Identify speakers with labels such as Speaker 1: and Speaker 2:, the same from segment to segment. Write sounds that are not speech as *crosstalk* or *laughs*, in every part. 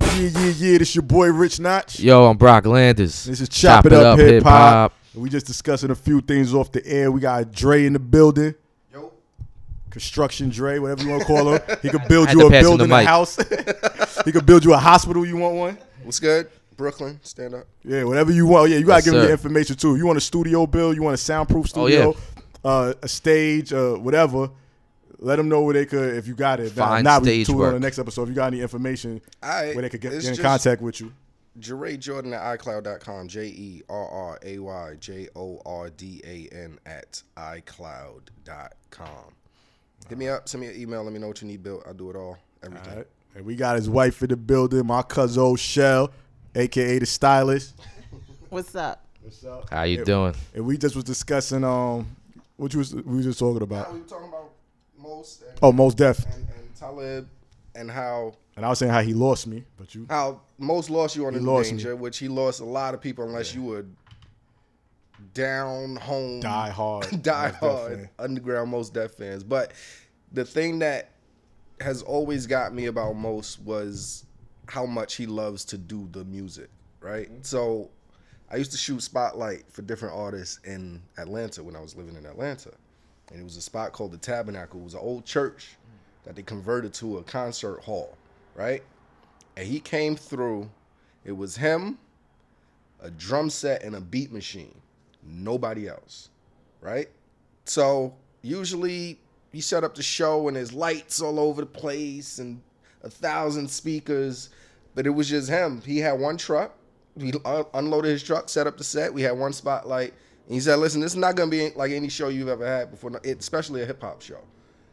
Speaker 1: Yeah, yeah, yeah. This your boy Rich Notch.
Speaker 2: Yo, I'm Brock Landis.
Speaker 1: This is Chop, It Up, Hip Hop. We just discussing a few things off the air. We got Dre in the building. Construction Dre, whatever you want to call him. He could build
Speaker 2: *laughs* Had
Speaker 1: you
Speaker 2: to
Speaker 1: a
Speaker 2: pass him
Speaker 1: building,
Speaker 2: the
Speaker 1: a
Speaker 2: mic.
Speaker 1: house. *laughs* he could build you a hospital. You want one?
Speaker 3: What's good? Brooklyn, stand up.
Speaker 1: Yeah, whatever you want. Oh, Yeah, you gotta
Speaker 2: Yes,
Speaker 1: give him
Speaker 2: sir.
Speaker 1: your information too. You want a studio bill? You want a soundproof
Speaker 2: Oh, yeah.
Speaker 1: studio? uh, a stage, uh, whatever. Let them know where they could if you got it.
Speaker 2: Find
Speaker 1: now, we
Speaker 2: stage
Speaker 1: tune on
Speaker 2: work.
Speaker 1: the next episode. If you got any information,
Speaker 3: Alright,
Speaker 1: where they could get,
Speaker 3: it's
Speaker 1: get in
Speaker 3: just-
Speaker 1: contact with you.
Speaker 3: Jeray Jordan at iCloud.com. J E R R A Y J O R D A N at iCloud.com. Hit me up, send me an email, let me know what you need built. I do it all, everything.
Speaker 1: All right. And we got his wife in the building, my cousin old Shell, aka the stylist.
Speaker 4: What's up?
Speaker 1: What's up?
Speaker 2: How you doing?
Speaker 1: And we just was discussing um what you was we was just talking
Speaker 3: Now,
Speaker 1: about.
Speaker 3: We were talking about most and,
Speaker 1: Oh, most deaf.
Speaker 3: and, and Talib and how
Speaker 1: And I was saying how he lost me, but you
Speaker 3: how most lost you on the
Speaker 1: lost
Speaker 3: danger, which he lost a lot of people unless you were down home
Speaker 1: die hard.
Speaker 3: *laughs* die
Speaker 1: Most Def
Speaker 3: hard
Speaker 1: fan.
Speaker 3: underground most deaf fans but the thing that has always got me about most was how much he loves to do the music right so i used to shoot spotlight for different artists in atlanta when i was living in atlanta and it was a spot called the tabernacle it was an old church that they converted to a concert hall right and he came through it was him a drum set and a beat machine nobody else right? So usually you set up the show and there's lights all over the place and a thousand speakers, but it was just him. He had one truck. He un- unloaded his truck, set up the set. We had one spotlight. And he said, "Listen, this is not gonna be like any show you've ever had before, no- it- especially a hip hop show."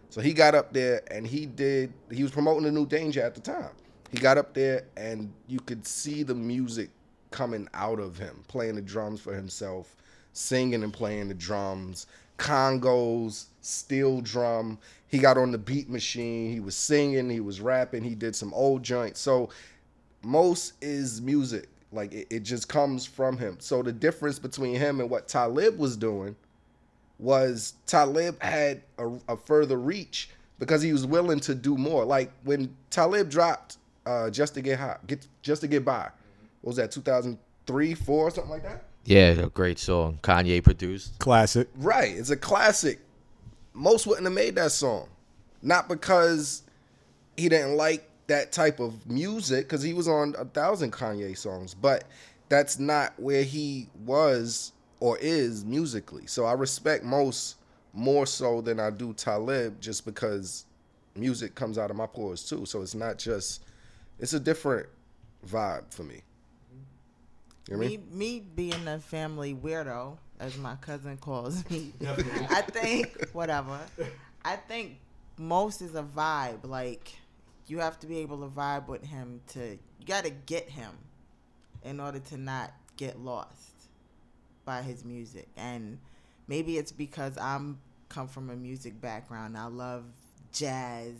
Speaker 3: So he got up there and he did. He was promoting the new Danger at the time. He got up there and you could see the music coming out of him, playing the drums for himself, singing and playing the drums, congos, steel drum. He got on the beat machine. He was singing. He was rapping. He did some old joints. So most is music. Like it, it just comes from him. So the difference between him and what Talib was doing was Talib had a, a further reach because he was willing to do more. Like when Talib dropped uh, just to get hot, get just to get by. What was that 2003, four, something like that?
Speaker 2: Yeah, a great song. Kanye produced.
Speaker 1: Classic.
Speaker 3: Right, it's a classic. Most wouldn't have made that song, not because he didn't like that type of music, because he was on a thousand Kanye songs, but that's not where he was or is musically. So I respect most more so than I do Talib, just because music comes out of my pores too. So it's not just, it's a different vibe for me. You know what I
Speaker 4: Me,
Speaker 3: mean?
Speaker 4: me being a family weirdo, as my cousin calls me. I think whatever. I think most is a vibe. Like you have to be able to vibe with him to. You got to get him in order to not get lost by his music. And maybe it's because I'm come from a music background. I love jazz,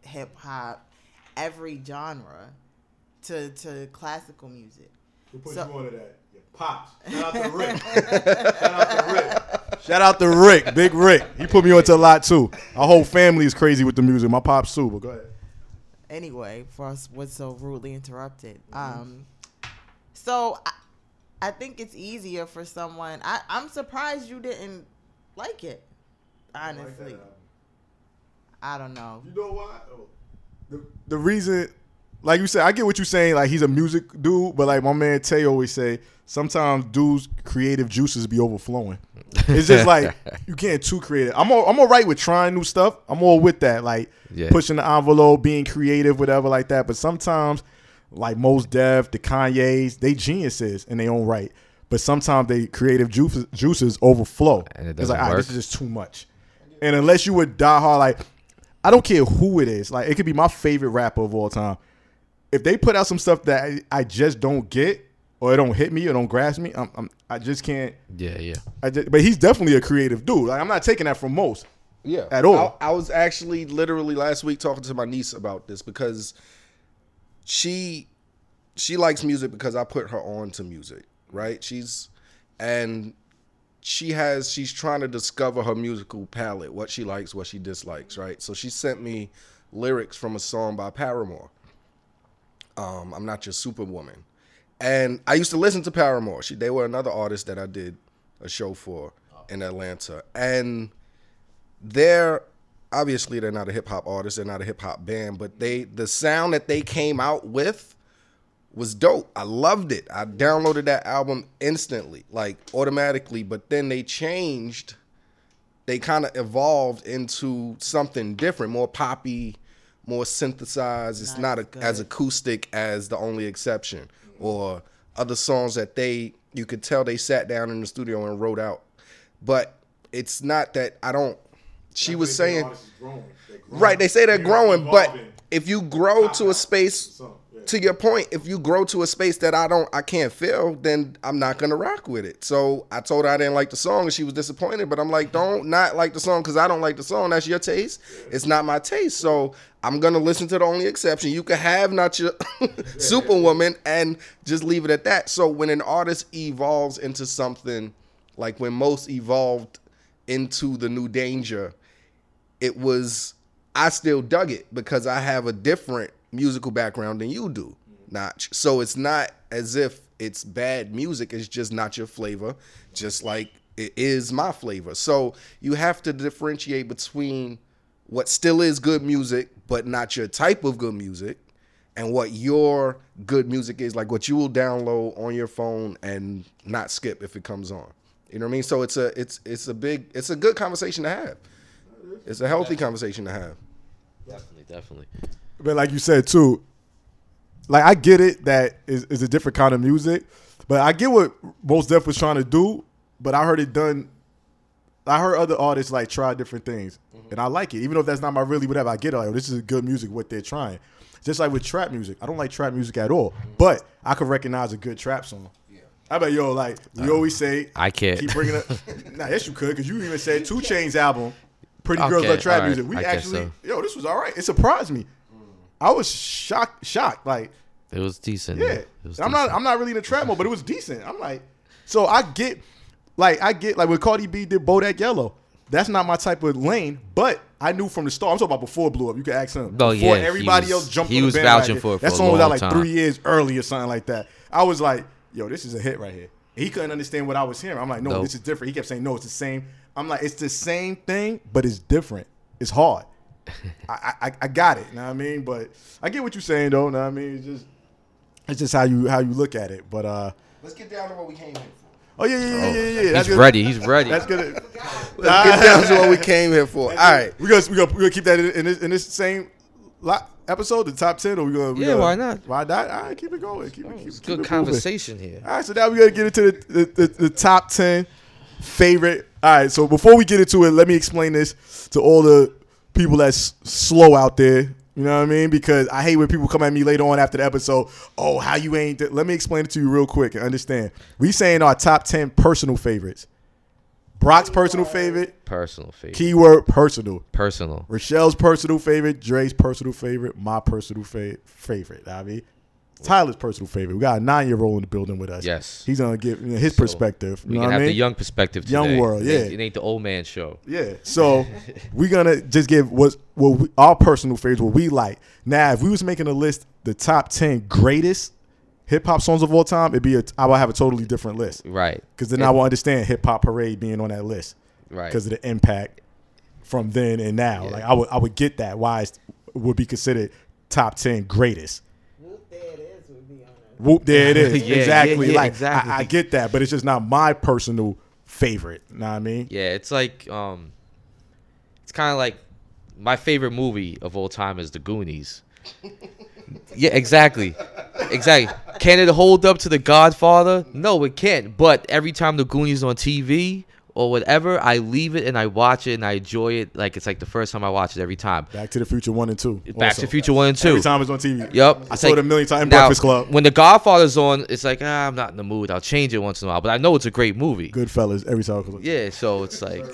Speaker 4: hip hop, every genre to to classical music.
Speaker 1: Who
Speaker 4: put So- you
Speaker 1: onto that? Your pops. Shout out to Rick.
Speaker 3: *laughs*
Speaker 1: Shout out to Rick. Shout out to Rick, Big Rick. He put me onto a lot too. Our whole family is crazy with the music. My pops too. But go ahead.
Speaker 4: anyway for us was so rudely interrupted um so I, I think it's easier for someone I, i'm surprised you didn't like it honestly i don't know
Speaker 1: You know why? The, the reason, like you said, I get what you're saying. Like he's a music dude, but like my man Tay always say, sometimes dudes' creative juices be overflowing. It's just like you can't too creative. I'm all, I'm all right with trying new stuff. I'm all with that, like
Speaker 2: Yeah.
Speaker 1: pushing the envelope, being creative, whatever, like that. But sometimes, like most Def, the Kanyes, they geniuses in their own right. But sometimes they creative juices, juices overflow.
Speaker 2: And it
Speaker 1: it's like,
Speaker 2: doesn't
Speaker 1: "Ah, this
Speaker 2: work.
Speaker 1: is just too much. And unless you would die hard, like I don't care who it is. Like it could be my favorite rapper of all time. If they put out some stuff that I, I just don't get, or it don't hit me, or don't grasp me, I'm, I'm I just can't.
Speaker 2: Yeah, yeah.
Speaker 1: I just, but he's definitely a creative dude. Like I'm not taking that from most.
Speaker 3: Yeah.
Speaker 1: At all.
Speaker 3: I, I was actually literally last week talking to my niece about this because she she likes music because I put her on to music, right? She's and she has she's trying to discover her musical palette, what she likes, what she dislikes, right? So she sent me lyrics from a song by Paramore. um, I'm Not Your Superwoman. And I used to listen to Paramore. She, they were another artist that I did a show for in Atlanta. And they're obviously they're not a hip hop artist, they're not a hip hop band, but they the sound that they came out with was dope. I loved it. I downloaded that album instantly, like automatically, but then they changed they kind of evolved into something different, more poppy, more synthesized. It's not, a, as acoustic as the only exception or other songs that they you could tell they sat down in the studio and wrote out. But it's not that I don't. She was saying, right? They say they're growing, but if you grow to a space, to your point, if you grow to a space that I don't, I can't fill, then I'm not gonna rock with it. So I told her I didn't like the song, and she was disappointed. But I'm like, don't not like the song because I don't like the song. That's your taste. It's not my taste. So I'm gonna listen to the only exception. You could have not your *laughs* Superwoman and just leave it at that. So when an artist evolves into something, like when most evolved into the new danger, it was I still dug it because I have a different musical background than you do, Notch. So it's not as if it's bad music, it's just not your flavor, just like it is my flavor. So you have to differentiate between what still is good music, but not your type of good music, and what your good music is, like what you will download on your phone and not skip if it comes on. You know what I mean? So it's a it's it's a big it's a good conversation to have. It's a healthy conversation to have.
Speaker 2: Definitely, definitely.
Speaker 1: But like you said too, like I get it that is is a different kind of music, but I get what Most Def was trying to do. But I heard it done. I heard other artists like try different things, and I like it, even though that's not my really whatever. I get it. Like oh, this is good music. What they're trying, just like with trap music, I don't like trap music at all, but I could recognize a good trap song. I bet yo like we always say
Speaker 2: I can't.
Speaker 1: keep bringing
Speaker 2: *laughs*
Speaker 1: up. nah, yes you could because you even said Two Chains album, Pretty Girls
Speaker 2: Okay,
Speaker 1: Love Trap
Speaker 2: all right,
Speaker 1: Music. We
Speaker 2: I guess
Speaker 1: actually
Speaker 2: so.
Speaker 1: yo this was all right. It surprised me. I was shocked, shocked. Like
Speaker 2: It was decent.
Speaker 1: yeah,
Speaker 2: It was
Speaker 1: I'm not
Speaker 2: decent.
Speaker 1: I'm not really in the trap mode, but it was decent. I'm like, so I get like I get like when Cardi B did Bodak Yellow. That's not my type of lane, but I knew from the start. I'm talking about before it blew up. You can ask him.
Speaker 2: Oh,
Speaker 1: before
Speaker 2: yeah, he
Speaker 1: everybody
Speaker 2: was-
Speaker 1: else jumped
Speaker 2: he
Speaker 1: on the
Speaker 2: was
Speaker 1: bandwagon.
Speaker 2: vouching for it
Speaker 1: That
Speaker 2: for a
Speaker 1: song was out
Speaker 2: long
Speaker 1: like
Speaker 2: time.
Speaker 1: three years early or something like that. I was like, yo, this is a hit right here. He couldn't understand what I was hearing. I'm like, no,
Speaker 2: Nope.
Speaker 1: this is different. He kept saying, no, it's the same. I'm like, it's the same thing, but it's different. It's
Speaker 2: *laughs*
Speaker 1: hard. I, I, I got it. Know what I mean? But I get what you're saying though. Know what I mean? It's just it's just how you how you look at it. But uh,
Speaker 3: Let's get down to what we came here for.
Speaker 1: oh yeah yeah yeah yeah yeah.
Speaker 2: He's
Speaker 1: That's good.
Speaker 2: ready. He's ready.
Speaker 1: That's good. *laughs*
Speaker 3: Let's get down to what we came here for. All right.
Speaker 1: We gonna we gonna, we gonna keep that in, in this in this same lot episode, the top ten, or we gonna we
Speaker 2: Yeah,
Speaker 1: gonna-
Speaker 2: why not?
Speaker 1: Why not? All right, keep it going. Keep it keep,
Speaker 2: It's
Speaker 1: keep
Speaker 2: good
Speaker 1: it
Speaker 2: conversation here.
Speaker 1: Moving. All right, so now we are going to get into the the, the the top ten favorite. All right, so before we get into it, let me explain this to all the people that's slow out there. You know what I mean? Because I hate when people come at me later on after the episode. Oh, how you ain't? th-" Let me explain it to you real quick and understand. We saying our top ten personal favorites. Brock's personal favorite,
Speaker 2: Personal favorite.
Speaker 1: keyword personal.
Speaker 2: Personal.
Speaker 1: Rochelle's personal favorite, Dre's personal favorite, my personal fa- favorite. I mean, Tyler's personal favorite. We got a nine year old in the building with us.
Speaker 2: Yes.
Speaker 1: he's gonna give you know, his perspective. You
Speaker 2: We
Speaker 1: know
Speaker 2: can
Speaker 1: what I
Speaker 2: have
Speaker 1: mean?
Speaker 2: the young perspective today.
Speaker 1: Young world,
Speaker 2: It ain't-
Speaker 1: yeah.
Speaker 2: It ain't the old man show.
Speaker 1: yeah. So we're gonna just give what what we, our personal favorites, what we like. Now, if we was making a list, the top ten greatest hip hop songs of all time, it'd be a, I would have a totally different list
Speaker 2: Right.
Speaker 1: because then I will understand hip hop parade being on that list.
Speaker 2: Right.
Speaker 1: because of the impact from then and now. Like I would I would get that why it would be considered top ten greatest.
Speaker 4: Whoop, there it is. Would be on
Speaker 1: Whoop, there it is.
Speaker 2: *laughs* Yeah, yeah,
Speaker 1: exactly.
Speaker 2: yeah,
Speaker 1: like
Speaker 2: exactly.
Speaker 1: I, I get that, but it's just not my personal favorite. Know what I mean?
Speaker 2: Yeah, it's like um, it's kind of like my favorite movie of all time is
Speaker 1: *laughs*
Speaker 2: The Goonies. yeah, exactly, exactly. Can it hold up to The Godfather? No, it can't. But every time The Goonies is on TV or whatever, I leave it and I watch it and I enjoy it. Like it's like the first time I watch it every time.
Speaker 1: Back to the Future one and two.
Speaker 2: Back
Speaker 1: also.
Speaker 2: to Future one and two.
Speaker 1: Every time it's on TV.
Speaker 2: Yep.
Speaker 1: I
Speaker 2: It's
Speaker 1: saw
Speaker 2: like-
Speaker 1: it a million times. And
Speaker 2: now,
Speaker 1: Breakfast Club.
Speaker 2: When The Godfather's on, it's like ah, I'm not in the mood. I'll change it once in a while, but I know it's a great movie.
Speaker 1: Goodfellas. Every time.
Speaker 2: Yeah, *laughs* so it's like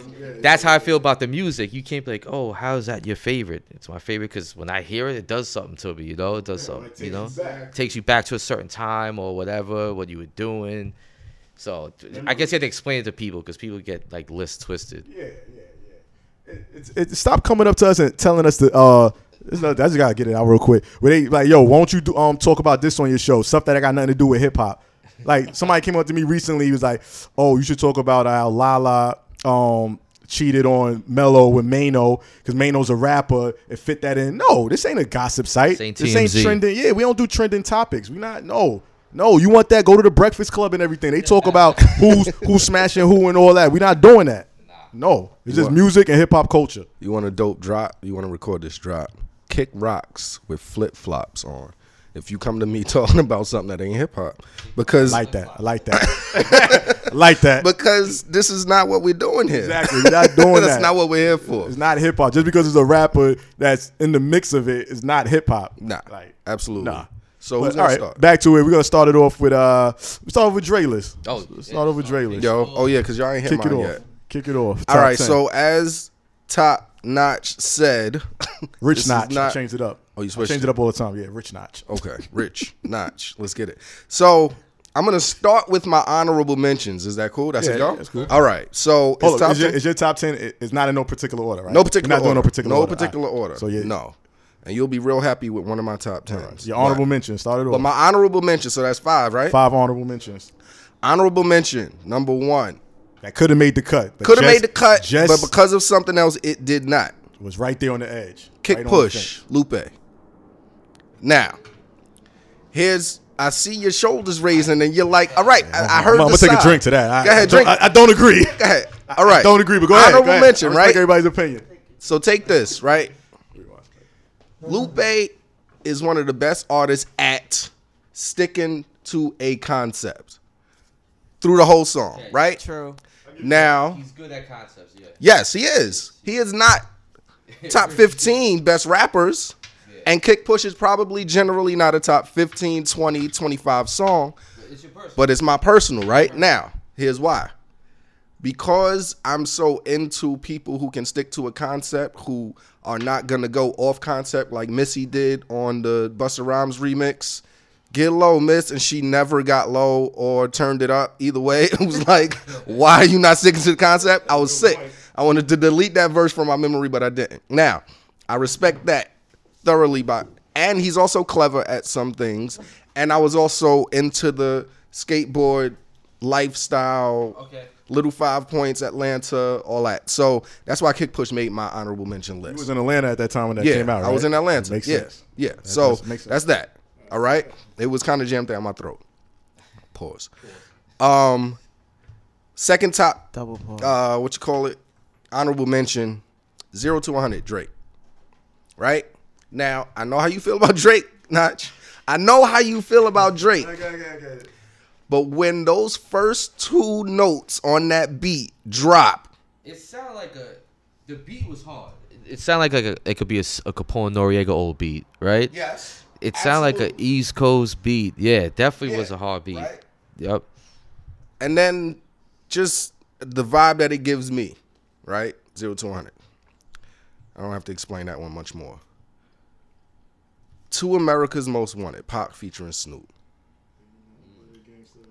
Speaker 2: that's how I feel about the music. You can't be like, oh, how is that your favorite? It's my favorite because when I hear it, it does something to me. You know, it does something. you know, takes you back to a certain time or whatever what you were doing. So I guess you have to explain it to people because people get like lists twisted.
Speaker 1: Yeah, yeah, yeah. It, it's- it, stop coming up to us and telling us to uh, It's not, I just gotta get it out real quick. Where they like, yo, won't you do um talk about this on your show? Stuff that I got nothing to do with hip hop. Like somebody came up to me recently, he was like, Oh, you should talk about how Lala um cheated on Mello with Mano because Mano's a rapper and fit that in. No, this ain't a gossip site.
Speaker 2: This ain't
Speaker 1: this ain't
Speaker 2: TMZ.
Speaker 1: trending. Yeah, we don't do trending topics. We not no. No, you want that? Go to the Breakfast Club and everything. They talk
Speaker 3: *laughs*
Speaker 1: about who's who's smashing who and all that. We're not doing that. No, it's just
Speaker 3: want-
Speaker 1: music and hip hop culture.
Speaker 3: You want a dope drop? You want to record this drop? Kick rocks with flip flops on. If you come to me *laughs* talking about something that ain't hip hop, because
Speaker 1: like that. I like that.
Speaker 3: *laughs*
Speaker 1: I like that.
Speaker 3: because this is not what we're doing here. *laughs*
Speaker 1: Exactly. We're not doing
Speaker 3: That's
Speaker 1: that.
Speaker 3: not what we're here for.
Speaker 1: it's not hip hop. Just because it's a rapper that's in the mix of it is not hip hop.
Speaker 3: Nah,
Speaker 1: Like
Speaker 3: absolutely.
Speaker 1: nah.
Speaker 3: So
Speaker 1: But,
Speaker 3: who's
Speaker 1: all
Speaker 3: gonna
Speaker 1: right,
Speaker 3: start?
Speaker 1: back to it. We're gonna start it off with uh, we start off with Dre list.
Speaker 2: Oh,
Speaker 1: Let's
Speaker 2: yeah,
Speaker 1: start off with Dre list.
Speaker 3: Yo, oh yeah, because y'all ain't hit
Speaker 1: Kick it
Speaker 3: mine
Speaker 1: off.
Speaker 3: yet.
Speaker 1: Kick it off.
Speaker 3: All
Speaker 1: Top
Speaker 3: right,
Speaker 1: 10.
Speaker 3: so as top notch said, *laughs* this
Speaker 1: Rich
Speaker 3: is
Speaker 1: Notch.
Speaker 3: not-
Speaker 1: change it up.
Speaker 3: Oh, you
Speaker 1: I
Speaker 3: switched
Speaker 1: change
Speaker 3: it.
Speaker 1: it
Speaker 3: Oh,
Speaker 1: up all the time. Yeah, Rich Notch.
Speaker 3: Okay, Rich *laughs* Notch. Let's get it. So I'm gonna start with my honorable mentions. Is that cool? That's
Speaker 1: Yeah,
Speaker 3: a go.
Speaker 1: yeah, that's cool.
Speaker 3: All right. So it's
Speaker 1: Hold
Speaker 3: top
Speaker 1: up, is, your,
Speaker 3: 10.
Speaker 1: is your top ten? it- It's not in no particular order, right?
Speaker 3: no particular
Speaker 1: You're not doing
Speaker 3: order.
Speaker 1: no particular
Speaker 3: no
Speaker 1: order.
Speaker 3: particular
Speaker 1: All right.
Speaker 3: order.
Speaker 1: So yeah,
Speaker 3: no. And you'll be real happy with one of my top tens.
Speaker 1: Your honorable mention. Start it off.
Speaker 3: But my honorable mention. So that's five, right?
Speaker 1: Five honorable mentions
Speaker 3: Honorable mention number one.
Speaker 1: that could have made the cut. but
Speaker 3: Could have
Speaker 1: just-
Speaker 3: made the cut,
Speaker 1: Just
Speaker 3: but because of something else, it did not.
Speaker 1: was right there on the edge.
Speaker 3: Kick
Speaker 1: Right on the
Speaker 3: push, Lupe. Now, here's I see your shoulders raising, and you're like, all right, I, I heard.
Speaker 1: I'm, gonna
Speaker 3: the
Speaker 1: take
Speaker 3: side.
Speaker 1: a drink to that. I,
Speaker 3: Go
Speaker 1: I
Speaker 3: ahead,
Speaker 1: don't-
Speaker 3: drink.
Speaker 1: I, I don't agree.
Speaker 3: go ahead. All right,
Speaker 1: don't agree, but go ahead.
Speaker 3: Honorable
Speaker 1: go ahead.
Speaker 3: mention,
Speaker 1: I respect
Speaker 3: right?
Speaker 1: everybody's opinion.
Speaker 3: So take this, right? Lupe is one of the best artists at sticking to a concept through the whole song, right?
Speaker 4: True.
Speaker 3: Now,
Speaker 2: He's good at concepts. Yeah.
Speaker 3: yes, he is. He is not top 15 best rappers. And Kick Push is probably generally not a top 15, 20, 25 song.
Speaker 2: It's your person.
Speaker 3: but it's my personal right now here's why because i'm so into people who can stick to a concept who are not gonna go off concept like missy did on the buster rhymes remix get low miss and she never got low or turned it up either way *laughs* it was like why are you not sticking to the concept i was sick i wanted to delete that verse from my memory but i didn't now i respect that thoroughly by and he's also clever at some things and i was also into the skateboard lifestyle
Speaker 2: Okay.
Speaker 3: little five points atlanta all that so that's why kick push made my honorable mention list
Speaker 1: You was in Atlanta at that time when that
Speaker 3: yeah
Speaker 1: came out.
Speaker 3: i was
Speaker 1: right?
Speaker 3: in atlanta
Speaker 1: Makes
Speaker 3: yeah
Speaker 1: sense.
Speaker 3: yeah so
Speaker 1: does make sense.
Speaker 3: that's that all right it was kind of jammed down my throat pause um second top
Speaker 4: Double pause.
Speaker 3: uh what you call it honorable mention 0 to 100 drake right now i know how you feel about *laughs* drake notch i know how you feel about drake but when those first two notes on that beat drop
Speaker 2: It sounded like a. The beat was hard. It sounded like a, it could be a, s- a Capone Noriega old beat, right?
Speaker 3: yes
Speaker 2: It sounded like a East Coast beat. Yeah, it definitely was
Speaker 3: Yeah,
Speaker 2: a hard beat.
Speaker 3: right?
Speaker 2: Yep.
Speaker 3: and then just the vibe that it gives me right 0 to 100 i don't have to explain that one much more to america's most wanted pop featuring snoop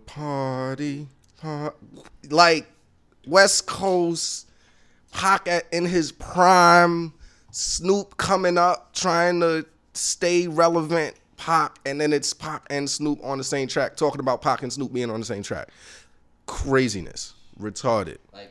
Speaker 3: party, par- like West Coast Pac at- in his prime, Snoop coming up trying to stay relevant. Pac, and then it's Pac and Snoop on the same track, talking about Pac and Snoop being on the same track. Craziness, retarded.
Speaker 2: Like,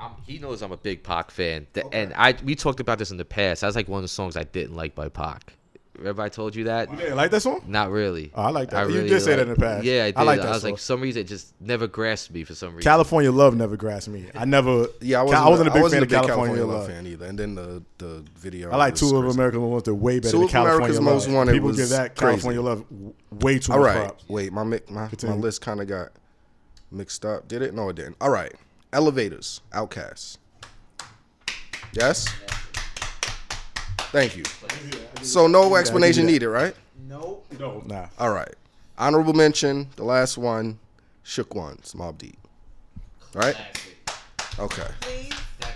Speaker 2: I'm, he knows I'm a big Pac fan, The- and I we talked about this in the past. That's like one of the songs I didn't like by Pac. Remember I told you that?
Speaker 1: Yeah, like that song?
Speaker 2: Not really.
Speaker 1: Oh, I like that. You did say that in the past.
Speaker 2: Yeah, I
Speaker 1: I
Speaker 2: did.
Speaker 1: like
Speaker 2: I,
Speaker 1: that
Speaker 2: was
Speaker 1: song.
Speaker 2: like, some reason it just never grasped me for some reason.
Speaker 1: California Love never grasped me. I never.
Speaker 3: Yeah, I wasn't,
Speaker 1: I wasn't a big
Speaker 3: wasn't
Speaker 1: fan of California, Love.
Speaker 3: fan either. And then the the video.
Speaker 1: I like
Speaker 3: was
Speaker 1: Two of
Speaker 3: crazy.
Speaker 1: America's Most Wanted way better
Speaker 3: Two
Speaker 1: than
Speaker 3: of
Speaker 1: California
Speaker 3: America's
Speaker 1: Love.
Speaker 3: Most Wanted
Speaker 1: People
Speaker 3: was
Speaker 1: give that
Speaker 3: crazy.
Speaker 1: California Love w- way too
Speaker 3: All
Speaker 1: much
Speaker 3: right.
Speaker 1: props.
Speaker 3: Wait, my mi- my, my
Speaker 1: Continue.
Speaker 3: list kind of got mixed up. Did it? No, it didn't. All right. Elevators, Outcasts. Yes. Thank you. So no explanation
Speaker 1: that.
Speaker 3: needed, right?
Speaker 4: Nope.
Speaker 1: No, nah.
Speaker 3: All right. Honorable mention. The last one, Shook Ones, Mob Deep. Right. Okay.
Speaker 4: Please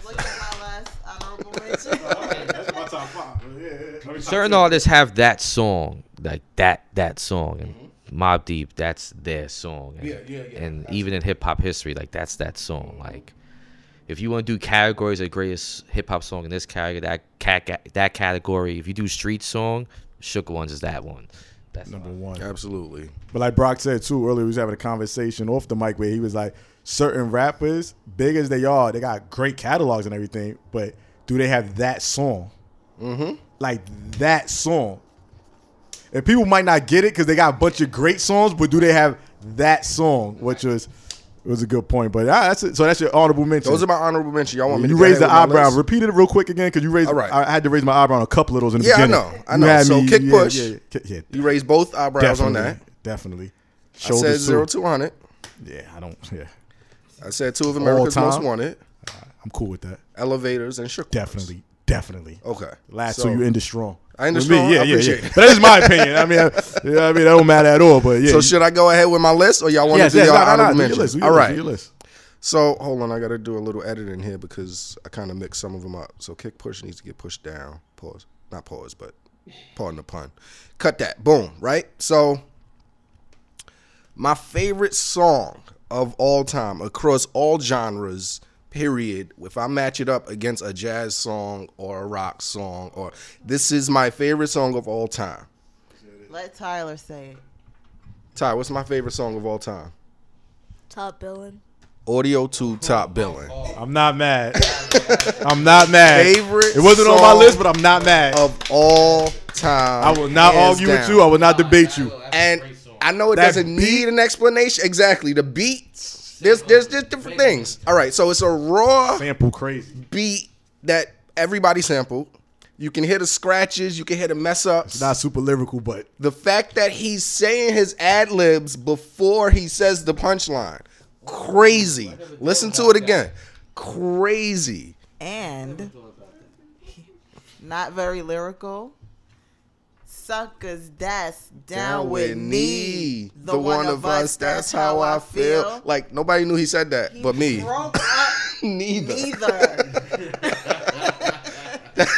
Speaker 4: look at my last *laughs* honorable mention.
Speaker 1: That's my top five.
Speaker 2: Certain artists have that song, like that that song, and Mob Deep, that's their song. And,
Speaker 3: yeah, yeah,
Speaker 2: And even in hip hop history, like that's that song. Like If you want to do categories of greatest hip hop song in this category, that cat that category. If you do street song, Shook Ones is that one. That's
Speaker 1: Number
Speaker 2: fine.
Speaker 1: one.
Speaker 3: Absolutely.
Speaker 1: But like Brock said too earlier, we was having a conversation off the mic where he was like, certain rappers, big as they are, they got great catalogs and everything, but do they have that song? Mm-hmm. Like that song. And people might not get it because they got a bunch of great songs, but do they have that song? Which was was a good point. But ah, that's it. so that's your honorable mention.
Speaker 3: Those are my honorable mentions. Y'all want me
Speaker 1: you
Speaker 3: to go
Speaker 1: raised
Speaker 3: ahead
Speaker 1: the
Speaker 3: with my
Speaker 1: eyebrow.
Speaker 3: list?
Speaker 1: Repeat it real quick again because you raised.
Speaker 3: All right.
Speaker 1: I I had to raise my eyebrow on a couple of those in the
Speaker 3: Yeah, I
Speaker 1: beginning.
Speaker 3: know. I
Speaker 1: You
Speaker 3: know.
Speaker 1: had
Speaker 3: So kick
Speaker 1: yeah,
Speaker 3: push.
Speaker 1: Yeah, ki- yeah,
Speaker 3: You raised both eyebrows
Speaker 1: definitely,
Speaker 3: on that.
Speaker 1: Definitely.
Speaker 3: I said
Speaker 1: Shoulders
Speaker 3: zero
Speaker 1: too.
Speaker 3: to 100.
Speaker 1: Yeah, I don't. Yeah,
Speaker 3: I said two of America's most
Speaker 1: time?
Speaker 3: wanted.
Speaker 1: I'm cool with that.
Speaker 3: Elevators and shook. Ones.
Speaker 1: Definitely, definitely.
Speaker 3: Okay.
Speaker 1: Last, so,
Speaker 3: Oh, So,
Speaker 1: you ended strong.
Speaker 3: I ended
Speaker 1: With me,
Speaker 3: strong?
Speaker 1: Yeah,
Speaker 3: I
Speaker 1: yeah,
Speaker 3: appreciate
Speaker 1: yeah.
Speaker 3: it.
Speaker 1: But that's my opinion. I mean, I, yeah, I mean, that don't matter at all. But yeah.
Speaker 3: So should I go ahead with my list, or y'all want
Speaker 1: yes,
Speaker 3: to do
Speaker 1: yes,
Speaker 3: y'all
Speaker 1: nah, nah, nah,
Speaker 3: honorable
Speaker 1: do your
Speaker 3: mentions?
Speaker 1: list, do your
Speaker 3: All
Speaker 1: list, do
Speaker 3: right.
Speaker 1: your list.
Speaker 3: So hold on, I gotta do a little editing here because I kind of mixed some of them up. So kick push needs to get pushed down. Pause, not pause, but pardon the pun. Cut that. Boom. Right. So my favorite song of all time across all genres. Period. If I match it up against a jazz song or a rock song, or this is my favorite song of all time.
Speaker 4: Let Tyler say it.
Speaker 3: Ty, what's my favorite song of all time?
Speaker 5: Top billing.
Speaker 3: Audio 2 Top Billing.
Speaker 1: I'm not
Speaker 3: *laughs*
Speaker 1: mad. I'm not mad.
Speaker 3: Favorite
Speaker 1: It wasn't on my
Speaker 3: song
Speaker 1: list, but I'm not mad.
Speaker 3: Of all time.
Speaker 1: I will not
Speaker 3: hands
Speaker 1: argue with
Speaker 3: down.
Speaker 1: you. I will not debate you.
Speaker 3: and I know it
Speaker 1: That
Speaker 3: doesn't need an explanation. Exactly. The beats. There's there's just different things. All right, so it's a raw
Speaker 1: Sample crazy.
Speaker 3: beat that everybody sampled. You can hear the scratches, you can hear the mess ups.
Speaker 1: Not super lyrical,
Speaker 3: *laughs*
Speaker 1: but
Speaker 3: The fact that he's saying his ad libs before he says the punchline. Crazy. Listen to it again. Crazy.
Speaker 4: And not very lyrical. Suckers that's down, with me.
Speaker 3: The, one, of us, that's how I feel. Like nobody knew he said that,
Speaker 4: He
Speaker 3: but me.
Speaker 4: broke up
Speaker 3: *laughs* Neither. *laughs*
Speaker 4: neither.
Speaker 1: all right,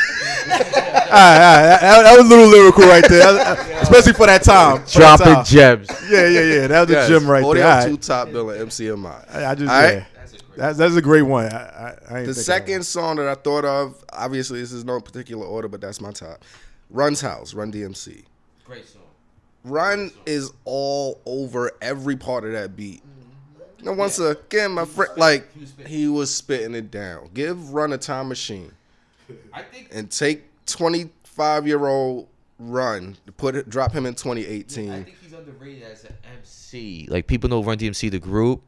Speaker 1: all right, that, that was a little lyrical right there,
Speaker 3: *laughs*
Speaker 1: especially for that time. for that
Speaker 2: Dropping
Speaker 1: time.
Speaker 2: gems.
Speaker 1: Yeah, yeah, yeah. That was a gem right
Speaker 3: Audio
Speaker 1: there. All right.
Speaker 3: two top billing MCMI.
Speaker 1: I, I just
Speaker 3: All right?
Speaker 1: yeah. That's that's a great one. I, I, I ain't
Speaker 3: The second song that I thought of, obviously this is no particular order, but that's my top. Run's House, Run DMC.
Speaker 2: Great song.
Speaker 3: Run is all over every part of that beat. Now once again, my friend, like he was spitting it down. Give Run a time machine.
Speaker 2: I think
Speaker 3: and take 25 year old run put it drop him in 2018
Speaker 2: I think he's underrated as an MC. Like people know Run DMC the group,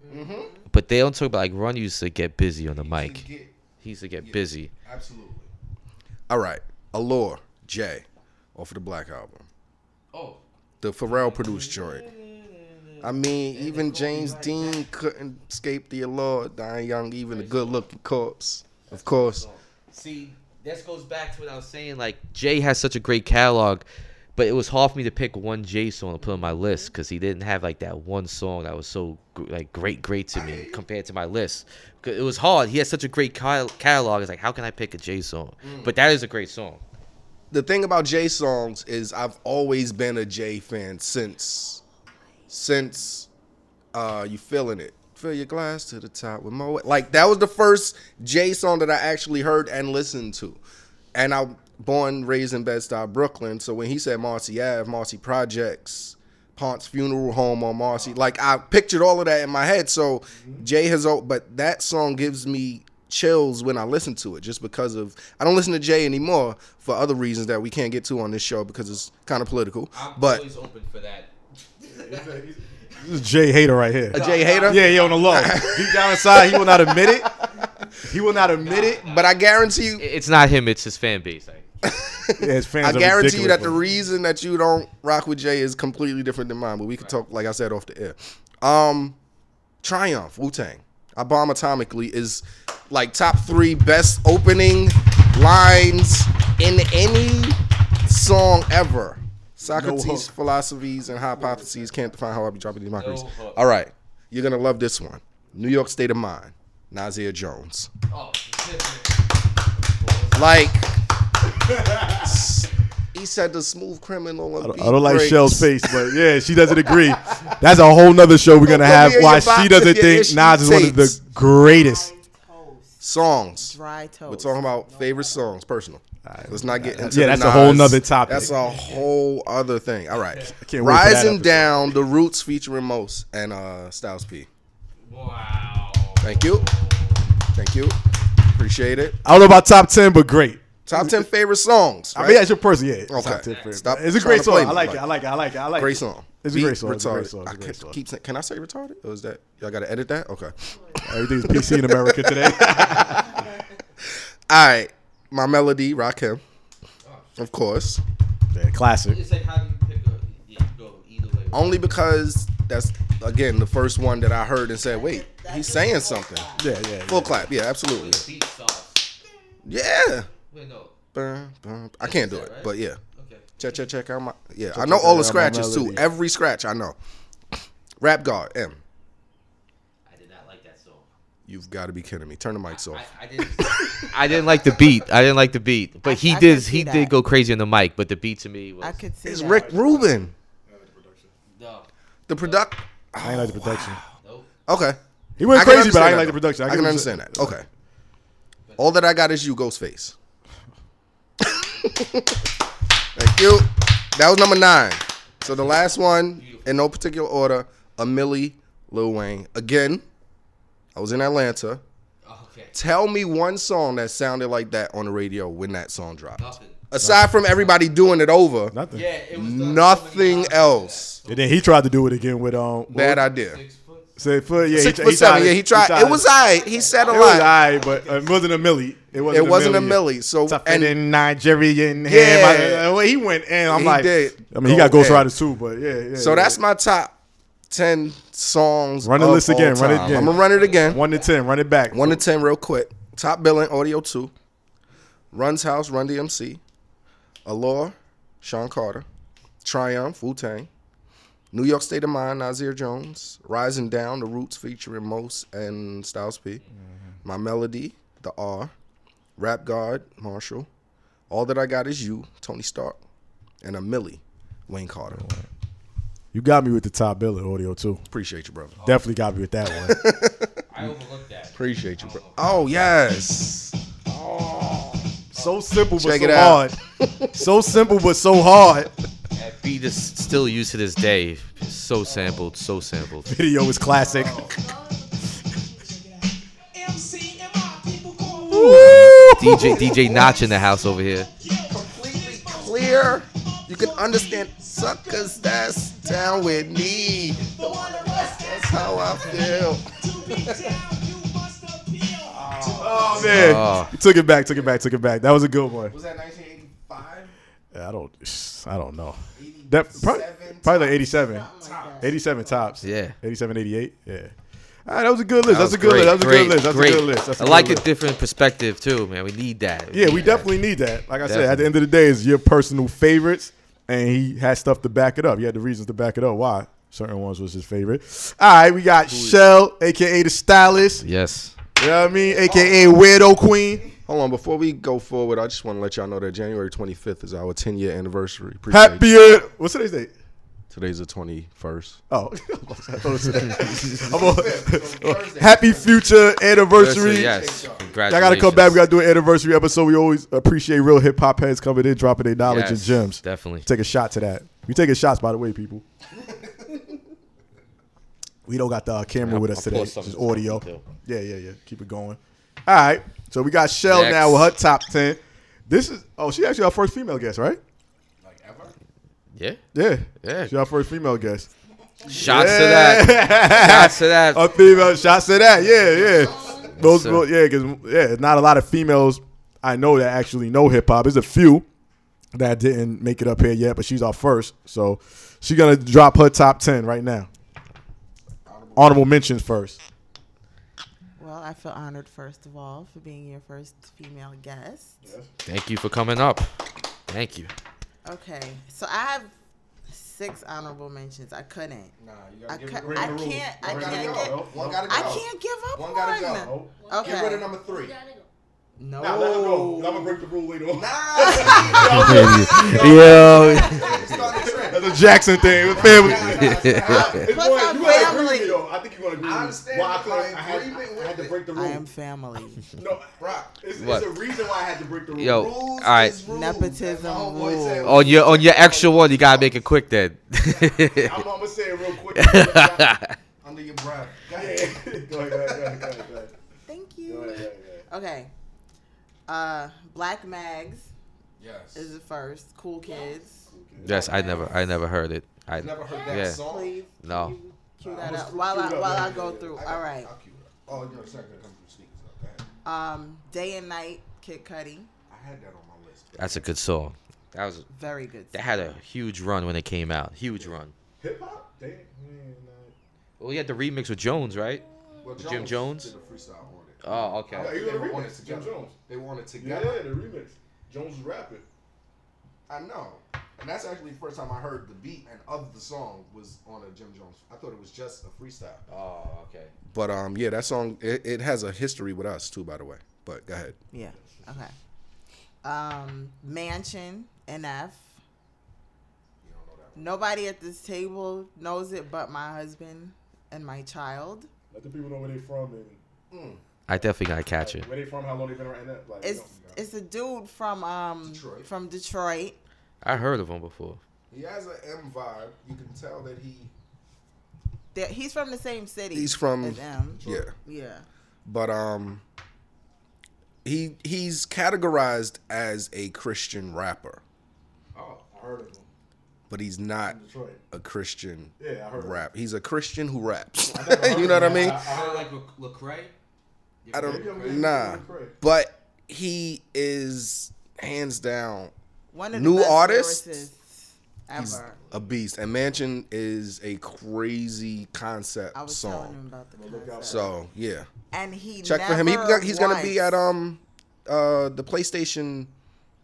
Speaker 2: but they don't talk about like Run used to get busy on the mic. He used to get busy.
Speaker 3: absolutely all right allure jay off of the black album
Speaker 2: Oh,
Speaker 3: the pharrell produced joint i mean even james dean couldn't escape the allure dying young even the good looking corpse of course
Speaker 2: see, this goes back to what I was saying. Like Jay has such a great catalog, but it was hard for me to pick one Jay song to put on my list because he didn't have like that one song that was so gr- like great, great to me compared to my list. 'Cause It was hard. He has such a great cal- catalog. It's like how can I pick a Jay song? But that is a great song.
Speaker 3: the thing about Jay songs is I've always been a Jay fan since since uh you feeling it. Fill your glass to the top with Mo. Like that was the first Jay song that I actually heard and listened to. And I'm born, raised in Bed-Stuy, Brooklyn. So when he said Marcy Ave, Marcy Projects, Ponce Funeral Home on Marcy, like I pictured all of that in my head. So Jay has, al- but that song gives me chills when I listen to it just because of I don't listen to Jay anymore for other reasons that we can't get to on this show because it's kind of political. but
Speaker 2: open for that.
Speaker 1: This is Jay Hater right here.
Speaker 3: a Jay hater,
Speaker 1: Yeah, yeah, on the low. Deep down inside, he will not admit it. He will not admit it.
Speaker 3: but I guarantee you,
Speaker 2: *laughs* It's not him. It's his fan base. Like,
Speaker 1: Yeah, his fans
Speaker 3: I
Speaker 1: are
Speaker 3: guarantee you
Speaker 1: ridiculous,
Speaker 3: that the
Speaker 1: but-
Speaker 3: reason that you don't rock with Jay is completely different than mine. But we could talk, like I said, off the air. Um, Triumph, Wu Tang, I bomb atomically is like top three best opening lines in any song ever. Socrates,
Speaker 1: hook.
Speaker 3: philosophies, and hypotheses can't define how I be dropping these mockeries.
Speaker 2: hook.
Speaker 3: All right, you're gonna love this one. New York State of Mind, Nazir Jones.
Speaker 2: oh,
Speaker 3: Like s- he said, the smooth criminal.
Speaker 1: I don't, I don't like Shell's face, but yeah, she *laughs* doesn't agree. That's a whole nother show we're gonna
Speaker 3: Don't put
Speaker 1: have.
Speaker 3: me in
Speaker 1: Why
Speaker 3: your box
Speaker 1: she
Speaker 3: if
Speaker 1: doesn't
Speaker 3: your
Speaker 1: think
Speaker 3: issue
Speaker 1: Nas is one of the
Speaker 3: tapes.
Speaker 1: greatest.
Speaker 4: Toast.
Speaker 3: Songs.
Speaker 4: Dry toast.
Speaker 3: We're talking about favorite songs, personal. Let's not get into
Speaker 1: yeah,
Speaker 3: the
Speaker 1: that's a whole
Speaker 3: Nas.
Speaker 1: nother topic.
Speaker 3: That's a whole other thing. All right,
Speaker 1: can't wait for that
Speaker 3: rising
Speaker 1: episode.
Speaker 3: down the roots featuring Most and uh, Styles P.
Speaker 2: Wow.
Speaker 3: Thank you, thank you, appreciate it.
Speaker 1: I don't know about top ten, but great.
Speaker 3: Top ten favorite songs.
Speaker 1: I mean,
Speaker 3: right?
Speaker 1: that's your person. Yeah. it's
Speaker 3: Okay.
Speaker 1: top 10 for it.
Speaker 3: Stop
Speaker 1: It's a
Speaker 3: trying
Speaker 1: great
Speaker 3: to
Speaker 1: song.
Speaker 3: play me,
Speaker 1: I like it.
Speaker 3: Mike.
Speaker 1: I like it. I like it. I like
Speaker 3: Great
Speaker 1: it.
Speaker 3: song.
Speaker 1: It's a
Speaker 3: Beat
Speaker 1: great song. It's a great
Speaker 3: retarded.
Speaker 1: song. It's a great
Speaker 3: I
Speaker 1: song.
Speaker 3: can, keep saying, can I say retarded? Or is that y'all got to edit that? Okay.
Speaker 1: Everything's PC in America
Speaker 3: *laughs*
Speaker 1: today.
Speaker 3: All right, my melody, Rakim, of course.
Speaker 1: yeah, classic.
Speaker 2: *laughs* It's like how do you pick a yeah, you go either way.
Speaker 3: Only because that's again the first one that I heard and said, wait,
Speaker 4: That's
Speaker 3: he's
Speaker 4: just
Speaker 3: saying
Speaker 4: full
Speaker 3: something.
Speaker 1: Yeah, yeah. yeah.
Speaker 3: Full clap, yeah, absolutely,
Speaker 2: With beat sauce.
Speaker 3: yeah.
Speaker 2: Wait, no.
Speaker 3: Bum, bum. I can't do it, but yeah,
Speaker 2: Okay.
Speaker 3: check, check, check out my yeah. I know all the
Speaker 1: check out my
Speaker 3: scratches too.
Speaker 1: melody.
Speaker 3: Every scratch I know. Rap guard M,
Speaker 2: I did not like that song.
Speaker 3: you've got to be kidding me. Turn the
Speaker 2: I,
Speaker 3: mics off.
Speaker 2: I didn't. *laughs* I didn't like the beat. I didn't like the beat. But he
Speaker 4: I
Speaker 2: did.
Speaker 4: can see
Speaker 2: He
Speaker 4: that.
Speaker 2: did go crazy on the mic. But the beat to me was
Speaker 4: I could see
Speaker 3: It's
Speaker 4: that.
Speaker 3: Rick Rubin,
Speaker 2: no,
Speaker 3: the product.
Speaker 1: I ain't like the
Speaker 3: *sighs*
Speaker 1: production.
Speaker 2: nope.
Speaker 3: Okay,
Speaker 1: He went
Speaker 3: I can
Speaker 1: crazy, but I ain't
Speaker 3: understand that,
Speaker 1: like the
Speaker 3: though.
Speaker 1: production.
Speaker 3: I can understand that. Okay. All that I got is you, Ghostface. *laughs* Thank you. That was number nine. So the last one, in no particular order, a Millie Lil Wayne. Again, I was in Atlanta.
Speaker 2: Okay.
Speaker 3: Tell me one song that sounded like that on the radio when that song dropped.
Speaker 2: Nothing.
Speaker 3: Aside from everybody doing it over,
Speaker 1: Nothing.
Speaker 2: Yeah. It was done so many
Speaker 3: nothing
Speaker 2: times.
Speaker 3: else.
Speaker 1: And then he tried to do it again with um.
Speaker 3: Bad idea.
Speaker 2: Six foot.
Speaker 1: Six foot. Yeah.
Speaker 3: Six
Speaker 1: he,
Speaker 3: foot
Speaker 1: he
Speaker 3: seven.
Speaker 1: tried-
Speaker 3: Yeah, he tried. It was alright. He said a
Speaker 1: It was
Speaker 3: lot.
Speaker 1: alright, but uh, it wasn't a millie. It wasn't.
Speaker 3: It wasn't a
Speaker 1: millie.
Speaker 3: millie. So
Speaker 1: Tough
Speaker 3: and
Speaker 1: in Nigerian.
Speaker 3: Yeah.
Speaker 1: Yeah. uh, Well, he went in. I'm
Speaker 3: He
Speaker 1: like,
Speaker 3: did.
Speaker 1: I mean, he got
Speaker 3: Go
Speaker 1: Ghost
Speaker 3: ahead.
Speaker 1: Riders too, but yeah. yeah
Speaker 3: So
Speaker 1: yeah.
Speaker 3: that's my top ten songs.
Speaker 1: Run the
Speaker 3: of
Speaker 1: list
Speaker 3: all
Speaker 1: again, run it
Speaker 3: time.
Speaker 1: again.
Speaker 3: I'm gonna run it again. One,
Speaker 1: one to ten. Run it back.
Speaker 3: to ten, real quick. Top billing, Audio Two, Run's House, Run DMC, Allure, Sean Carter, Triumph, Wu Tang, New York State of Mind, Nazir Jones, Rising Down, The Roots featuring Most and Styles P, My Melody, The R, Rap God, Marshall, All That I Got Is You, Tony Stark, and a Millie, Wayne Carter.
Speaker 1: You got me with the top billing audio too.
Speaker 3: Appreciate you, brother.
Speaker 1: Definitely got me with that one.
Speaker 3: *laughs*
Speaker 2: I overlooked that.
Speaker 3: Appreciate you, bro. Oh yes.
Speaker 1: so simple but
Speaker 3: Check
Speaker 1: so
Speaker 3: it out.
Speaker 1: hard. so simple but so
Speaker 3: *laughs*
Speaker 1: hard.
Speaker 2: That beat is still used to this day. So sampled. So *laughs* sampled.
Speaker 1: Video is classic.
Speaker 6: MC and my people call
Speaker 2: DJ DJ Notch in the house over here.
Speaker 3: Completely *laughs* clear. You can understand suckers that's down with me.
Speaker 6: the one of us
Speaker 3: That's how I feel.
Speaker 6: to be down. You must appeal.
Speaker 1: Oh man,
Speaker 2: Oh.
Speaker 1: You took it back, took it back, took it back. That was a good one.
Speaker 3: Was that 1985?
Speaker 1: I don't, I don't know. That probably, probably like 87, 87 tops.
Speaker 2: Yeah.
Speaker 1: 87, 88. Yeah. All right, that was a good list. That's a good list.
Speaker 2: Great,
Speaker 1: That was a
Speaker 2: great,
Speaker 1: good list. That's a
Speaker 2: great.
Speaker 1: good list. That's a
Speaker 2: I
Speaker 1: good
Speaker 2: like
Speaker 1: list.
Speaker 2: a different perspective too, man. We need that.
Speaker 1: Yeah, we
Speaker 2: need that.
Speaker 1: definitely need that. Like I said, at the end of the day, it's your personal favorites, and he had stuff to back it up. He had the reasons to back it up. Why certain ones was his favorite. All right, we got Shell, aka the stylist.
Speaker 2: Yes.
Speaker 1: You know what I mean? AKA weirdo queen.
Speaker 3: Hold on, before we go forward, I just want to let y'all know that January 25th is our 10 year anniversary. Appreciate you.
Speaker 1: Happier. What's today's date?
Speaker 3: Today's the 21st.
Speaker 1: Oh, *laughs* I thought it was today. I'm on- happy future anniversary.
Speaker 2: Yes.
Speaker 1: Y'all
Speaker 2: Congratulations.
Speaker 1: gotta come back. We gotta do an anniversary episode. We always appreciate real hip hop heads coming in, dropping their knowledge and
Speaker 2: Yes,
Speaker 1: gems.
Speaker 2: Definitely.
Speaker 1: Take a shot to that. We taking shots, by the way, people. we don't got the uh, camera with us
Speaker 2: I'll
Speaker 1: today.
Speaker 2: pour
Speaker 1: It's
Speaker 2: some
Speaker 1: just
Speaker 2: in the
Speaker 1: audio.
Speaker 2: cup, too.
Speaker 1: Yeah, yeah, yeah. Keep it going. All right. So we got Shell
Speaker 2: Next.
Speaker 1: now with her top ten. This is oh, she actually our first female guest, right?
Speaker 2: Yeah.
Speaker 1: Yeah.
Speaker 2: Yeah.
Speaker 1: She our first female guest.
Speaker 2: Shots to that. Shots to
Speaker 1: *laughs*
Speaker 2: that.
Speaker 1: A female shots to that. Yeah, yeah. Those,
Speaker 2: sir.
Speaker 1: well, yeah, because yeah, not a lot of females I know that actually know hip hop. There's a few that didn't make it up here yet, but she's our first, so she's gonna drop her top ten right now. Honorable mentions first.
Speaker 4: Well, I feel honored first of all for being your first female guest.
Speaker 2: Thank you for coming up. Thank you.
Speaker 4: Okay, so I have six honorable mentions. I couldn't. I, cou- I can't. I can't. Get,
Speaker 3: One gotta
Speaker 4: I can't give up
Speaker 3: One
Speaker 4: one.
Speaker 3: gotta go.
Speaker 4: Okay.
Speaker 3: Get rid of number three.
Speaker 4: no.
Speaker 1: *laughs* I'm gonna break the rule later on.
Speaker 3: Nah,
Speaker 2: Yo.
Speaker 3: start the trend.
Speaker 1: the Jackson thing with *laughs* family. It's
Speaker 4: What's
Speaker 1: more-
Speaker 4: our
Speaker 1: you gotta agree with
Speaker 4: family?
Speaker 1: me, though. I think you want to agree.
Speaker 3: I
Speaker 1: with me.
Speaker 3: understand
Speaker 1: Why I,
Speaker 3: my
Speaker 1: feel like I, had,
Speaker 3: agreement
Speaker 1: I had
Speaker 3: with
Speaker 1: to
Speaker 3: it.
Speaker 1: break the
Speaker 4: I
Speaker 1: rule.
Speaker 4: am family.
Speaker 1: No, Brock, it's,
Speaker 2: What?
Speaker 1: it's a reason why I had to break the rule.
Speaker 2: Yo,
Speaker 1: Rule-
Speaker 2: all right.
Speaker 4: Nepotism rules.
Speaker 2: On your on your extra one, you gotta make it quick then.
Speaker 1: I'm, I'm gonna say it real
Speaker 2: *laughs*
Speaker 1: quick. Go ahead, go
Speaker 3: Under your breath. Go ahead.
Speaker 1: ahead, go ahead, go ahead, go ahead, go ahead.
Speaker 4: Thank
Speaker 1: Go
Speaker 4: you.
Speaker 1: ahead, go ahead, go ahead.
Speaker 4: Okay. Uh, Black Mags
Speaker 3: Yes.
Speaker 4: is the first. Cool Kids.
Speaker 2: yes, I never I never heard it. I
Speaker 3: Never heard that
Speaker 2: Yeah.
Speaker 3: song.
Speaker 4: Please
Speaker 2: No.
Speaker 4: cue- cue that
Speaker 1: was
Speaker 4: up while I
Speaker 1: queued up,
Speaker 4: while
Speaker 1: yeah,
Speaker 4: I go
Speaker 1: yeah,
Speaker 4: through.
Speaker 3: I got
Speaker 4: All
Speaker 3: it.
Speaker 4: right.
Speaker 3: I'll cue it up. Oh, you're second to come from sneakers. up. Go ahead.
Speaker 4: Um, Day and Night, Kid Cudi,
Speaker 3: I had that on my list.
Speaker 2: That's a good song. That was
Speaker 4: very good.
Speaker 2: that had a huge run when it came out. Huge run.
Speaker 1: Hip hop? Damn, man, nah.
Speaker 2: Well, he had the remix with Jones, right?
Speaker 3: Well,
Speaker 2: Jim Jones?
Speaker 3: did a freestyle on it.
Speaker 2: Oh,
Speaker 1: Yeah,
Speaker 2: okay.
Speaker 1: he was a
Speaker 3: They were on
Speaker 1: remix,
Speaker 3: it
Speaker 1: Jim
Speaker 3: together.
Speaker 1: Jones.
Speaker 3: They wanted
Speaker 1: Yeah,
Speaker 3: together.
Speaker 1: yeah, the remix. Jones was rapping.
Speaker 3: I know. And that's actually the first time I heard the beat and of the song was on a Jim Jones. I thought it was just a freestyle.
Speaker 2: Oh, okay.
Speaker 3: But um, yeah, that song it, it has a history with us too, by the way. But go ahead.
Speaker 4: Yeah. Okay. Um, Mansion, NF. Nobody at this table knows it but my husband and my child.
Speaker 1: Let the people know where they from and
Speaker 2: I definitely gotta catch it.
Speaker 1: where they from, how long they been around. That, like,
Speaker 4: It's
Speaker 1: you know,
Speaker 4: it's a dude from um
Speaker 3: Detroit.
Speaker 4: from Detroit.
Speaker 2: I heard of him before.
Speaker 3: He has an M vibe. You can tell that he.
Speaker 4: That he's from the same city.
Speaker 3: He's from-
Speaker 4: as M.
Speaker 3: Yeah,
Speaker 4: Yeah.
Speaker 3: but um, he he's categorized as a Christian rapper,
Speaker 1: oh, I heard of him.
Speaker 3: but he's not
Speaker 1: Detroit.
Speaker 3: a Christian
Speaker 1: Yeah, I heard of him.
Speaker 3: rap. He's a Christian who raps.
Speaker 1: never heard
Speaker 3: *laughs* you know
Speaker 1: of
Speaker 3: what I
Speaker 1: him.
Speaker 3: mean?
Speaker 7: Kind of like La- Lecrae.
Speaker 3: I
Speaker 1: Maybe I'm
Speaker 3: don't.
Speaker 1: getting
Speaker 3: Nah,
Speaker 1: confused with Craig.
Speaker 3: but he is hands down
Speaker 4: One of
Speaker 3: New
Speaker 4: the best
Speaker 3: artist?
Speaker 4: lyricists
Speaker 3: He's
Speaker 4: ever.
Speaker 3: a beast. And Mansion is a crazy
Speaker 4: I
Speaker 3: concept
Speaker 4: was telling him
Speaker 3: song.
Speaker 4: about the
Speaker 1: look out.
Speaker 4: concept.
Speaker 3: So yeah,
Speaker 4: and he
Speaker 3: check for him. He,
Speaker 4: never
Speaker 3: he's gonna be at
Speaker 4: once-
Speaker 3: um uh the PlayStation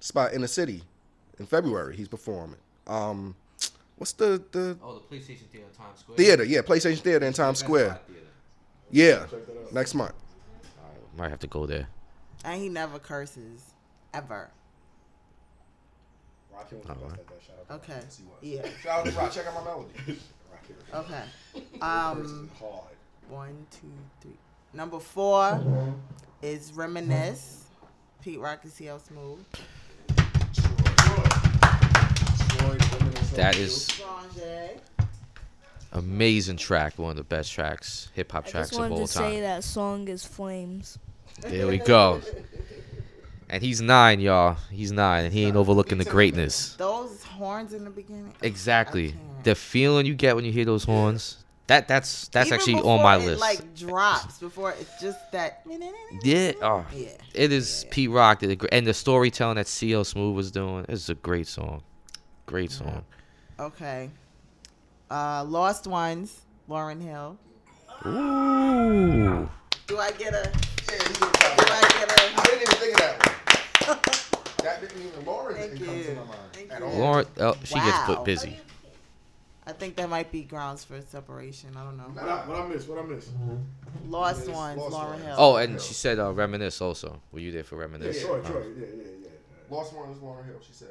Speaker 3: spot in the city in February. He's performing. Um, what's the the
Speaker 7: Oh, the PlayStation Theater, in Times Square.
Speaker 3: theater? Yeah, PlayStation Theater in Times
Speaker 7: Best Buy
Speaker 3: Square.
Speaker 7: Theater.
Speaker 3: Yeah,
Speaker 1: Check that out.
Speaker 3: next month.
Speaker 2: Might have to go there.
Speaker 4: and he never curses ever.
Speaker 1: Rock him with the best
Speaker 2: Uh-huh.
Speaker 1: at that. Shout out to Rock.
Speaker 4: Okay.
Speaker 1: Yes, he was.
Speaker 4: Yeah.
Speaker 3: Shout out to Rock. Check out my melody.
Speaker 1: Rock him with *laughs* the
Speaker 4: Okay.
Speaker 1: verses
Speaker 4: Um,
Speaker 1: is hard.
Speaker 4: one, two, three. Number four is reminisce. Pete Rock and CL Smooth.
Speaker 2: That is
Speaker 4: Strange.
Speaker 2: amazing track, one of the best tracks, hip hop
Speaker 5: I
Speaker 2: tracks
Speaker 5: just
Speaker 2: of
Speaker 5: wanted
Speaker 2: all
Speaker 5: to say
Speaker 2: time.
Speaker 5: that song is Flames.
Speaker 2: There we go. And he's nine, y'all. He's nine, and he ain't overlooking the greatness.
Speaker 4: Those horns in the beginning. I
Speaker 2: Exactly.
Speaker 4: can't.
Speaker 2: The feeling you get when you hear those horns. That that's that's
Speaker 4: Even
Speaker 2: actually
Speaker 4: before
Speaker 2: on my
Speaker 4: it,
Speaker 2: list.
Speaker 4: Like drops before it's just that.
Speaker 2: yeah. Oh,
Speaker 4: Yeah.
Speaker 2: It is Pete Rock did a gr- and the storytelling that CL Smooth was doing. It's a great song. Great song.
Speaker 4: Okay. Uh, Lost Ones, Lauren Hill.
Speaker 2: Ooh.
Speaker 4: Do I get a?
Speaker 2: *laughs*
Speaker 4: Do
Speaker 3: I
Speaker 4: I get
Speaker 3: didn't even think of that one.
Speaker 4: *laughs*
Speaker 3: That didn't even Lauren
Speaker 4: Thank
Speaker 3: didn't come to
Speaker 4: you.
Speaker 3: my mind
Speaker 4: Thank
Speaker 3: at
Speaker 4: you.
Speaker 3: all.
Speaker 2: Lauren, oh, she gets
Speaker 4: Wow.
Speaker 2: put busy.
Speaker 4: a? I think that might be grounds for separation. I don't know.
Speaker 1: What I, what I miss? What I miss?
Speaker 3: Mm-hmm.
Speaker 4: Lost
Speaker 3: Yes,
Speaker 4: Ones,
Speaker 3: Lost
Speaker 4: Lauren
Speaker 3: Ones.
Speaker 4: Hill.
Speaker 2: Oh, and she said uh, reminisce also. Were you there for
Speaker 1: Yeah,
Speaker 2: reminisce?
Speaker 1: Troy,
Speaker 2: Uh,
Speaker 1: Troy. Yeah, yeah, yeah.
Speaker 3: Lost one was Lauren Hill, she said.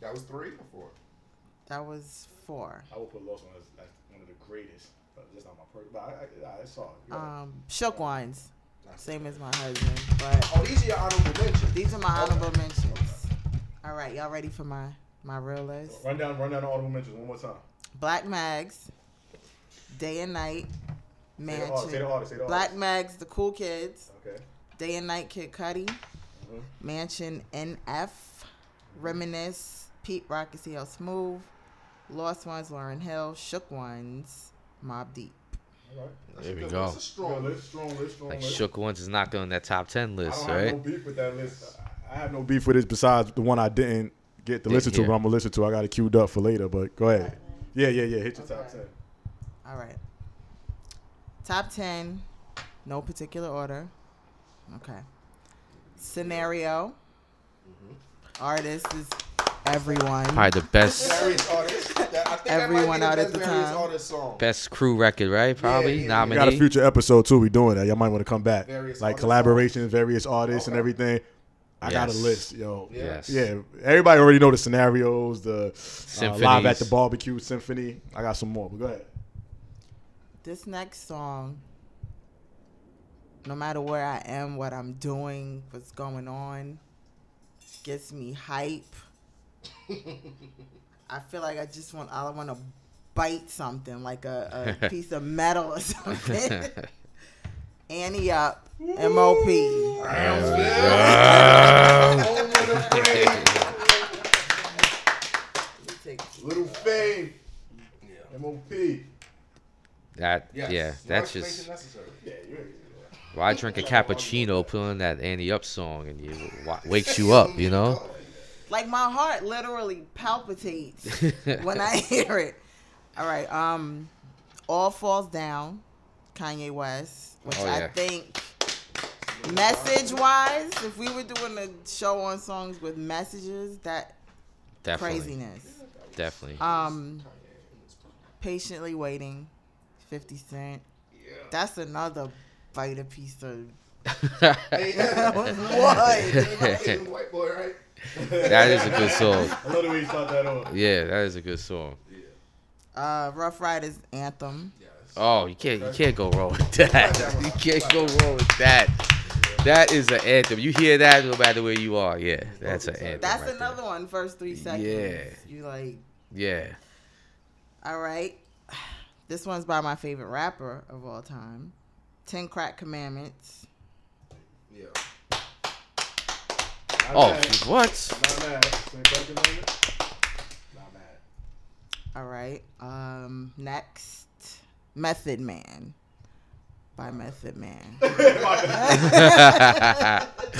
Speaker 3: That was three or four.
Speaker 4: That was four.
Speaker 1: I would put Lost on as, as one of the greatest. But that's not my person. But I, I, I saw it.
Speaker 4: Um, Shook Ones, same as my husband. But
Speaker 3: Oh, these are your honorable mentions.
Speaker 4: these are my honorable mentions. All right, y'all ready for my my real list?
Speaker 1: run down, run down the audible mentions one more time.
Speaker 4: Black Mags, Day and Night,
Speaker 1: Say the artist. Say the
Speaker 4: Mansion.
Speaker 1: artist. Say the
Speaker 4: Black
Speaker 1: artist.
Speaker 4: Mags, The Cool Kids.
Speaker 1: Okay.
Speaker 4: Day and Night Kid Cudi,
Speaker 1: Mm-hmm.
Speaker 4: Mansion NF, Reminisce, Pete Rock and CL Smooth, Lost Ones Lauren Hill, Shook Ones Mob Deep.
Speaker 1: All right.
Speaker 2: Oh, There we
Speaker 3: That's
Speaker 2: go.
Speaker 3: a strong
Speaker 1: Strong
Speaker 3: list.
Speaker 1: list. Strong list. Strong
Speaker 2: Like
Speaker 1: list.
Speaker 2: Shook Ones is not on that top ten
Speaker 1: I
Speaker 2: list,
Speaker 1: don't have
Speaker 2: right?
Speaker 1: no beef with that list. I I have no beef with this besides the one I didn't get to
Speaker 2: Didn't
Speaker 1: listen to,
Speaker 2: hear.
Speaker 1: but I'm gonna listen to. I got it queued up for later. But go ahead. Yeah, yeah, yeah. Hit your top
Speaker 4: Okay.
Speaker 1: ten.
Speaker 4: All right. Top 10, no particular order. Okay. Scenario.
Speaker 1: Mm-hmm.
Speaker 4: Artist is everyone.
Speaker 2: Probably the best
Speaker 3: Various artists. That, I think
Speaker 4: Everyone
Speaker 3: that
Speaker 4: out
Speaker 3: might be the
Speaker 4: at the
Speaker 3: best various
Speaker 4: time.
Speaker 3: artist song.
Speaker 2: best crew record, right? Probably
Speaker 3: yeah, yeah.
Speaker 1: We got a
Speaker 2: nominee.
Speaker 1: future episode too. We doing that. Y'all might want to come back.
Speaker 3: Various
Speaker 1: like
Speaker 3: artists.
Speaker 1: collaborations, various artists and
Speaker 3: Okay.
Speaker 1: everything. I got a
Speaker 2: Yes.
Speaker 1: list, yo. Yeah.
Speaker 2: Yes.
Speaker 1: Everybody already know the scenarios, the uh, live at the
Speaker 2: Symphonies.
Speaker 1: barbecue symphony. I got some more, but go ahead.
Speaker 4: This next song, no matter where I am, what I'm doing, what's going on, gets me hype. I feel like I just want, I want to bite something, like a, a piece of metal or something. Annie up, MOP.
Speaker 2: Um,
Speaker 1: Little Fame, MOP. Yeah,
Speaker 2: That
Speaker 3: Yes.
Speaker 2: yeah,
Speaker 3: No
Speaker 2: that's
Speaker 3: explanation
Speaker 2: just
Speaker 3: necessary.
Speaker 2: why I drink a cappuccino, put on that Annie Up song, and you wa- wakes you up, you know. *laughs*
Speaker 3: *laughs*
Speaker 4: Like my heart literally palpitates. when I *laughs* hear it. All right. Um, all falls down. Kanye West, which
Speaker 2: Oh,
Speaker 4: I
Speaker 2: yeah.
Speaker 4: think message wise, if we were doing a show on songs with messages, that
Speaker 2: definitely,
Speaker 4: craziness.
Speaker 2: definitely. *laughs*
Speaker 4: Um, patiently waiting. Fifty Cent. That's another bite a piece of *laughs*
Speaker 2: that
Speaker 3: White boy, right?
Speaker 2: is a good song.
Speaker 1: I love the way you thought that on.
Speaker 2: Yeah, that is a good song.
Speaker 4: uh, Rough Riders anthem.
Speaker 2: Oh, you can't you can't go wrong with that. *laughs* You can't go wrong with that. That is an anthem. You hear that no matter where you are. Yeah, that's an anthem.
Speaker 4: That's
Speaker 2: right there.
Speaker 4: another one. First three seconds.
Speaker 2: Yeah.
Speaker 4: You like.
Speaker 2: Yeah.
Speaker 4: All right. This one's by my favorite rapper of all time, Ten Crack Commandments.
Speaker 3: Yeah.
Speaker 2: Oh, what?
Speaker 1: Not mad. Same question on it? Not mad.
Speaker 4: All right. Um, next, Method Man by
Speaker 2: *laughs*
Speaker 4: Method Man.
Speaker 1: *laughs*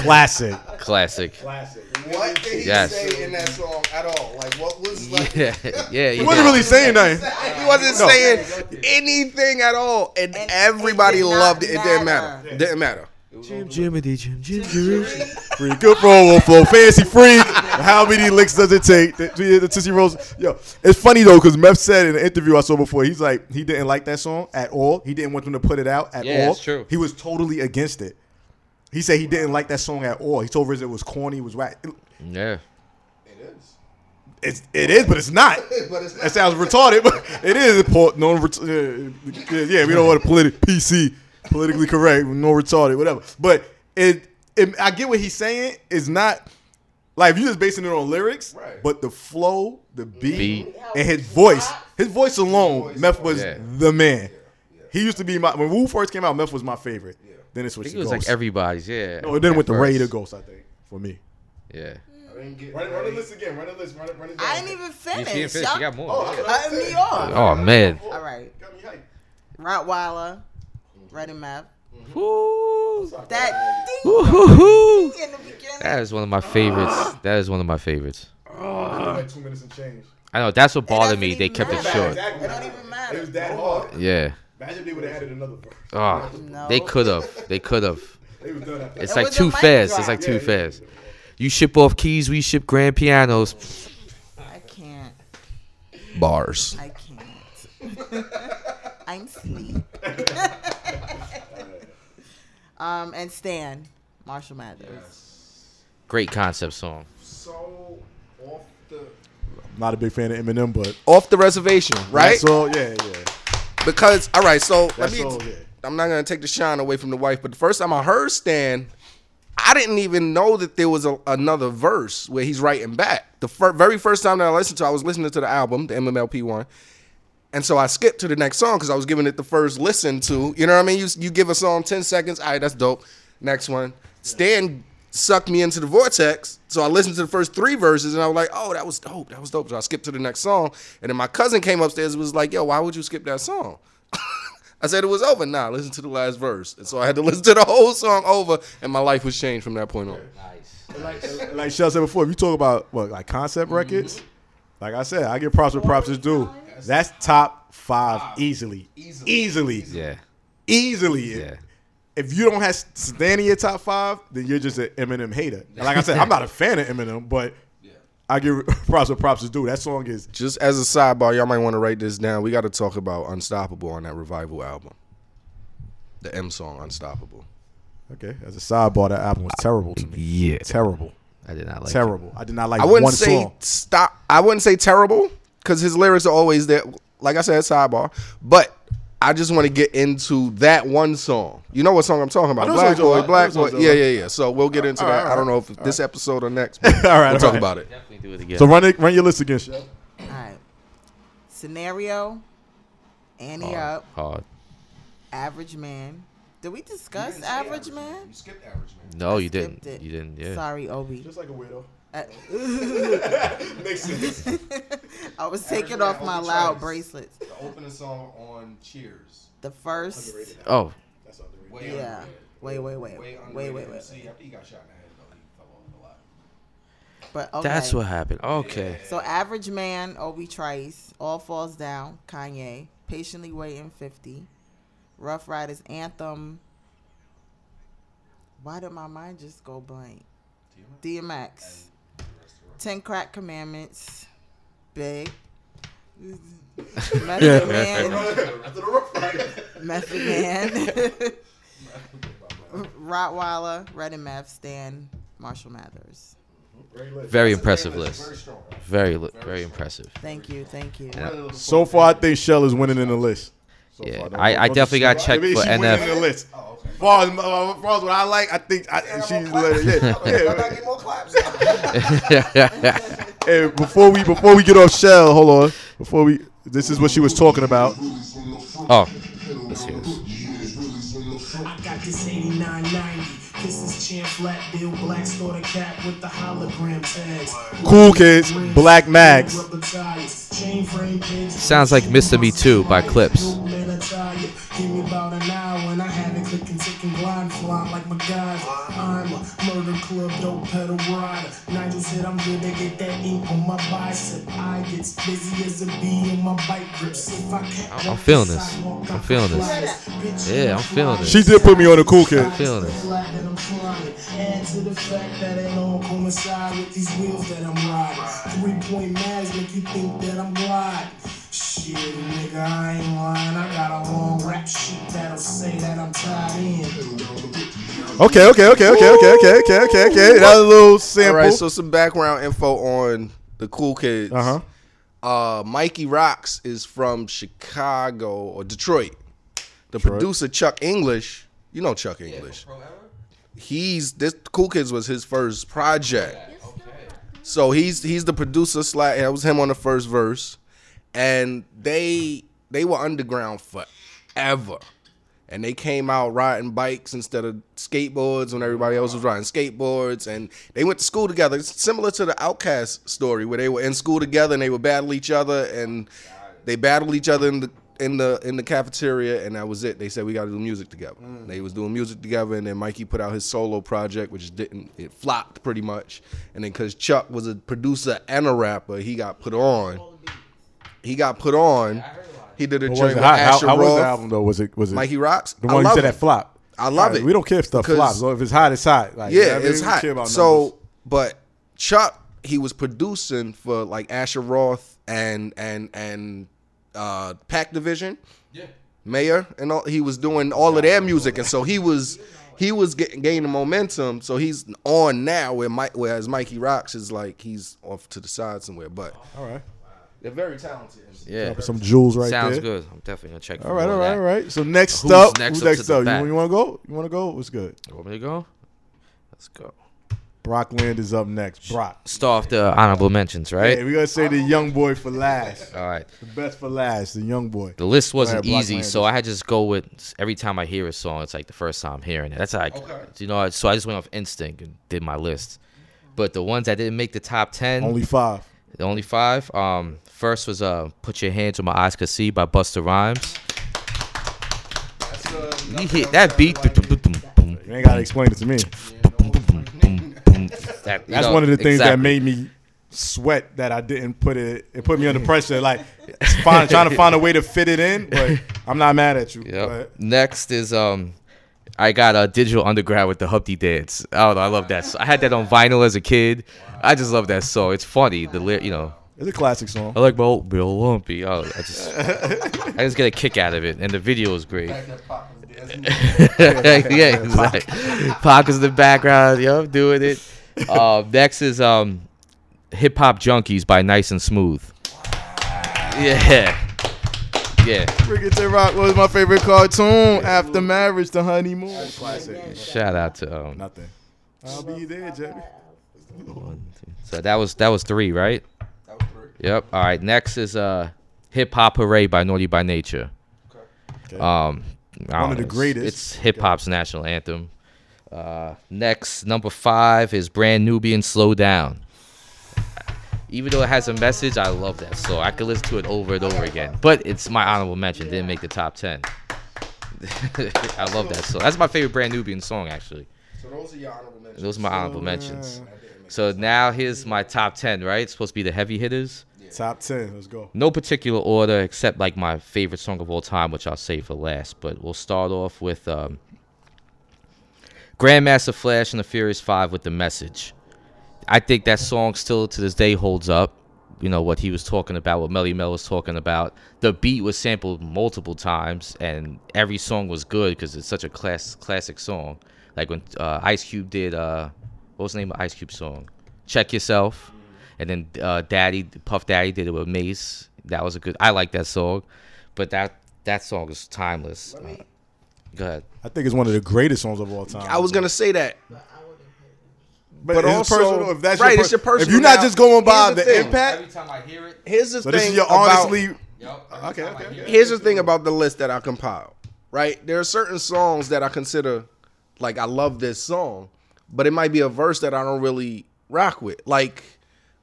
Speaker 1: Classic.
Speaker 2: Classic.
Speaker 1: Classic.
Speaker 3: What did he
Speaker 2: Yes.
Speaker 3: say in that song at all? Like, what was like?
Speaker 4: *laughs*
Speaker 2: Yeah, yeah.
Speaker 1: He wasn't really saying nothing.
Speaker 3: He wasn't
Speaker 1: No.
Speaker 3: saying anything at all, and,
Speaker 4: And
Speaker 3: everybody
Speaker 4: it did not
Speaker 3: loved it. It didn't matter.
Speaker 4: matter.
Speaker 3: Didn't matter.
Speaker 2: Jimmy, Jim, Jim,
Speaker 1: Free good for old flow, fancy freak. How many licks does it take? The, the, the Tootsie Rolls. Yo, it's funny though because Meth said in an interview I saw before, he's like he didn't like that song at all. He didn't want them to put it out at
Speaker 2: Yeah,
Speaker 1: all.
Speaker 2: it's true.
Speaker 1: He was totally against it. He said he didn't like that song at all. He told Riz it was corny, it was whack. It-
Speaker 2: Yeah.
Speaker 3: It is,
Speaker 1: It's it is, but it's not.
Speaker 3: but it's
Speaker 1: That sounds retarded, but it is important. No, ret- uh, yeah, we don't want to politi- PC, politically correct, no retarded, whatever. But it, it, I get what he's saying. It's not like if you're just basing it on lyrics,
Speaker 3: Right.
Speaker 1: but the flow, the beat,
Speaker 2: Beat.
Speaker 1: and his voice. His voice alone,
Speaker 3: voice
Speaker 1: Meth was
Speaker 2: Yeah.
Speaker 1: the man. He used to be my when Wu first came out. Meth was my favorite. Then it
Speaker 2: I
Speaker 1: switched
Speaker 2: think it
Speaker 1: to
Speaker 2: was
Speaker 1: Ghost.
Speaker 2: like everybody's. Yeah.
Speaker 1: no, then
Speaker 2: at
Speaker 1: with the
Speaker 2: first.
Speaker 1: Ray to Ghost, I think for me.
Speaker 2: Yeah.
Speaker 3: Run, run the list
Speaker 1: again. Run the list. Run it. Run it.
Speaker 4: I didn't even
Speaker 2: You
Speaker 4: finish.
Speaker 2: see it finish,
Speaker 4: Y'all
Speaker 2: you got more. yeah.
Speaker 4: cutting me off.
Speaker 2: Oh man.
Speaker 4: All right,
Speaker 1: Got me hyped.
Speaker 4: Rottweiler,
Speaker 2: Mm-hmm.
Speaker 4: Red and Meth.
Speaker 2: Woo.
Speaker 4: That ding
Speaker 2: Woo-hoo-hoo.
Speaker 4: in the beginning.
Speaker 2: That is one of my favorites. That is one of my favorites.
Speaker 1: like two minutes and change.
Speaker 2: I know that's what bothered
Speaker 4: doesn't
Speaker 2: me. They
Speaker 4: even
Speaker 2: kept it
Speaker 4: matter.
Speaker 2: short.
Speaker 4: It don't even matter.
Speaker 1: It was that hard.
Speaker 2: Yeah.
Speaker 1: Imagine if they would have added another verse.
Speaker 2: Oh,
Speaker 4: No.
Speaker 2: they could have. They could have.
Speaker 1: They was done after that.
Speaker 2: It's
Speaker 4: It
Speaker 2: like
Speaker 4: was a
Speaker 2: too
Speaker 4: mic
Speaker 2: fast.
Speaker 4: drop.
Speaker 2: It's like
Speaker 1: Yeah,
Speaker 2: too
Speaker 1: yeah.
Speaker 2: fast. You ship off keys, we ship grand pianos.
Speaker 4: I can't.
Speaker 3: bars.
Speaker 4: I can't. *laughs* I'm sleep. um, and Stan, Marshall Mathers.
Speaker 2: Great concept song.
Speaker 3: So off the
Speaker 1: I'm not a big fan of Eminem, but
Speaker 3: off the reservation, right?
Speaker 1: That's all, yeah, yeah.
Speaker 3: Because all right, so let
Speaker 1: That's
Speaker 3: me.
Speaker 1: all, yeah.
Speaker 3: I'm not gonna take the shine away from the wife, but the first time I heard Stan, I didn't even know that there was a, another verse where he's writing back. The fir- very first time that I listened to, it, I was listening to the album, the MMLP one, and so I skipped to the next song because I was giving it the first listen to. You know what I mean? You you give a song ten seconds, all right, that's dope. Next one, Stan sucked me into the vortex, so I listened to the first three verses and I was like, oh, that was dope, that was dope. So I skipped to the next song, and then my cousin came upstairs and was like, yo, why would you skip that song? *laughs* I said it was over. Nah, listen to the last verse. And so I had to listen to the whole song over, and my life was changed from that point on.
Speaker 1: Like, like Shell said before, if you talk about what like concept records, like I said, I give props where props is due. That's top five easily, easily, easily,
Speaker 2: Yeah.
Speaker 1: easily.
Speaker 2: Yeah.
Speaker 1: If you don't have Stan in your top five, then you're just an Eminem hater. And like I said, I'm not a fan of Eminem, but I give *laughs* props where props is due. That song is
Speaker 3: Just as a sidebar, y'all might want to write this down. We got to talk about Unstoppable on that revival album, the M song Unstoppable.
Speaker 1: Okay, as a sidebar, that album was terrible to me.
Speaker 2: Yeah.
Speaker 1: Terrible,
Speaker 2: I did not like it.
Speaker 1: terrible. I did not like
Speaker 3: I wouldn't
Speaker 1: one
Speaker 3: say *laughs*
Speaker 1: song.
Speaker 3: stop. I wouldn't say terrible because his lyrics are always there. Like I said, sidebar. But I just want to get into that one song. You know what song I'm talking about?
Speaker 1: know
Speaker 3: Black
Speaker 1: songs you're
Speaker 3: boy,
Speaker 1: right.
Speaker 3: black
Speaker 1: I know
Speaker 3: boy.
Speaker 1: songs
Speaker 3: Yeah,
Speaker 1: you're
Speaker 3: yeah, yeah. So we'll get into
Speaker 1: All right,
Speaker 3: that.
Speaker 1: all
Speaker 3: I don't
Speaker 1: right.
Speaker 3: know if this episode
Speaker 1: *laughs*
Speaker 3: or next. But
Speaker 1: All right,
Speaker 3: we'll
Speaker 1: all
Speaker 3: talk
Speaker 1: right.
Speaker 3: about it.
Speaker 2: Definitely do it again.
Speaker 1: So run it, run your list again, Chef.
Speaker 4: All right. Scenario. Annie up.
Speaker 2: Hard.
Speaker 4: Average man. Did we discuss
Speaker 7: didn't say
Speaker 4: average man?
Speaker 7: You skipped average man.
Speaker 2: No,
Speaker 4: I
Speaker 2: you
Speaker 4: skipped
Speaker 2: didn't.
Speaker 4: it.
Speaker 2: You didn't. Yeah.
Speaker 4: Sorry, Obi.
Speaker 1: like a weirdo.
Speaker 4: Uh, *laughs*
Speaker 1: Makes sense.
Speaker 4: I was
Speaker 3: Average
Speaker 4: taking
Speaker 3: man,
Speaker 4: off my
Speaker 3: Obi
Speaker 4: loud
Speaker 3: Trice.
Speaker 4: bracelets.
Speaker 3: The opening song on Cheers.
Speaker 4: The first.
Speaker 2: Oh,
Speaker 1: That's underrated.
Speaker 7: Way
Speaker 4: Yeah.
Speaker 7: underrated.
Speaker 4: Wait, wait, wait,
Speaker 7: Way
Speaker 4: wait, wait,
Speaker 7: underrated
Speaker 4: wait.
Speaker 7: MC. After he got shot in the head, though, he fell off a lot.
Speaker 4: But okay.
Speaker 2: that's what happened. Okay.
Speaker 4: So average man, Obi Trice, All Falls Down, Kanye, Patiently Waiting 50, Rough Riders Anthem. Why did my mind just go blank? DMX. Ten Crack Commandments. Big. Method Man. Method Man. Rottweiler, Red and Meth, Stan, Marshall Mathers.
Speaker 2: Very impressive
Speaker 7: Very
Speaker 2: list.
Speaker 7: strong.
Speaker 2: Very, li- very impressive.
Speaker 4: Thank you, thank you.
Speaker 1: So far, I think Shell is winning in the list. So
Speaker 2: Yeah,
Speaker 1: far, don't-
Speaker 2: I- I
Speaker 1: don't you
Speaker 2: definitely
Speaker 1: see-
Speaker 2: gotta check
Speaker 1: mean,
Speaker 2: for
Speaker 1: she winning
Speaker 2: NF.
Speaker 1: in the list.
Speaker 7: Oh, okay.
Speaker 1: Far as, uh, far as what I like, I think I, she's yeah,
Speaker 7: *laughs* I
Speaker 1: yeah.
Speaker 7: gotta get more claps. I
Speaker 2: *laughs*
Speaker 1: Hey, before we before we get off Shell, hold on. Before we, this is what she was talking about.
Speaker 2: Oh, let's hear this.
Speaker 8: I got this 8990. This is Chan Flat Bill Black store the cap with the hologram tags.
Speaker 1: Cool Kids, Black Mags.
Speaker 8: Rubber tires, chain frame pins.
Speaker 2: Sounds like Mr. Me Too by Clips.
Speaker 8: Let her tell you, Give me about an hour and I had it clicking, ticking, blind, flying like my guys. I'm a murder club, dope pedal rider. Nigel said I'm good, they get that ink on my bicep. I gets busy as a bee on my bike grips. If I can't
Speaker 2: I'm- I'm
Speaker 8: walk the
Speaker 2: feeling this.
Speaker 8: sidewalk,
Speaker 2: I'm
Speaker 8: I
Speaker 2: feeling
Speaker 8: can
Speaker 2: this.
Speaker 8: fly Bitch,
Speaker 2: Yeah,
Speaker 8: I'm
Speaker 2: I'm feeling
Speaker 8: flying.
Speaker 2: this.
Speaker 1: She did put me on the Cool Kids.
Speaker 8: I'm
Speaker 2: Feeling
Speaker 8: still
Speaker 2: it.
Speaker 8: black and I'm flying. Add to the fact that it all coincide with these wheels that I'm riding. Three point mags make you think that I'm gliding. Shit, nigga, I ain't lying. I got a long rap sheet that'll say that I'm tied in.
Speaker 1: Okay, okay, okay, okay, okay, okay, okay, okay, okay. That was a little
Speaker 3: *laughs* All
Speaker 1: sample.
Speaker 3: right. So some background info on the Cool Kids.
Speaker 1: uh-huh.
Speaker 3: uh, Mikey Rocks is from Chicago or Detroit. The producer Chuck English, you know Chuck English.
Speaker 7: Pro era?
Speaker 3: He's this Cool Kids was his first project, so he's he's the producer. Slash, that was him on the first verse, and they they were underground forever, and they came out riding bikes instead of skateboards when everybody else was riding skateboards, and they went to school together. It's similar to the Outcast story where they were in school together and they would battle each other and they battled each other in the in the in the cafeteria and that was it. They said we got to do music together. They was doing music together and then Mikey put out his solo project which didn't it flopped pretty much. And then cuz Chuck was a producer and a rapper, he got put on. He got put on. He did a
Speaker 1: What
Speaker 3: joint
Speaker 1: was
Speaker 3: with
Speaker 1: it? How, how,
Speaker 3: Asher
Speaker 1: how was
Speaker 3: Roth,
Speaker 1: the album though? Was it was it
Speaker 3: Mikey Rocks.
Speaker 1: The
Speaker 3: I
Speaker 1: one you
Speaker 3: love
Speaker 1: said
Speaker 3: it.
Speaker 1: that flop.
Speaker 3: I love
Speaker 1: Alright,
Speaker 3: it.
Speaker 1: We don't care if stuff
Speaker 3: Because-
Speaker 1: flops. So if it's hot, it's hot. Like, you know
Speaker 3: Yeah,
Speaker 1: what I mean?
Speaker 3: it's
Speaker 1: We don't
Speaker 3: hot.
Speaker 1: care about
Speaker 3: so,
Speaker 1: numbers.
Speaker 3: but Chuck, he was producing for like Asher Roth and and and uh, Pack Division,
Speaker 7: Yeah.
Speaker 3: Mayor, and all. He was doing all of their music, and so he was he was getting gaining momentum. So he's on now where Mike, whereas Mikey Rocks is like he's off to the side somewhere. But
Speaker 1: all right,
Speaker 3: they're very talented.
Speaker 2: Yeah.
Speaker 1: some jewels right
Speaker 2: Sounds
Speaker 1: there.
Speaker 2: good. I'm definitely gonna check. for
Speaker 1: All right,
Speaker 2: more
Speaker 1: all right,
Speaker 2: of that.
Speaker 1: all right. So next
Speaker 2: Who's
Speaker 1: up,
Speaker 2: next
Speaker 1: who's
Speaker 2: up to
Speaker 1: next
Speaker 2: the
Speaker 1: up?
Speaker 2: bat?
Speaker 1: You, you want to go? You want to go? What's good?
Speaker 2: You want me to go? Let's go.
Speaker 1: Brock Land is up next. Brock.
Speaker 2: Start off the honorable mentions, right?
Speaker 1: Hey, we gotta say the young boy for last.
Speaker 2: All right.
Speaker 1: The best for last. The young boy.
Speaker 2: The list wasn't
Speaker 1: Alright, Black
Speaker 2: easy,
Speaker 1: Land
Speaker 2: so
Speaker 1: is-
Speaker 2: I had to just go with every time I hear a song, it's like the first time hearing it. That's how I, you know. So I just went off instinct and did my list. But the ones that didn't make the top ten,
Speaker 1: Only five.
Speaker 2: the only five. Um, first was uh, "Put Your Hands Where My Eyes Could See" by Busta Rhymes. He hit that beat. boom, boom, boom,
Speaker 1: You ain't gotta explain it to me.
Speaker 2: boom, boom, boom. That- you
Speaker 1: That's
Speaker 2: know,
Speaker 1: one of the things that
Speaker 2: exactly.
Speaker 1: made me sweat that I didn't put it. It put me under pressure, like find, trying to find a way to fit it in. But I'm not mad at you.
Speaker 2: Yep.
Speaker 1: But
Speaker 2: Next is um, I got a digital underground with the Humpty Oh, dance. I don't know. I love that. So I had that on vinyl as a kid. I just love that song. It's funny. The ly- you know
Speaker 1: It's a classic song.
Speaker 2: I like my oatmeal lumpy. Oh, I, I just, I just get a kick out of it, and the video is great.
Speaker 7: That pop was dancing.
Speaker 2: *laughs* yeah, exactly. Pac is in the background. Yo, doing it. Uh, next is um, Hip Hop Junkies by Nice and Smooth. Yeah. Yeah.
Speaker 1: Bridgerton Rock was my favorite cartoon. After marriage, the honeymoon. Classic.
Speaker 2: Shout out to um,
Speaker 1: Nothing. I'll be there, Jerry.
Speaker 2: So that was that was three, right? That was three. Yep. All right. Next is uh, Hip Hop Hooray by Naughty by Nature.
Speaker 1: Okay.
Speaker 2: Um, I
Speaker 1: One
Speaker 2: don't
Speaker 1: of the
Speaker 2: it's-
Speaker 1: greatest.
Speaker 2: It's hip hop's national anthem. Uh, next, number five is Brand Nubian Slow Down. Even though it has a message, I love that song. I could listen to it over and over again. But it's my honorable mention. Didn't make the top ten. *laughs* I love that song. That's my favorite Brand Nubian song, actually.
Speaker 3: So those are your honorable mentions.
Speaker 2: Those are my honorable mentions. So now here's my top 10, right? It's supposed to be the heavy hitters.
Speaker 1: Top ten. Let's go.
Speaker 2: No particular order except like my favorite song of all time, which I'll save for last. But we'll start off with um, Grandmaster Flash and the Furious Five with the message. I think that song still to this day holds up. You know what he was talking about, what Melly Mel was talking about. The beat was sampled multiple times, and every song was good because it's such a class classic song. Like when uh, Ice Cube did, uh, what was the name of Ice Cube song? Check yourself, and then uh, Daddy Puff Daddy did it with Mace. That was a good. I like that song, but that that song is timeless. Uh, go ahead.
Speaker 1: I think it's one of the greatest songs of all time.
Speaker 3: I was gonna say that.
Speaker 1: but,
Speaker 3: but
Speaker 1: it's
Speaker 3: also-
Speaker 1: personal, if that's
Speaker 3: right,
Speaker 1: your
Speaker 3: it's your
Speaker 1: If
Speaker 3: personal
Speaker 1: you're not
Speaker 3: now.
Speaker 1: just going by
Speaker 3: Here's the
Speaker 1: the,
Speaker 3: thing.
Speaker 1: impact,
Speaker 2: time I hear it,
Speaker 3: Here's the
Speaker 1: so
Speaker 3: thing.
Speaker 1: this is your
Speaker 3: about-
Speaker 1: honestly. okay, okay.
Speaker 3: here's the thing about the list that I compile, right? There are certain songs that I consider like I love this song, but it might be a verse that I don't really rock with. Like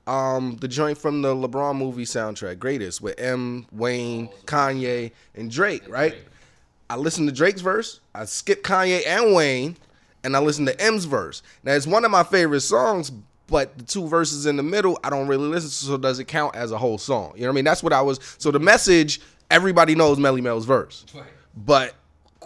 Speaker 3: um the joint from the LeBron movie soundtrack, Greatest, with M, Wayne, Kanye, and Drake, right? I listen to Drake's verse, I skip Kanye and Wayne, and I listen to M's verse. Now it's one of my favorite songs, but the two verses in the middle I don't really listen to, so does it count as a whole song? You know what I mean? That's what I was. So the message, everybody knows Melly Mel's verse, but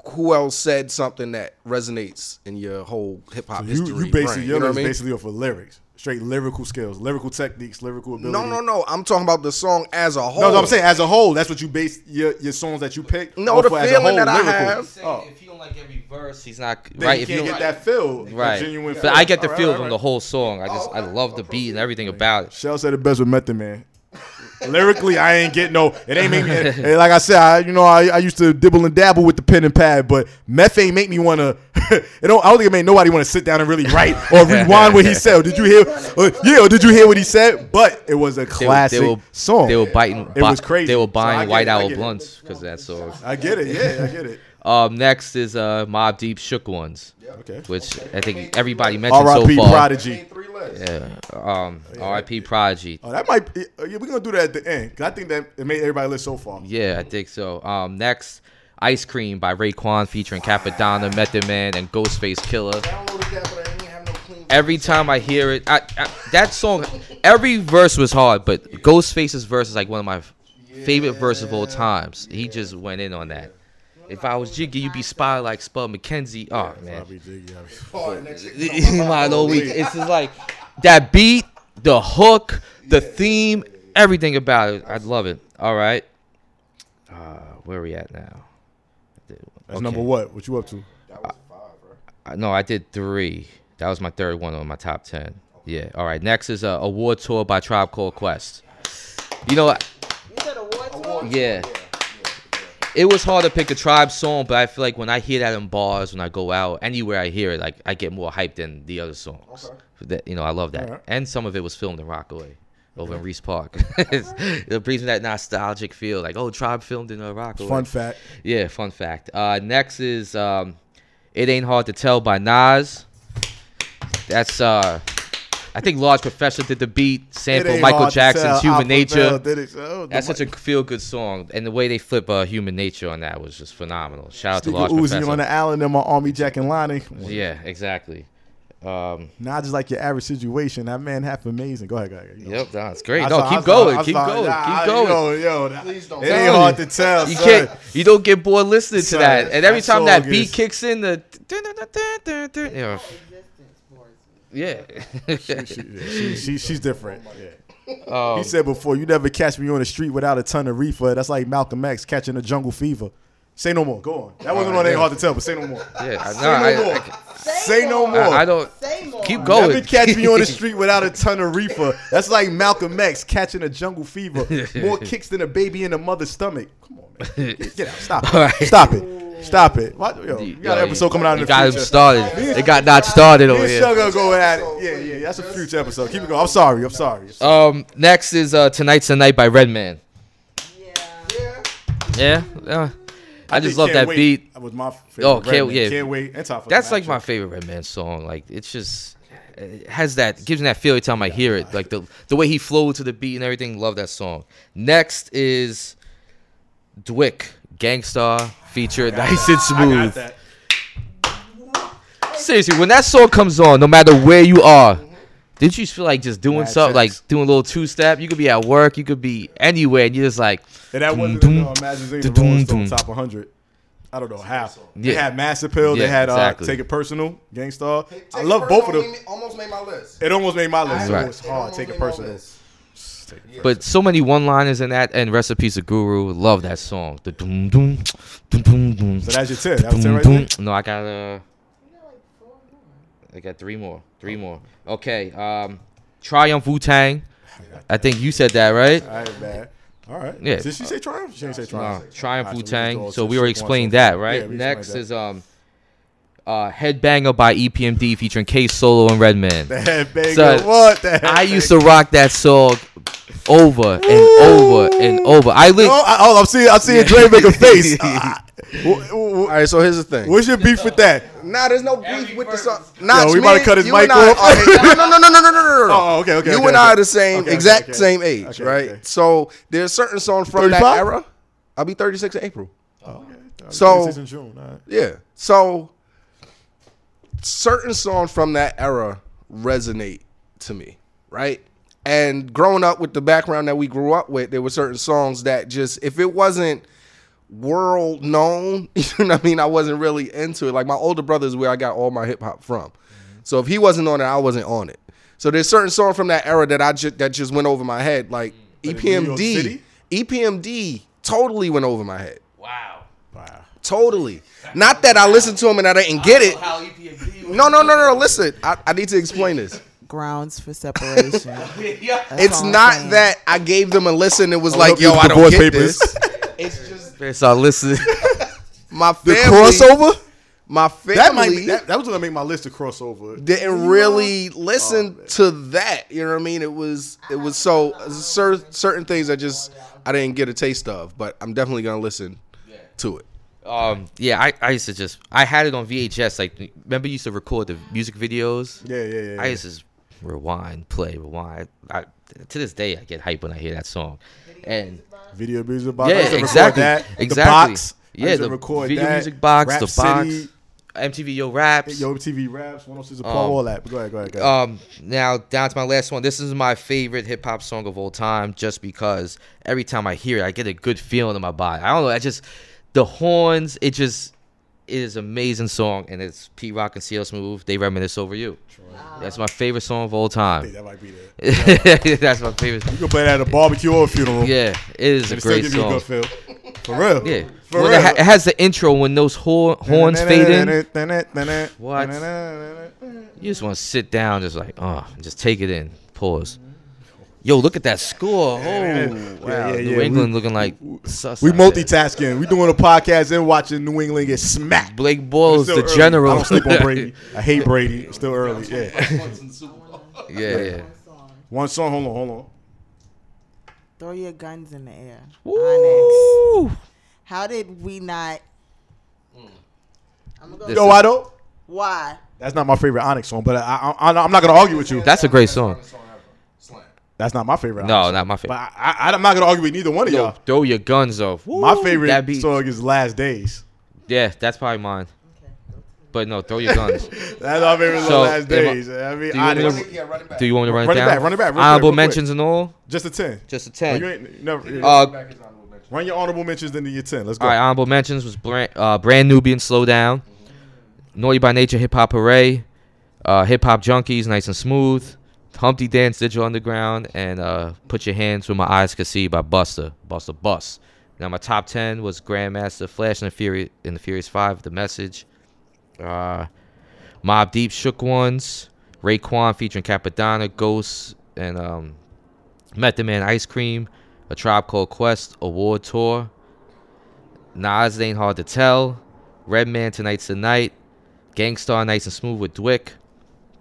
Speaker 3: who else said something that resonates in your whole hip hop
Speaker 1: You,
Speaker 3: history?
Speaker 1: you basically
Speaker 3: brain?
Speaker 1: your
Speaker 3: know
Speaker 1: list
Speaker 3: what I mean?
Speaker 1: basically off of lyrics, straight lyrical skills, lyrical techniques, lyrical ability.
Speaker 3: No, no, no. I'm talking about the song as a whole.
Speaker 1: No, no, I'm saying as a whole, that's what you base your, your songs that you pick.
Speaker 3: No,
Speaker 1: off
Speaker 3: the
Speaker 1: of as a
Speaker 3: feeling
Speaker 1: whole,
Speaker 3: that I
Speaker 1: lyrical.
Speaker 3: have-
Speaker 1: Oh.
Speaker 2: if you don't like every verse, he's not
Speaker 1: Then
Speaker 2: right.
Speaker 1: you
Speaker 2: if
Speaker 1: can't
Speaker 2: you
Speaker 1: get
Speaker 2: don't,
Speaker 1: that feel, that
Speaker 2: right,
Speaker 1: genuine
Speaker 2: but
Speaker 1: feel.
Speaker 2: I get the
Speaker 1: Alright,
Speaker 2: feel
Speaker 1: alright,
Speaker 2: from the
Speaker 1: alright.
Speaker 2: whole song. I
Speaker 1: Oh,
Speaker 2: just I love the beat and everything about it.
Speaker 1: Shell said it best with Method Man. Lyrically, I ain't get no. It ain't make me. and like I said, I, you know, I, I used to dibble and dabble with the pen and pad, but meth ain't make me wanna. *laughs* it don't. I don't think it made nobody wanna sit down and really write or rewind
Speaker 2: *laughs*
Speaker 1: what he said. Or did you hear? Or, yeah, or did you hear what he said? But it was a
Speaker 2: They were-
Speaker 1: classic
Speaker 2: they were,
Speaker 1: song.
Speaker 2: They were biting.
Speaker 1: It
Speaker 2: bi-
Speaker 1: was crazy.
Speaker 2: They were
Speaker 1: So I
Speaker 2: buying
Speaker 1: get
Speaker 2: White
Speaker 1: it, I
Speaker 2: Owl
Speaker 1: get it.
Speaker 2: blunts because that song.
Speaker 1: I get it. Yeah, I get it.
Speaker 2: Um, next is uh Mob Deep Shook Ones,
Speaker 1: Okay.
Speaker 2: which I think everybody mentioned so
Speaker 1: R.I.P.
Speaker 2: far.
Speaker 1: Prodigy.
Speaker 7: Three lists.
Speaker 2: Yeah. Um, R.I.P. Prodigy.
Speaker 1: Oh, that might. Be, yeah, we're gonna do that at the end because I think that it made everybody list so far.
Speaker 2: Yeah, I think so. Um, next, Ice Cream by Raekwon featuring Capadonna, Method Man, and Ghostface Killer.
Speaker 3: Downloaded that, but I didn't have no clean-
Speaker 2: Every time I hear it, I, I, that song, every verse was hard, but Ghostface's verse is like one of my f- favorite verses of all times. He just went in on that. If I was Jiggy, you'd be spy like Spud McKenzie. Oh man,
Speaker 1: Probably did, yeah.
Speaker 7: Oh, and that shit-
Speaker 2: *laughs* my no week. It's just like that beat, the hook, the theme, everything about it. I'd love it. All right, uh, where are we at now?
Speaker 1: That's
Speaker 2: Okay.
Speaker 1: number what? What you up to?
Speaker 2: Uh, No, I did three. That was my third one on my top ten. Yeah. All right. Next is a award tour by Tribe Called Quest. You know,
Speaker 4: You said award tour?
Speaker 2: yeah. It was hard to pick a tribe song, but I feel like when I hear that in bars, when I go out, anywhere I hear it, like I get more hyped than the other songs. That you know, I love that.
Speaker 1: Alright.
Speaker 2: And some of it was filmed in Rockaway, over in Reese Park. *laughs* it brings me that nostalgic feel, like oh, tribe filmed in uh, Rockaway.
Speaker 1: Fun fact.
Speaker 2: Yeah, fun fact. Uh, next is um, "It Ain't Hard to Tell" by Nas. That's uh, I think Large Professor did the beat,
Speaker 1: It
Speaker 2: sample
Speaker 1: ain't
Speaker 2: Michael
Speaker 1: hard to
Speaker 2: Jackson's
Speaker 1: tell.
Speaker 2: "Human
Speaker 1: Alpha Male
Speaker 2: Nature."
Speaker 1: did it. Oh, the
Speaker 2: That's such a
Speaker 1: mic.
Speaker 2: feel-good song, and the way they flip uh, "Human Nature" on that was just phenomenal. Shout out to
Speaker 1: Stick
Speaker 2: Large
Speaker 1: your Uzi
Speaker 2: Professor.
Speaker 1: on the island in my army jack and lining.
Speaker 2: Yeah, exactly. Um,
Speaker 1: Not just like your average situation. That man half amazing. Go ahead, go ahead.
Speaker 2: yep, that's great.
Speaker 1: I
Speaker 2: No,
Speaker 1: saw- I
Speaker 2: keep
Speaker 1: saw-
Speaker 2: going,
Speaker 1: I
Speaker 2: keep
Speaker 1: saw-
Speaker 2: going,
Speaker 1: nah,
Speaker 2: keep going.
Speaker 1: Yo, yo, nah.
Speaker 7: don't
Speaker 1: It ain't hard to tell.
Speaker 2: You
Speaker 1: son.
Speaker 2: can't. You don't get bored listening to
Speaker 1: Son,
Speaker 2: that. And every
Speaker 1: that
Speaker 2: time that
Speaker 1: song
Speaker 2: beat
Speaker 1: is-
Speaker 2: kicks in, the *laughs* yeah,
Speaker 4: Existence boards.
Speaker 2: yeah.
Speaker 1: She- she- she- she's different. Yeah.
Speaker 2: Um,
Speaker 1: He said before, you never catch me on the street without a ton of reefer. That's like Malcolm X catching a jungle fever. Say no more. Go on. That wasn't on there hard to tell, but say no more.
Speaker 2: yeah, I-
Speaker 1: Say no
Speaker 2: no, I-
Speaker 1: more.
Speaker 2: I,
Speaker 1: Say no more.
Speaker 2: I, I don't
Speaker 4: Say more.
Speaker 2: keep going.
Speaker 1: Never catch me on
Speaker 2: *laughs*
Speaker 1: the street without a ton of reefer. That's like Malcolm X catching a jungle fever.
Speaker 2: *laughs*
Speaker 1: More kicks than a baby in a mother's stomach. Come on, man. Get, get out. Stop it.
Speaker 2: All right.
Speaker 1: Stop it. Stop it. Why- yo, you got an
Speaker 2: Yo,
Speaker 1: episode coming out in
Speaker 2: you
Speaker 1: the
Speaker 2: got
Speaker 1: future.
Speaker 2: him started. It got not started
Speaker 1: Me
Speaker 2: over
Speaker 1: and
Speaker 2: here.
Speaker 1: Shug gonna go at it. Yeah, yeah. That's a future episode. Keep it going. I'm sorry. I'm sorry.
Speaker 2: Um, next is uh, tonight's the night by Redman.
Speaker 4: Yeah.
Speaker 2: Yeah, uh, I, just
Speaker 1: think
Speaker 2: love
Speaker 1: Can't
Speaker 2: that
Speaker 1: Wait
Speaker 2: beat.
Speaker 1: That was my favorite.
Speaker 2: Oh,
Speaker 1: Oh,
Speaker 2: Can't-
Speaker 1: can't,
Speaker 2: yeah.
Speaker 1: can't wait. And top of
Speaker 2: That's
Speaker 1: the
Speaker 2: like my favorite Redman song. Like it's just it has that gives me that feel every time I hear it. Like the the way he flowed to the beat and everything. Love that song. Next is Dwick Gangstar feature Nice and Smooth. Seriously, when that song comes on, no matter where you are, did you just feel like just doing
Speaker 1: Mad
Speaker 2: something,
Speaker 1: tracks.
Speaker 2: like doing a little two step? You could be at work, you could be anywhere, and you're just like,
Speaker 1: And that
Speaker 2: Dum,
Speaker 1: wasn't uh,
Speaker 2: dum,
Speaker 1: no, Imagine Zeta
Speaker 2: dum,
Speaker 1: Rolling
Speaker 2: dum.
Speaker 1: Stone top 100. I don't know how. They
Speaker 2: Yeah.
Speaker 1: had Mass Appeal.
Speaker 2: Yeah,
Speaker 1: They had uh,
Speaker 2: exactly.
Speaker 1: Take It Personal, Gangstar.
Speaker 7: Take
Speaker 1: I
Speaker 7: it
Speaker 1: love both of
Speaker 7: personal,
Speaker 1: them.
Speaker 7: made me- Almost made my list.
Speaker 1: It almost made my list.
Speaker 2: Right.
Speaker 1: So it's hard. Take it
Speaker 7: Almost made my
Speaker 1: personal.
Speaker 7: list.
Speaker 2: but so many one liners in that, and recipes of Guru. Love that song. The doom doom doom doom doom.
Speaker 1: So that's your 10. That was 10 right there.
Speaker 2: No, I got uh, I got three more, three more. Okay, um, Triumph Wu Tang. I think you said that right.
Speaker 1: All right, man. All right.
Speaker 2: Yeah.
Speaker 1: Did she say Triumph? She didn't say
Speaker 2: Uh,
Speaker 1: Triumph.
Speaker 2: Triumph
Speaker 1: Alright, so we
Speaker 2: Wu
Speaker 1: just
Speaker 2: Tang.
Speaker 1: all
Speaker 2: So
Speaker 1: just
Speaker 2: we already
Speaker 1: took one,
Speaker 2: explained
Speaker 1: so-
Speaker 2: that,
Speaker 1: Yeah,
Speaker 2: right?
Speaker 1: we
Speaker 2: Next
Speaker 1: explained *laughs*
Speaker 2: is um, uh, Headbanger by EPMD featuring K Solo and
Speaker 1: *laughs* that.
Speaker 2: Redman.
Speaker 1: The headbanger.
Speaker 2: Son,
Speaker 1: what the
Speaker 2: I used
Speaker 1: headbanger?
Speaker 2: to rock that song over and over and over. I li-
Speaker 1: *laughs* Oh, I, oh, I'm seeing, I'm seeing Dre make a
Speaker 2: *laughs*
Speaker 1: face. Ah, wh- wh-
Speaker 3: All right, so here's the thing.
Speaker 1: what's your beef with that?
Speaker 3: Nah, there's no beef with the song. Nah,
Speaker 1: Yo, we
Speaker 3: me
Speaker 1: about to
Speaker 3: and-
Speaker 1: cut his
Speaker 3: you
Speaker 1: mic
Speaker 3: and I
Speaker 1: off.
Speaker 3: are- hey, no, no, no, no, no, no, no, no.
Speaker 1: *laughs* Oh, okay, okay,
Speaker 3: You
Speaker 1: okay,
Speaker 3: and I
Speaker 1: okay.
Speaker 3: are the same,
Speaker 1: Okay, okay,
Speaker 3: exact
Speaker 1: okay.
Speaker 3: same age,
Speaker 1: Okay,
Speaker 3: right?
Speaker 1: okay.
Speaker 3: So there's certain songs from that
Speaker 1: 35?
Speaker 3: era. I'll be 36 in April.
Speaker 1: So
Speaker 3: So-
Speaker 1: in June. all right.
Speaker 3: Yeah. So certain songs from that era resonate to me, right? And growing up with the background that we grew up with, there were certain songs that just if it wasn't world known, *laughs* you know what I mean, I wasn't really into it. Like my older brother is where I got all my hip hop from.
Speaker 1: Mm-hmm.
Speaker 3: So if he wasn't on it, I wasn't on it. So there's certain songs from that era that I just that just went over my head. Like
Speaker 1: Mm.
Speaker 3: E
Speaker 1: in New York
Speaker 3: EPMD.
Speaker 1: City?
Speaker 3: EPMD totally went over my head.
Speaker 1: Wow.
Speaker 3: Totally. Not that I listened to him and I didn't get it. No, no, no, no. Listen, I, I need to explain this.
Speaker 4: Grounds for separation. *laughs* That's
Speaker 3: It's
Speaker 4: all I'm
Speaker 3: not
Speaker 4: saying.
Speaker 3: that I gave them a listen. It was like,
Speaker 1: Look,
Speaker 3: yo,
Speaker 1: these
Speaker 3: I don't
Speaker 1: divorce
Speaker 3: get
Speaker 1: papers.
Speaker 3: this.
Speaker 2: so I listened. *laughs*
Speaker 3: My
Speaker 1: The
Speaker 3: family,
Speaker 1: crossover.
Speaker 3: my
Speaker 1: That might be,
Speaker 3: family
Speaker 1: that, that was gonna make my list of crossover.
Speaker 3: didn't really listen to that. You know what I mean? It was, it was so cer- certain things I just I didn't get a taste of, but I'm definitely gonna listen to it.
Speaker 2: Um, yeah, I, I used to just I had it on VHS. Like, remember you used to record the music videos?
Speaker 1: Yeah, yeah, yeah.
Speaker 2: I
Speaker 1: yeah.
Speaker 2: used to just rewind, play, rewind. I, to this day, I get hype when I hear that song. And
Speaker 1: Video music box.
Speaker 2: Yeah,
Speaker 1: I used to record
Speaker 2: exactly,
Speaker 1: That. The
Speaker 2: exactly.
Speaker 1: box.
Speaker 2: Yeah,
Speaker 1: I used to
Speaker 2: the
Speaker 1: record
Speaker 2: video
Speaker 1: that.
Speaker 2: music box,
Speaker 1: Rap
Speaker 2: the
Speaker 1: City,
Speaker 2: MTV Yo Raps.
Speaker 1: Yo TV raps. 106 apart.
Speaker 2: Um,
Speaker 1: all that. Go ahead. Go ahead. Go ahead.
Speaker 2: Um, now down to my last one. This is my favorite hip hop song of all time, just because every time I hear it, I get a good feeling in my body. I don't know. I just the horns. It just it is an amazing song, and it's Pete Rock and CL Smooth. They reminisce over you. That's my favorite song of all
Speaker 1: Hey,
Speaker 2: time.
Speaker 1: that might be there. You
Speaker 2: *laughs* That's
Speaker 1: *laughs*
Speaker 2: my favorite.
Speaker 1: can play that at a barbecue or a funeral.
Speaker 2: Yeah, it is a
Speaker 1: It still
Speaker 2: great
Speaker 1: give you a
Speaker 2: song.
Speaker 1: good feel. For real.
Speaker 2: Yeah,
Speaker 1: For
Speaker 2: When
Speaker 1: real.
Speaker 2: it, ha- it has the intro when those hor- horns fade
Speaker 1: *laughs*
Speaker 2: in. What? You just want to sit down, just like, oh, and just take it in. Pause. Yo, look at that score. Oh,
Speaker 1: yeah,
Speaker 2: wow.
Speaker 1: yeah,
Speaker 2: New
Speaker 1: yeah.
Speaker 2: England
Speaker 1: We-
Speaker 2: looking like sus
Speaker 1: We
Speaker 2: out there.
Speaker 1: multitasking. We doing a podcast and watching New England get smacked.
Speaker 2: Blake Boyle's
Speaker 1: Still
Speaker 2: the
Speaker 1: early.
Speaker 2: general.
Speaker 1: I don't sleep
Speaker 2: *laughs*
Speaker 1: on Brady. I hate Brady. It's still early. Yeah. *laughs*
Speaker 2: yeah, yeah.
Speaker 1: One song. Hold on. Hold on.
Speaker 4: Throw your guns in the air. Onyx.
Speaker 2: Woo!
Speaker 4: How did we not? I'm gonna go.
Speaker 2: This-
Speaker 1: Yo, I don't.
Speaker 4: Why?
Speaker 1: That's not my favorite Onyx song, but I, I, I, I'm not gonna argue with you.
Speaker 2: That's a great song.
Speaker 1: That's not my favorite.
Speaker 2: No,
Speaker 1: Onyx.
Speaker 2: not my
Speaker 1: But
Speaker 2: favorite.
Speaker 1: I, I, I'm not gonna argue with neither one of
Speaker 2: Yo,
Speaker 1: y'all.
Speaker 2: throw your guns off. Woo!
Speaker 1: My favorite
Speaker 2: That beat.
Speaker 1: song is "Last Days."
Speaker 2: Yeah, that's probably mine. But no, throw
Speaker 1: *laughs*
Speaker 2: your guns.
Speaker 1: That's my favorite
Speaker 2: So,
Speaker 1: song. "Last
Speaker 2: am I-
Speaker 1: Days." I, mean,
Speaker 2: do you want me to-
Speaker 1: Onyx.
Speaker 7: Yeah, running back.
Speaker 2: Do you want me to run,
Speaker 1: Run it
Speaker 2: down?
Speaker 1: back, run it back, real quick,
Speaker 2: Honorable
Speaker 1: real quick.
Speaker 2: mentions and all.
Speaker 1: just a ten.
Speaker 2: Just a
Speaker 1: Oh,
Speaker 2: ten.
Speaker 1: you ain't never.
Speaker 2: Uh,
Speaker 7: Back is honorable mention.
Speaker 1: run your honorable mentions then to your ten. Let's go.
Speaker 2: All right, honorable mentions was brand, uh, brand Nubian Slow Down, Naughty by Nature Hip Hop Hooray, uh, Hip Hop Junkies Nice and Smooth, Humpty Dance Digital Underground and uh, Put Your Hands Where My Eyes Can See by Buster. Buster Bus. Now my top ten was Grandmaster Flash and the Fury in the Furious Five, The Message. Uh, Mob Deep Shook Ones, Raekwon featuring Capadonna, Ghost, and um, Method Man Ice Cream, A Tribe Called Quest, Award Tour, Nas It Ain't Hard to Tell, Red Man Tonight's the Night, Gangstar Nights and Smooth with Dwick,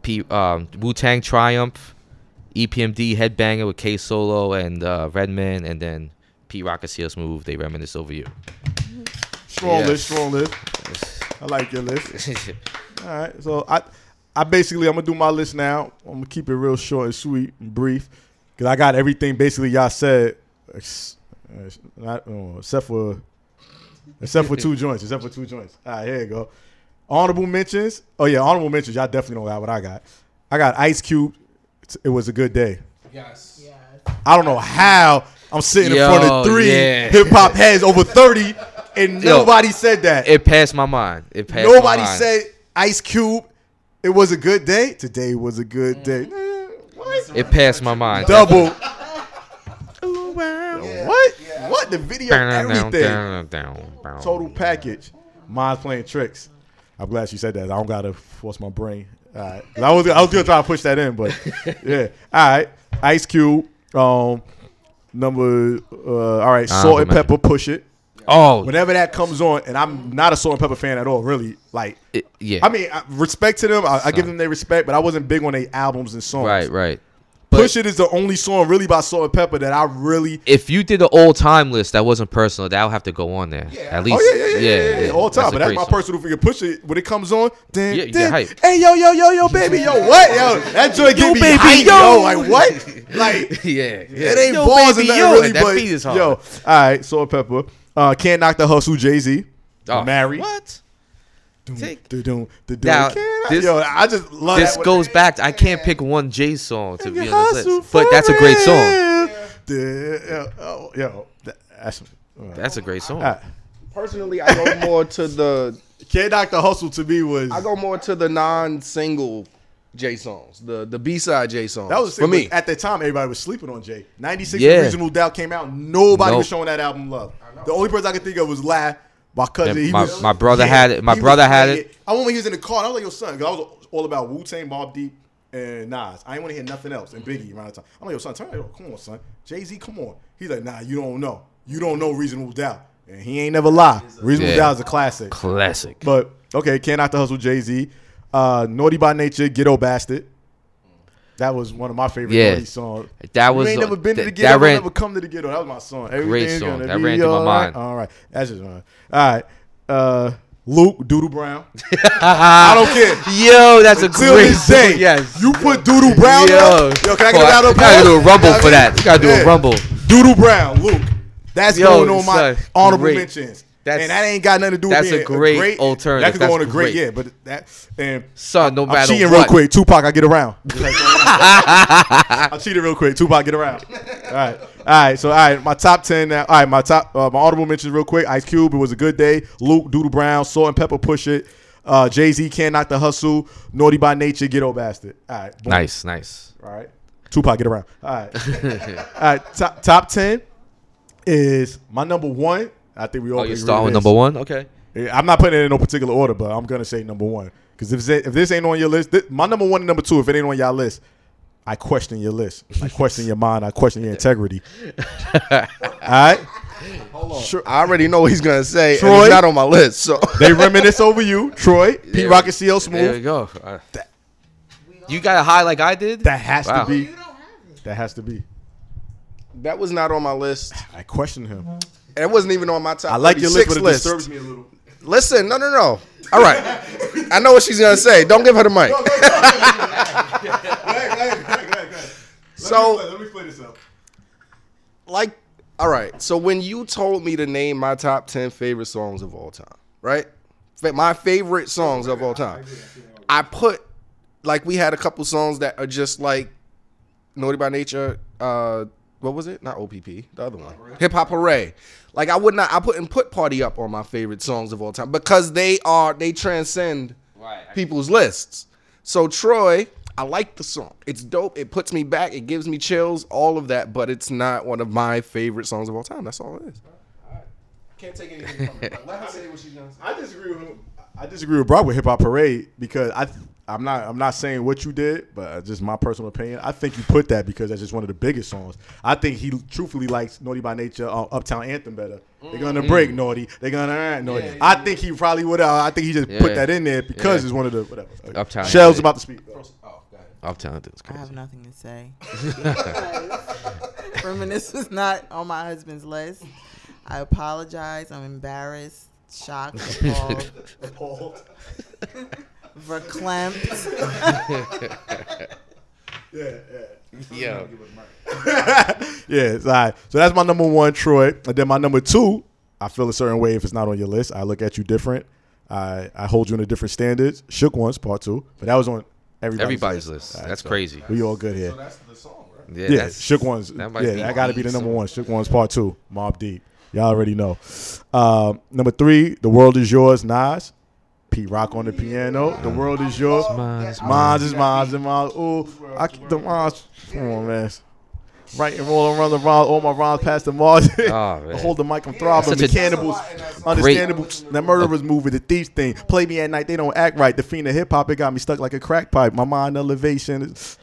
Speaker 2: P, um, Wu Tang Triumph, E EPMD Headbanger with K Solo and uh, Redman, and then P Rock and Seal Smooth, They Reminisce Over You. *laughs*
Speaker 1: Strong
Speaker 2: Yeah.
Speaker 1: list, strong list. I like your list.
Speaker 2: *laughs*
Speaker 1: All right, so I, I basically I'm gonna do my list now. I'm gonna keep it real short and sweet and brief, cause I got everything basically y'all said, ex- ex- not- oh, except for except for two joints, except for two joints. All right, here you go. Honorable mentions. Oh yeah, honorable mentions. Y'all definitely don't got what I got. I got Ice Cube. It's- It was a good day.
Speaker 7: Yes.
Speaker 4: Yeah.
Speaker 1: I don't know how I'm sitting in front of
Speaker 2: Yo,
Speaker 1: three
Speaker 2: yeah.
Speaker 1: hip hop heads over thirty, and
Speaker 2: Yo.
Speaker 1: nobody said that.
Speaker 2: it passed my mind. It passed my
Speaker 1: Nobody
Speaker 2: mind.
Speaker 1: said Ice Cube. It was a good day. Today was a good day. Eh, What?
Speaker 2: It passed my mind.
Speaker 1: Double. what? What? The video, everything. Total package. Mind playing tricks. I'm glad you said that. I don't gotta force my brain. All right. 'Cause I was I was gonna try to push that in, but yeah. All right. Ice Cube. Um. Number. Uh, all right. Salt and
Speaker 2: Honorable
Speaker 1: pepper. Push it.
Speaker 2: Oh,
Speaker 1: Whenever that comes on, and I'm not a salt and pepper fan at all. Really. Like.
Speaker 2: it- yeah.
Speaker 1: I mean, I- respect to them. I, I give them their respect, but I wasn't big on their albums and songs.
Speaker 2: right, right. But
Speaker 1: Push It is the only song really by Salt and Pepper that I really.
Speaker 2: if you did an all time list that wasn't personal, that would have to go on there. At least,
Speaker 1: Oh yeah, yeah, yeah, yeah, yeah, yeah, all time.
Speaker 2: a
Speaker 1: but that's
Speaker 2: great
Speaker 1: my
Speaker 2: song.
Speaker 1: personal figure. Push it when it comes on. Then,
Speaker 2: Yeah, you get
Speaker 1: then,
Speaker 2: hype.
Speaker 1: Hey yo yo yo yo baby yo what yo that joint get me
Speaker 2: baby,
Speaker 1: hype yo.
Speaker 2: yo.
Speaker 1: like what like
Speaker 2: *laughs* yeah, yeah.
Speaker 1: it ain't
Speaker 2: Yo,
Speaker 1: balls
Speaker 2: baby,
Speaker 1: in that
Speaker 2: yo,
Speaker 1: really
Speaker 2: that
Speaker 1: but
Speaker 2: beat is hard.
Speaker 1: yo all right Salt and Pepper uh, can't knock the hustle Jay Z
Speaker 2: Oh,
Speaker 1: marry
Speaker 2: What? Take-
Speaker 1: Doom, doom,
Speaker 2: Now,
Speaker 1: this,
Speaker 2: this-
Speaker 1: yo I just love
Speaker 2: This
Speaker 1: that one.
Speaker 2: goes back. To, I can't pick one Jay song to
Speaker 1: And
Speaker 2: be
Speaker 1: you
Speaker 2: on this
Speaker 1: hustle
Speaker 2: list, but that's a
Speaker 1: for
Speaker 2: great song.
Speaker 1: it. Yeah, oh, yo, that- that's. Uh,
Speaker 2: That's a great song.
Speaker 1: uh,
Speaker 3: Personally, I go *laughs* more to the
Speaker 1: Kid Dr. Hustle to me was
Speaker 3: I go more to the non-single J songs, the the B-side J songs.
Speaker 1: that was
Speaker 3: for me.
Speaker 1: at that time everybody was sleeping on Jay. 96
Speaker 2: Yeah.
Speaker 1: Reasonable Doubt came out, nobody was
Speaker 2: Nope.
Speaker 1: showing that album love. The only person I could think of was La, my cousin.
Speaker 2: And
Speaker 1: He
Speaker 2: my-
Speaker 1: was,
Speaker 2: my brother had it- my
Speaker 1: he
Speaker 2: brother
Speaker 1: was
Speaker 2: had
Speaker 1: playing
Speaker 2: it.
Speaker 1: I remember he was in the car and I was like, yo son, cuz I was all about Wu-Tang, Mobb Deep and Nas. I didn't want to hear nothing else and Biggie around the time. I'm like, yo son, turn it on. Come on, son. Jay-Z, come on. He's like, "Nah, you don't know. You don't know Reasonable Doubt." And he ain't never lie. Reasonable
Speaker 2: Yeah.
Speaker 1: Doubt is a classic.
Speaker 2: Classic.
Speaker 1: But okay, can't out the hustle Jay Z. Uh, Naughty by Nature, Ghetto Bastard. That was one of my favorite
Speaker 2: Yeah.
Speaker 1: Naughty songs.
Speaker 2: That
Speaker 1: You
Speaker 2: was
Speaker 1: ain't
Speaker 2: uh,
Speaker 1: never been to the
Speaker 2: that-
Speaker 1: ghetto.
Speaker 2: That
Speaker 1: That
Speaker 2: ran,
Speaker 1: never come to the ghetto. That was my song. Everything's
Speaker 2: song.
Speaker 1: gonna
Speaker 2: That
Speaker 1: be
Speaker 2: ran through my
Speaker 1: all right.
Speaker 2: mind.
Speaker 1: All right, that's just mine. All right, uh, Luke Doodle
Speaker 2: *laughs*
Speaker 1: Brown. I don't care.
Speaker 2: yo, that's a
Speaker 1: Till
Speaker 2: great
Speaker 1: this day,
Speaker 2: Yes.
Speaker 1: you put Doodle Brown
Speaker 2: Yo,
Speaker 1: up. Yo, can I get
Speaker 2: Oh,
Speaker 1: a round
Speaker 2: you
Speaker 1: of
Speaker 2: gotta do a
Speaker 1: applause?
Speaker 2: rumble
Speaker 1: Yeah, I
Speaker 2: for that.
Speaker 1: mean,
Speaker 2: You gotta do
Speaker 1: yeah.
Speaker 2: a rumble.
Speaker 1: Doodle Brown, Luke. That's
Speaker 2: Yo,
Speaker 1: going on my
Speaker 2: son,
Speaker 1: honorable
Speaker 2: great.
Speaker 1: mentions.
Speaker 2: That's-
Speaker 1: and that ain't got nothing to do with
Speaker 2: that's a
Speaker 1: being
Speaker 2: great alternative.
Speaker 1: That could
Speaker 2: That's
Speaker 1: go on a great,
Speaker 2: great.
Speaker 1: yeah, but that and
Speaker 2: Son, no
Speaker 1: I'm
Speaker 2: matter
Speaker 1: cheating
Speaker 2: what.
Speaker 1: real quick. Tupac, I get *laughs* around. I cheated real quick. Tupac, get around. All right, all right. So all right, my top ten now. All right, my top, uh, my audible mentions real quick. Ice Cube, it was a good day. Luke, Doodle Brown, Salt and Pepper, Push It. Uh, Jay Z, Can Knock the Hustle, Naughty by Nature, Ghetto Bastard. All right, boom.
Speaker 2: Nice, nice.
Speaker 1: All right. Tupac, get around. All
Speaker 2: *laughs*
Speaker 1: right. All right. Top, top 10 is my number one. I think we all
Speaker 2: Oh, you're
Speaker 1: agree
Speaker 2: starting with
Speaker 1: this.
Speaker 2: number one? Okay.
Speaker 1: Yeah, I'm not putting it in no particular order, but I'm going to say number one. Because if, it- if this ain't on your list, thi- my number one and number two, if it ain't on y'all list, I question your list. I question your mind. I question your
Speaker 2: *laughs*
Speaker 1: integrity. all right.
Speaker 3: I already know what he's gonna say. and
Speaker 1: Troy?
Speaker 3: it's not on my list, so
Speaker 1: They reminisce over you, Troy, Pete
Speaker 2: There-
Speaker 1: Rock, and CL
Speaker 2: There we
Speaker 1: Smooth.
Speaker 2: go. Uh, you got a high like I did?
Speaker 1: That has
Speaker 2: Wow.
Speaker 1: to be.
Speaker 4: You don't have it.
Speaker 1: That has to be.
Speaker 3: that was not on my list.
Speaker 1: I question him.
Speaker 3: And it wasn't even on my top.
Speaker 1: I like your list,
Speaker 3: 36
Speaker 1: but it
Speaker 3: list.
Speaker 1: disturbs me a little.
Speaker 3: Listen, no, no, no. All right, I know what she's gonna say. Don't give her the mic. So-
Speaker 1: let me play this up.
Speaker 3: like all right so when you told me to name my top 10 favorite songs of all time right Fa- my favorite songs of all time i put like we had a couple songs that are just like naughty by nature uh what was it not opp the other one hip hop hooray like i would not i put and put party up on my favorite songs of all time because they are they transcend people's lists so troy I like the song. It's dope. It puts me back. It gives me chills. All of that, but it's not one of my favorite songs of all time. That's all it is.
Speaker 7: Can't take anything from her. Let her say what she's gonna say.
Speaker 1: I disagree with him. I disagree with Brock with Hip Hop Parade because I I'm not I'm not saying what you did, but uh, just my personal opinion. I think you put that because that's just one of the biggest songs. I think he truthfully likes Naughty by Nature uh, Uptown Anthem better. They're gonna
Speaker 2: Mm.
Speaker 1: break Naughty. They're gonna uh, Naughty. I think he probably would. Uh, I think he just
Speaker 2: Yeah.
Speaker 1: put that in there because
Speaker 2: Yeah.
Speaker 1: it's one of the whatever.
Speaker 2: Uptown
Speaker 1: Shell's
Speaker 2: Anthem.
Speaker 1: about to speak.
Speaker 7: Oh, go ahead.
Speaker 2: Uptown Anthem is
Speaker 4: I have
Speaker 2: crazy.
Speaker 4: nothing
Speaker 3: *laughs*
Speaker 4: to say. Because Reminisce was not on my husband's list. I apologize. I'm embarrassed, shocked, appalled,
Speaker 3: *laughs*
Speaker 4: *laughs* verklempt.
Speaker 1: Yeah, yeah.
Speaker 2: Yo,
Speaker 1: yeah, it's all right. So that's my number one, Troy. And then my number two, I feel a certain way if it's not on your list. I look at you different. I I hold you in a different standards. Shook once, part two, but that was on everybody's,
Speaker 2: everybody's list. That's crazy.
Speaker 1: We all good here.
Speaker 7: So that's the song, right?
Speaker 2: Yeah,
Speaker 1: yeah,
Speaker 2: that's-
Speaker 1: shook ones.
Speaker 2: that might be
Speaker 1: yeah, I got to be
Speaker 2: the
Speaker 1: the number one. Shook ones, part two. Mob Deep. Y'all already know. Um, number three, the world is yours. Nas, Pete Rock on the piano. The world is yours.
Speaker 2: Mine's
Speaker 1: Mines is mines and mines. Ooh, I keep the mines. Come on, man. Right and roll around the rhymes. All my rhymes past the margin. *laughs*
Speaker 2: Oh, man.
Speaker 1: I hold the mic, I'm throbbing.
Speaker 2: Such a-
Speaker 1: Mechanicals, understandable. That murderers movie, the thieves thing. Play me at night, they don't act right. The fiend of hip hop, it got me stuck like a crack pipe. My mind elevation. Say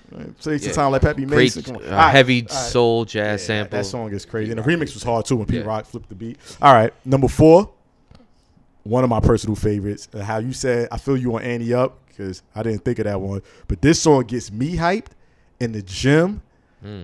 Speaker 2: Yeah.
Speaker 1: yeah. time like Pappy
Speaker 2: great,
Speaker 1: Mason.
Speaker 2: uh,
Speaker 1: Come on. All right.
Speaker 2: heavy soul jazz
Speaker 1: Yeah,
Speaker 2: sample.
Speaker 1: That song is crazy. And the remix was hard too when Pete
Speaker 2: Yeah.
Speaker 1: Rock flipped the beat. All right, number four, one of my personal favorites. uh, How you said, I feel you on Annie Up because I didn't think of that one. But this song gets me hyped in the gym.
Speaker 2: Hmm.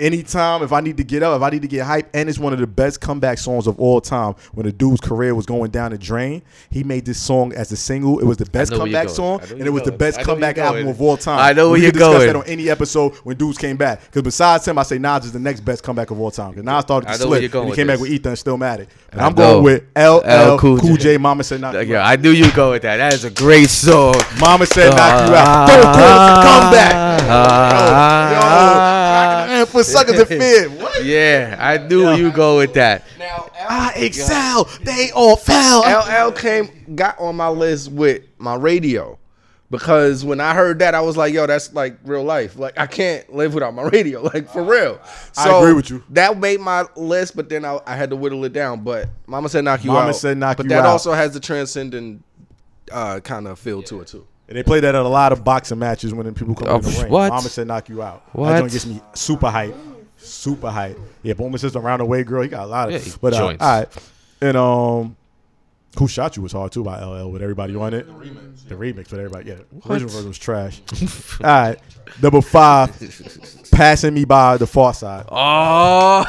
Speaker 1: Anytime if I need to get up, if I need to get hyped, and it's one of the best comeback songs of all time. When the dude's career was going down the drain, he made this song as a single. It was the best
Speaker 2: know where you're
Speaker 1: comeback
Speaker 2: going.
Speaker 1: song,
Speaker 2: I
Speaker 1: and
Speaker 2: know where
Speaker 1: it was
Speaker 2: you're
Speaker 1: the
Speaker 2: going.
Speaker 1: best
Speaker 2: I know where
Speaker 1: comeback
Speaker 2: you're
Speaker 1: album
Speaker 2: going.
Speaker 1: of all time.
Speaker 2: I know where
Speaker 1: we
Speaker 2: you're
Speaker 1: could discuss
Speaker 2: going.
Speaker 1: That on any episode when dudes came back. Because besides him, I say Nas is the next best comeback of all time. Because Nas started
Speaker 2: I
Speaker 1: to
Speaker 2: know where
Speaker 1: slip,
Speaker 2: you're going
Speaker 1: and he
Speaker 2: with
Speaker 1: came back
Speaker 2: this.
Speaker 1: with Ethan still mad And
Speaker 2: I
Speaker 1: I'm going
Speaker 2: know.
Speaker 1: with LL
Speaker 2: LL
Speaker 1: Cool
Speaker 2: Cool
Speaker 1: J.
Speaker 2: J.
Speaker 1: Mama said knock you
Speaker 2: Yeah,
Speaker 1: out.
Speaker 2: I knew you go with that. That is a great song.
Speaker 1: Mama said knock you
Speaker 2: Ah.
Speaker 1: out. Don't quit, come back.
Speaker 2: Ah.
Speaker 1: Yo, yo, and for suckers in fear.
Speaker 2: *laughs*
Speaker 1: What?
Speaker 2: Yeah, I knew you go with that.
Speaker 3: Now,
Speaker 1: I excel. They all fell.
Speaker 3: LL came got on my list with my radio because when I heard that I was like, yo, that's like real life. Like I can't live without my radio. *laughs* Like for real.
Speaker 1: I agree with you.
Speaker 3: That made my list, but then I, I had to whittle it down. But Mama said knock you out.
Speaker 1: Mama Said Knock
Speaker 3: but
Speaker 1: You
Speaker 3: that
Speaker 1: Out.
Speaker 3: also has the transcendent uh, kind of feel to it too.
Speaker 1: And they play that at a lot of boxing matches when people come
Speaker 2: Oh,
Speaker 1: in the ring.
Speaker 2: what?
Speaker 1: Mama said knock you out.
Speaker 2: What?
Speaker 1: That joint gets me super hype. Super hype. Yeah, Boomer says around the way, girl. He got a lot of
Speaker 2: Yeah, he
Speaker 1: but, uh,
Speaker 2: joints.
Speaker 1: all right. And um Who Shot You was hard too by LL with everybody on it. The remix. The remix with everybody. Yeah. The original version was trash. *laughs* all right. Number
Speaker 2: *laughs*
Speaker 1: five, passing me by the far side.
Speaker 2: Oh,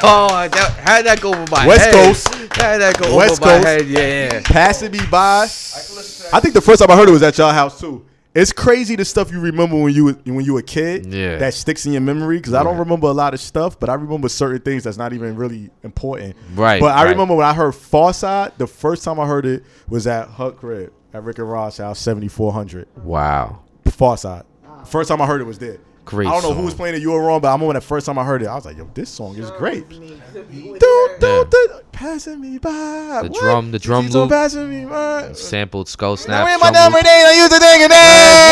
Speaker 2: *laughs* that, how'd that go over my
Speaker 1: West
Speaker 2: head?
Speaker 1: Coast.
Speaker 2: How'd that go
Speaker 1: West
Speaker 2: over my
Speaker 1: Coast.
Speaker 2: head? Yeah.
Speaker 1: Passing me by. I think the first time I heard it was at y'all house too. It's crazy the stuff you remember when you was- when you were a kid
Speaker 2: Yeah.
Speaker 1: that sticks in your memory because I don't remember a lot of stuff, but I remember certain things that's not even really important.
Speaker 2: Right,
Speaker 1: But I
Speaker 2: right.
Speaker 1: remember when I heard Far Side, the first time I heard it was at Huck Rib at Rick and Ross house, seventy four hundred.
Speaker 2: Wow.
Speaker 1: Far Side. First time I heard it was there.
Speaker 2: Great
Speaker 1: I don't know who
Speaker 2: song.
Speaker 1: was playing it. You were wrong, but I remember when the first time I heard it, I was like, "Yo, this song is great." Dun,
Speaker 4: Don't.
Speaker 1: dun,
Speaker 2: Yeah.
Speaker 1: dun, passing me by.
Speaker 2: The drum- the drum
Speaker 1: Keeps on
Speaker 2: loop.
Speaker 1: Passing me by.
Speaker 2: Sampled skull
Speaker 1: Now where
Speaker 2: snap.
Speaker 1: my number
Speaker 2: drum
Speaker 1: name? I use the thing and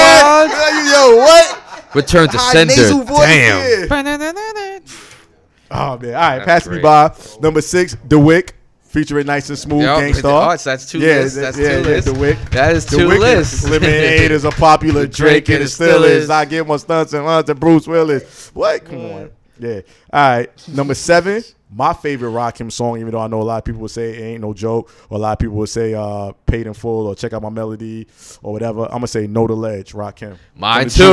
Speaker 1: then. Yo, what?
Speaker 2: loop, Return to
Speaker 1: High
Speaker 2: sender.
Speaker 1: nasal voice,
Speaker 2: Damn.
Speaker 1: Oh man! All right,
Speaker 2: That's
Speaker 1: pass me
Speaker 2: great.
Speaker 1: by number six, The Wick, featuring Nice and Smooth,
Speaker 2: Yup,
Speaker 1: Gangstar.
Speaker 2: oh, it's- that's two lists, that's two lists.
Speaker 1: The Wick.
Speaker 2: That is
Speaker 1: The
Speaker 2: two
Speaker 1: Wick
Speaker 2: lists. *laughs*
Speaker 1: Is, lemonade is a popular drink, and it still is. I give my stunts and runs to Bruce Willis. What? Come on. Yeah. All right. Number seven, my favorite Rock Him song, even though I know a lot of people would say it ain't no joke, or a lot of people would say uh, paid in full, or check out my melody, or whatever. I'm gonna say No to Ledge, Rock Him. From the
Speaker 2: Mine
Speaker 1: Juice
Speaker 2: too.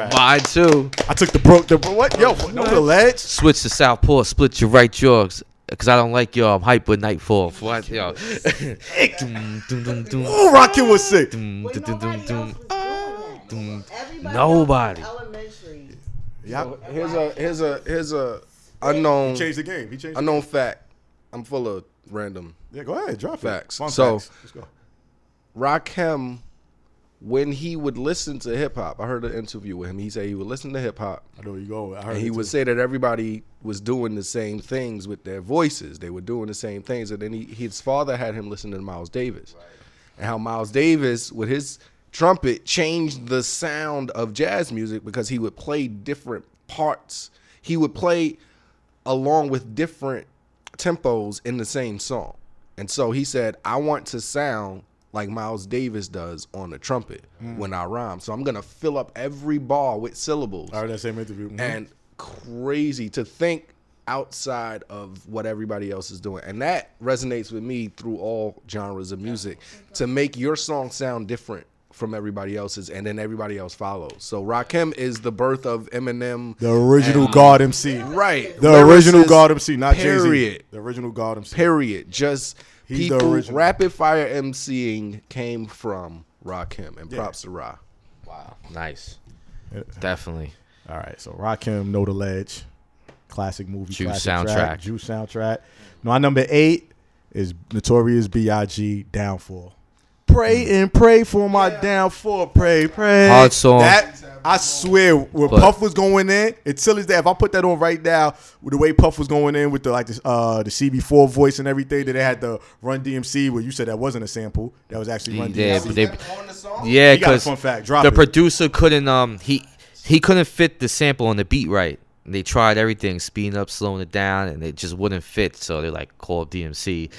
Speaker 1: soundtrack.
Speaker 2: Mine too.
Speaker 1: I took the broke the bro- what? Yo, no the ledge.
Speaker 2: Switch to Southpaw. Split your right jaws. Cause I don't like y'all. I'm hype with nightfall.
Speaker 1: *laughs*
Speaker 2: What y'all? Doom, doom, doom, doom,
Speaker 1: Ooh, Rockin' was sick.
Speaker 2: doom, doom, doom, doom, doom. doom.
Speaker 4: Everybody
Speaker 2: Nobody.
Speaker 4: else was Elementary.
Speaker 1: Yeah,
Speaker 3: Here's a here's a here's a unknown
Speaker 1: changed the game. He changed. The game.
Speaker 3: unknown fact. I'm full of random
Speaker 1: Yeah, go ahead, drop
Speaker 3: Facts.
Speaker 1: It. Fun
Speaker 3: So-
Speaker 1: facts. let's go.
Speaker 3: Rakim, when he would listen to hip hop, I heard an interview with him. He said he would listen to hip hop,
Speaker 1: I know where you go. I heard
Speaker 3: and he
Speaker 1: it
Speaker 3: would
Speaker 1: too.
Speaker 3: say that everybody was doing the same things with their voices. They were doing the same things, and then he, his father had him listen to Miles Davis, and how Miles Davis with his trumpet changed the sound of jazz music because he would play different parts. He would play along with different tempos in the same song. And so he said, I want to sound like Miles Davis does on the trumpet
Speaker 1: Mm.
Speaker 3: when I rhyme. So I'm going to fill up every bar with syllables.
Speaker 1: I heard that same interview. Mhm.
Speaker 3: And crazy to think outside of what everybody else is doing. And that resonates with me through all genres of music to make your song sound different from everybody else's and then everybody else follows. So Rakim is the birth of Eminem.
Speaker 1: the original
Speaker 3: and-
Speaker 1: God MC.
Speaker 3: Right.
Speaker 1: The original
Speaker 3: Lyricist,
Speaker 1: God MC, not Jay Z.
Speaker 3: Period.
Speaker 1: The original God MC.
Speaker 3: Period. Just
Speaker 1: He's the
Speaker 3: people
Speaker 1: original.
Speaker 3: rapid fire MCing came from Rakim and props to Ra.
Speaker 2: Wow. Nice.
Speaker 1: Yeah.
Speaker 2: Definitely.
Speaker 1: All right, so Rakim, Know the Ledge, classic movie,
Speaker 2: Juice
Speaker 1: classic
Speaker 2: soundtrack.
Speaker 1: track, Juice soundtrack. My number eight is Notorious B.I.G. Downfall. Pray and pray for my downfall. Pray, pray.
Speaker 2: Mm. Hard song.
Speaker 1: That I swear, when
Speaker 2: But-
Speaker 1: Puff was going in, until his day. If I put that on right now, with the way Puff was going in with the like the uh the CB4 voice and everything, that they had the Run DMC, where you said that wasn't a sample, that was actually Run
Speaker 2: Yeah,
Speaker 1: DMC.
Speaker 2: but they,
Speaker 7: On the song?
Speaker 2: yeah,
Speaker 1: You got a
Speaker 2: because
Speaker 1: fun fact. Drop
Speaker 2: the
Speaker 1: it.
Speaker 2: producer couldn't um he he couldn't fit the sample on the beat right. And they tried everything, speeding up, slowing it down, and it just wouldn't fit. So they like called DMC.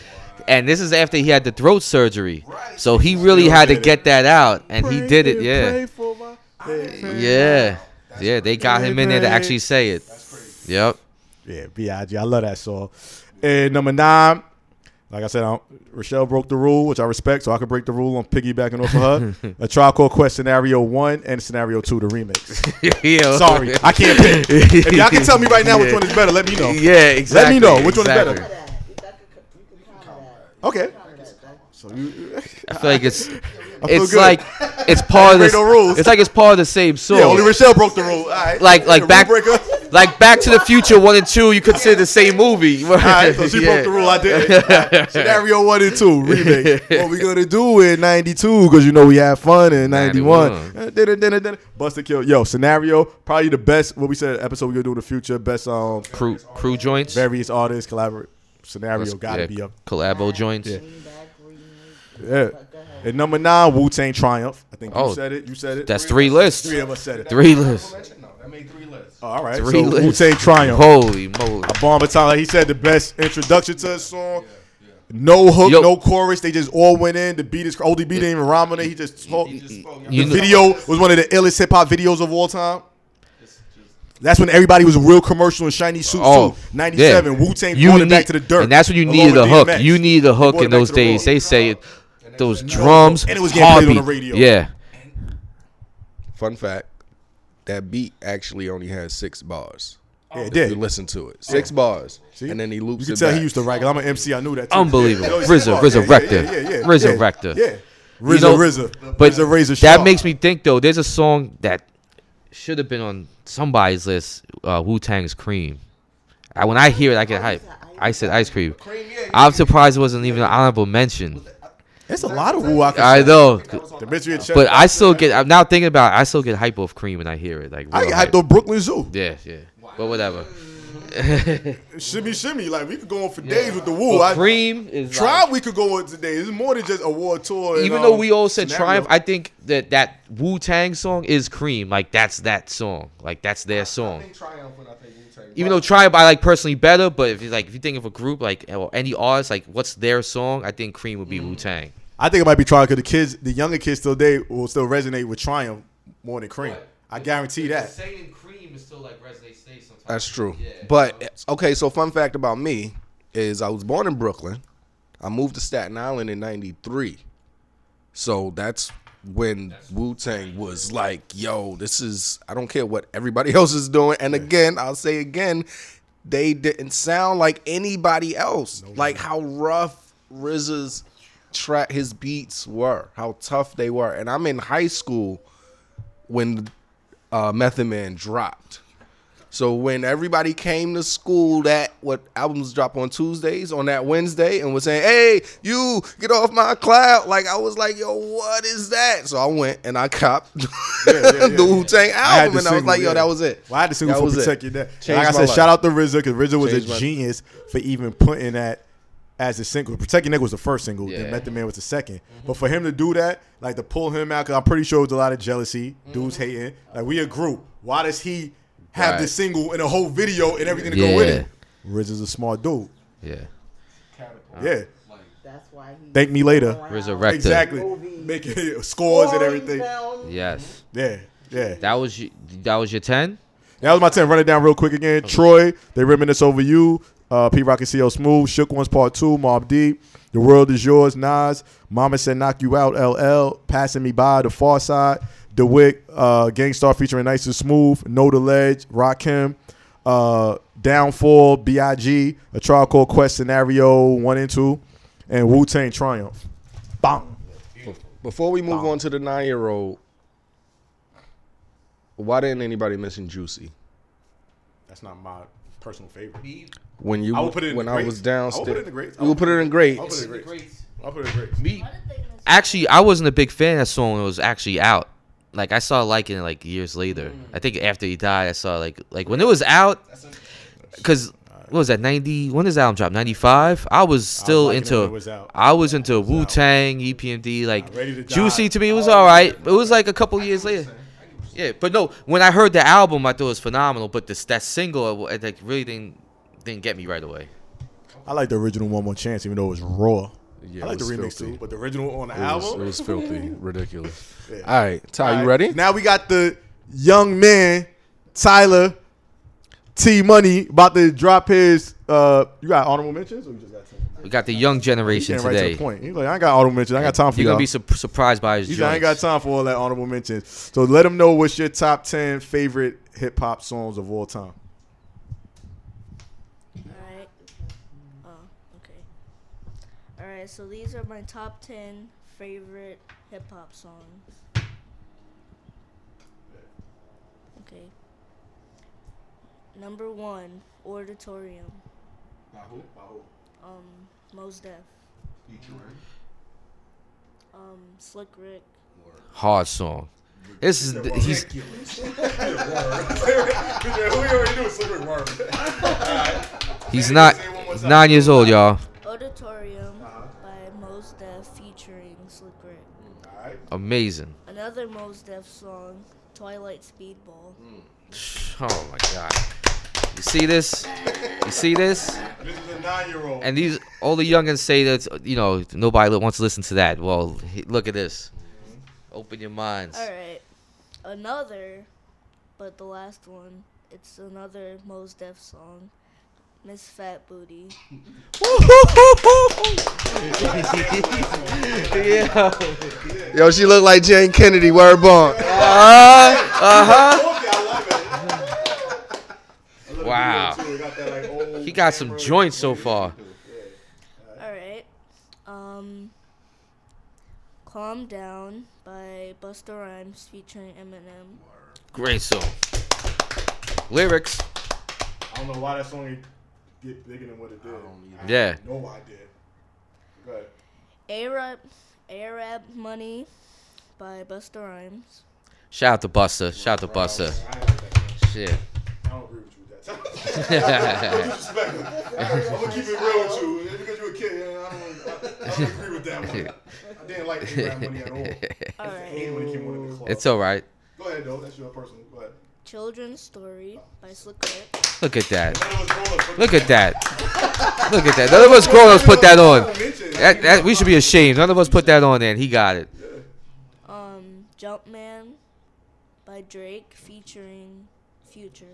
Speaker 2: And this is after he had the throat surgery, so he really had to
Speaker 1: did it.
Speaker 2: get that out, and he
Speaker 1: Pray
Speaker 2: did it.
Speaker 1: and
Speaker 2: Yeah,
Speaker 1: pray for my-
Speaker 2: yeah, yeah. They got him in there to actually say it. *laughs* Yep.
Speaker 1: Yeah, B.I.G. I love that song. And number nine, like I said, I don't- Rochelle broke the rule, which I respect, so I could break the rule on piggybacking off of
Speaker 2: *laughs*
Speaker 1: her. A Trial Called Quest Scenario 1 and Scenario 2, the remix.
Speaker 2: Yo.
Speaker 1: Sorry, I
Speaker 2: *laughs*
Speaker 1: can't pick. If y'all can tell me right now which one is better, let me know.
Speaker 2: Yeah,
Speaker 1: Let
Speaker 2: exactly.
Speaker 1: me know which one is
Speaker 2: exactly.
Speaker 1: better.
Speaker 4: That, that could, you could count
Speaker 1: Okay.
Speaker 4: that. That-
Speaker 1: So you,
Speaker 2: I feel
Speaker 1: *laughs*
Speaker 2: like it's
Speaker 1: feel
Speaker 2: it's
Speaker 1: good.
Speaker 2: like it's part of
Speaker 1: Break
Speaker 2: the
Speaker 1: no rules.
Speaker 2: It's like it's part of the same song.
Speaker 1: yeah, only Rochelle broke the rule. All right.
Speaker 2: Like- like
Speaker 1: The rule
Speaker 2: back-
Speaker 1: breaker.
Speaker 2: like Back to the Future one and two, you consider the same movie. *laughs*
Speaker 1: All right, so she broke the rule. I did it. All right, Scenario one and two remake. what we gonna do in '92? Because you know we had fun in '91.
Speaker 2: 91.
Speaker 1: Uh, dinner, dinner, dinner. Bust a kill. Yo, scenario probably the best. What we said episode we gonna do in the future. Best um
Speaker 2: Crew crew joints.
Speaker 1: various artists collaborate. Scenario
Speaker 2: Let's-
Speaker 1: gotta
Speaker 2: yeah,
Speaker 1: be up.
Speaker 2: Collabo joints.
Speaker 4: Back remake.
Speaker 1: Yeah. And number nine, Wu Tang Triumph. I think
Speaker 2: Oh,
Speaker 1: you said it. You said it.
Speaker 2: That's three lists.
Speaker 1: three of us said it.
Speaker 2: Three lists.
Speaker 7: No, that made three lists.
Speaker 1: Oh, all right.
Speaker 2: Three
Speaker 1: so Wu
Speaker 2: lists.
Speaker 1: Tang Triumph.
Speaker 2: Holy moly!
Speaker 1: Bomber Time, like he said, the best introduction to the song. No hook,
Speaker 2: Yo.
Speaker 1: no chorus. They just all went in. The beat is ODB didn't even rhyme on it. He just spoke.
Speaker 2: You
Speaker 1: the
Speaker 2: know-
Speaker 1: video was one of the illest hip hop videos of all time. That's when everybody was real commercial and shiny suits.
Speaker 2: Oh,
Speaker 1: too. 97, Wu Tang
Speaker 2: You
Speaker 1: brought it
Speaker 2: need-
Speaker 1: back to the dirt.
Speaker 2: and that's when you
Speaker 1: along
Speaker 2: needed
Speaker 1: with
Speaker 2: a hook.
Speaker 1: DMX.
Speaker 2: You needed a hook
Speaker 1: brought it
Speaker 2: in
Speaker 1: back
Speaker 2: those
Speaker 1: to the
Speaker 2: days.
Speaker 1: raw.
Speaker 2: They say it, those drums,
Speaker 1: And it was getting played on the
Speaker 2: heartbeat.
Speaker 1: radio.
Speaker 2: Yeah,
Speaker 3: Fun fact that beat actually only has six bars.
Speaker 1: yeah, it
Speaker 3: You
Speaker 1: did.
Speaker 3: listen to it. Six bars.
Speaker 1: See?
Speaker 3: And then he
Speaker 1: You
Speaker 3: loops
Speaker 1: can
Speaker 3: it
Speaker 1: tell
Speaker 3: back.
Speaker 1: he used to write. 'cause I'm an MC. I knew that. Too.
Speaker 2: unbelievable.
Speaker 1: Yeah,
Speaker 2: RZA,
Speaker 1: yeah,
Speaker 2: RZA
Speaker 1: yeah,
Speaker 2: Rector,
Speaker 1: yeah, yeah, yeah.
Speaker 2: RZA
Speaker 1: Yeah.
Speaker 2: Rector.
Speaker 1: Yeah.
Speaker 2: You know,
Speaker 1: RZA, RZA.
Speaker 2: But
Speaker 1: RZA, RZA,
Speaker 2: that
Speaker 1: Sharp.
Speaker 2: makes me think though. There's a song that should have been on somebody's list. Uh, Wu Tang's Cream. I, when I hear it, I get hype. I said ice cream. I'm surprised it wasn't even an honorable mention.
Speaker 1: It's a lot of Wu I can
Speaker 2: I know,
Speaker 1: The mystery of Chess.
Speaker 2: but I still get. I'm now thinking about. It, I still get hype off cream when I hear it. Like
Speaker 1: I
Speaker 2: real
Speaker 1: get
Speaker 2: hype.
Speaker 1: hyped on Brooklyn Zoo.
Speaker 2: Yeah, yeah. But whatever.
Speaker 1: Shimmy, shimmy. Like, we could go on for days with the Woo.
Speaker 2: But
Speaker 1: I
Speaker 2: cream is
Speaker 1: tried
Speaker 2: like-
Speaker 1: we could go on today. It's more than just a war tour. and,
Speaker 2: even though
Speaker 1: um,
Speaker 2: we all said
Speaker 1: scenario.
Speaker 2: triumph, I think that that Wu Tang song is cream. Like that's that song. Like that's their
Speaker 7: I
Speaker 2: song.
Speaker 7: think Triumph when I think Wu-Tang.
Speaker 2: Even though Triumph I like personally better, but if you like if you think of a group like or any artist, like what's their song? I think Cream would be
Speaker 7: Mm.
Speaker 2: Wu Tang.
Speaker 1: I think it might be Triumph because the kids, the younger kids still day will still resonate with Triumph more than Cream. I guarantee that.
Speaker 2: Saying Cream is still like resonates sometimes.
Speaker 3: That's true. But okay, so fun fact about me is I was born in Brooklyn. I moved to Staten Island in '93, so that's when Wu Tang was like, "Yo, this is I don't care what everybody *laughs* else is doing." And again, I'll say again, they didn't sound like anybody else. like how rough RZA's track, his beats were, how tough they were. And I'm in high school when uh, Method Man dropped. So when everybody came to school, that what albums drop on Tuesdays on that Wednesday, and was saying, "Hey, you get off my cloud!" Like I was like, "Yo, what is that?" So I went and I copped *laughs*
Speaker 1: yeah,
Speaker 3: the Wu Tang
Speaker 1: I had
Speaker 3: album,
Speaker 1: the
Speaker 3: and I was
Speaker 1: single,
Speaker 3: like, "Yo,
Speaker 1: yeah.
Speaker 3: that was it."
Speaker 1: Well, I had to single
Speaker 3: That
Speaker 1: for
Speaker 3: was it.
Speaker 1: Protect Your Neck. And
Speaker 3: Changed
Speaker 1: Like I
Speaker 3: my
Speaker 1: said,
Speaker 3: life.
Speaker 1: shout out to RZA because RZA was
Speaker 3: Changed my-
Speaker 1: a genius for even putting that as his single. Protect Your Nigga was the first single,
Speaker 2: Yeah.
Speaker 1: then Met the Man was the 2nd
Speaker 3: Mm-hmm.
Speaker 1: But for him to do that, like to pull him out, because I'm pretty sure it was a lot of jealousy.
Speaker 3: Mm-hmm.
Speaker 1: Dudes hating. Like we a group. Why does he have
Speaker 2: Right.
Speaker 1: this single and a whole video and everything to go with it? Riz is a smart dude.
Speaker 2: Yeah. Uh-huh.
Speaker 1: yeah.
Speaker 4: That's why he.
Speaker 1: Thank me later.
Speaker 4: around.
Speaker 2: Resurrected.
Speaker 1: Exactly.
Speaker 4: Movies.
Speaker 1: Making *laughs* scores and
Speaker 4: Foreign
Speaker 1: everything.
Speaker 4: films.
Speaker 2: Yes.
Speaker 1: Yeah. Yeah.
Speaker 2: That was you, that was your ten.
Speaker 1: That was my 10. Run it down real quick again. Troy, they reminisce over you. Uh, P Rock and CL Smooth, Shook Ones Part 2, Mob Deep, The World Is Yours, Nas, Mama Said Knock You Out, LL, Passing Me By, The Far Side, The Wick, uh, Gangstar featuring Nice and Smooth, Know the Ledge, Rakim, uh, Downfall, B.I.G., A Trial Called Quest Scenario 1 and 2, and Wu Tang Triumph. Bang.
Speaker 3: Before we move on to the nine year old, why didn't anybody mention Juicy?
Speaker 1: That's not my personal favorite.
Speaker 3: When you
Speaker 1: I would put it in
Speaker 3: when
Speaker 1: the
Speaker 3: I
Speaker 1: greats.
Speaker 3: was
Speaker 1: I would
Speaker 3: downstairs,
Speaker 1: put it in the greats. I
Speaker 3: You
Speaker 1: would
Speaker 3: would put it in greats.
Speaker 1: in greats. I'll put it in greats.
Speaker 2: Me. Actually, I wasn't a big fan of song when it was actually out. Like I saw liking it like years later. I think after he died, I saw like like when it was out. Cause what was that ninety? When does the album drop? Ninety five. I was still
Speaker 1: liking it
Speaker 2: into.
Speaker 1: when it was out.
Speaker 2: I was into E Wu Tang, EPMD, like
Speaker 1: Ready to Die. Oh,
Speaker 2: Juicy to me was all right. It was like a couple years later. Yeah, but no, when I heard the album, I thought it was phenomenal. But this that single, it, like really didn't didn't get me right away.
Speaker 1: I like the original One More Chance, even though it was raw.
Speaker 3: Yeah,
Speaker 1: I like
Speaker 3: it
Speaker 1: the
Speaker 3: was
Speaker 1: remix
Speaker 3: filthy.
Speaker 1: too, but the original on the
Speaker 3: It was,
Speaker 1: album.
Speaker 3: it
Speaker 1: *laughs*
Speaker 3: was filthy, ridiculous. All right, Ty,
Speaker 1: All right,
Speaker 3: you ready?
Speaker 1: Now we got the young man, Tyler T Money, about to drop his. Uh, you got honorable mentions, or you just got ten?
Speaker 2: We got the young
Speaker 1: He's
Speaker 2: generation
Speaker 1: getting right to
Speaker 2: today.
Speaker 1: the point. He's like, I ain't got honorable mentions. I ain't got time for
Speaker 2: You're
Speaker 1: y'all.
Speaker 2: gonna be su- surprised by his.
Speaker 1: He's like, I ain't got
Speaker 2: joints.
Speaker 1: time for all that honorable mentions. So let him know what's your top ten favorite hip hop songs of all time.
Speaker 5: Alright. Oh, okay. Alright, so these are my top 10 favorite hip hop songs. Okay. Number one, Auditorium. Um, Mos Def.
Speaker 2: Mm-hmm.
Speaker 5: Um, Slick Rick.
Speaker 2: Hard song. This is he's
Speaker 1: *laughs*
Speaker 2: *laughs* he's not he's nine years old, y'all.
Speaker 5: Auditorium by Mos Def featuring Slick Rick.
Speaker 2: Amazing.
Speaker 5: Another Mos Def song, Twilight Speedball.
Speaker 2: Oh my god. You see this? You see this?
Speaker 1: This is a nine-year-old.
Speaker 2: And these all the youngins say that you know nobody li- wants to listen to that. Well, he, look at this. Open your minds. *laughs*
Speaker 5: Alright. Another, but the last one, it's another Mos Def song, Miss Fat Booty.
Speaker 2: yeah.
Speaker 3: Yo, she looked like Jane Kennedy. Word bomb.
Speaker 2: Uh, uh-huh. Wow. He got some joints so far.
Speaker 5: Alright. Um, Calm Down by Busta Rhymes featuring Eminem.
Speaker 2: Great song. Lyrics.
Speaker 1: I don't know why that song get bigger than what it did.
Speaker 2: Yeah.
Speaker 1: No idea. Go ahead.
Speaker 5: Arab, Arab Money by Busta Rhymes.
Speaker 2: Shout out to Buster. Shout out to Buster. Shit. *laughs*
Speaker 1: I don't agree with you with that. I'm gonna keep it real with you It's because you're a kid. and I don't, I,
Speaker 2: *laughs*
Speaker 1: I don't agree with that one. I didn't like the rap money at all.
Speaker 5: Alright.
Speaker 1: Even when it came on in the club.
Speaker 2: It's all right.
Speaker 1: Go ahead though. That's your personal. Go ahead.
Speaker 5: Children's Story by Slick Rick.
Speaker 2: Look at that.
Speaker 1: None of us grown ups-
Speaker 2: Look at that. Look at that. None of us grown ups put that on. That, that we should be ashamed. None of us put that on there and he got it.
Speaker 5: Um, Jumpman by Drake featuring Future.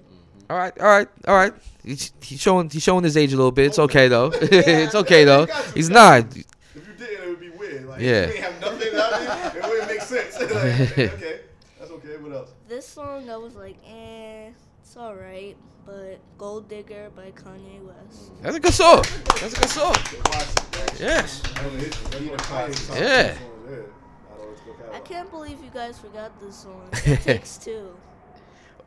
Speaker 2: All right, all right, all right. He's, he's showing he's showing his age a little bit. It's okay though. *laughs* it's okay though. He's *laughs* nine.
Speaker 1: If you didn't, it would be weird. Like,
Speaker 2: Yeah.
Speaker 1: yeah. You ain't have nothing. I mean, it wouldn't make sense.
Speaker 3: *laughs*
Speaker 1: like, okay. That's okay. What else?
Speaker 5: This song I was like, eh, it's alright, but Gold Digger by Kanye West.
Speaker 2: That's a good song. That's a good song. Yes. Yeah.
Speaker 5: I can't believe you guys forgot this song. It takes two.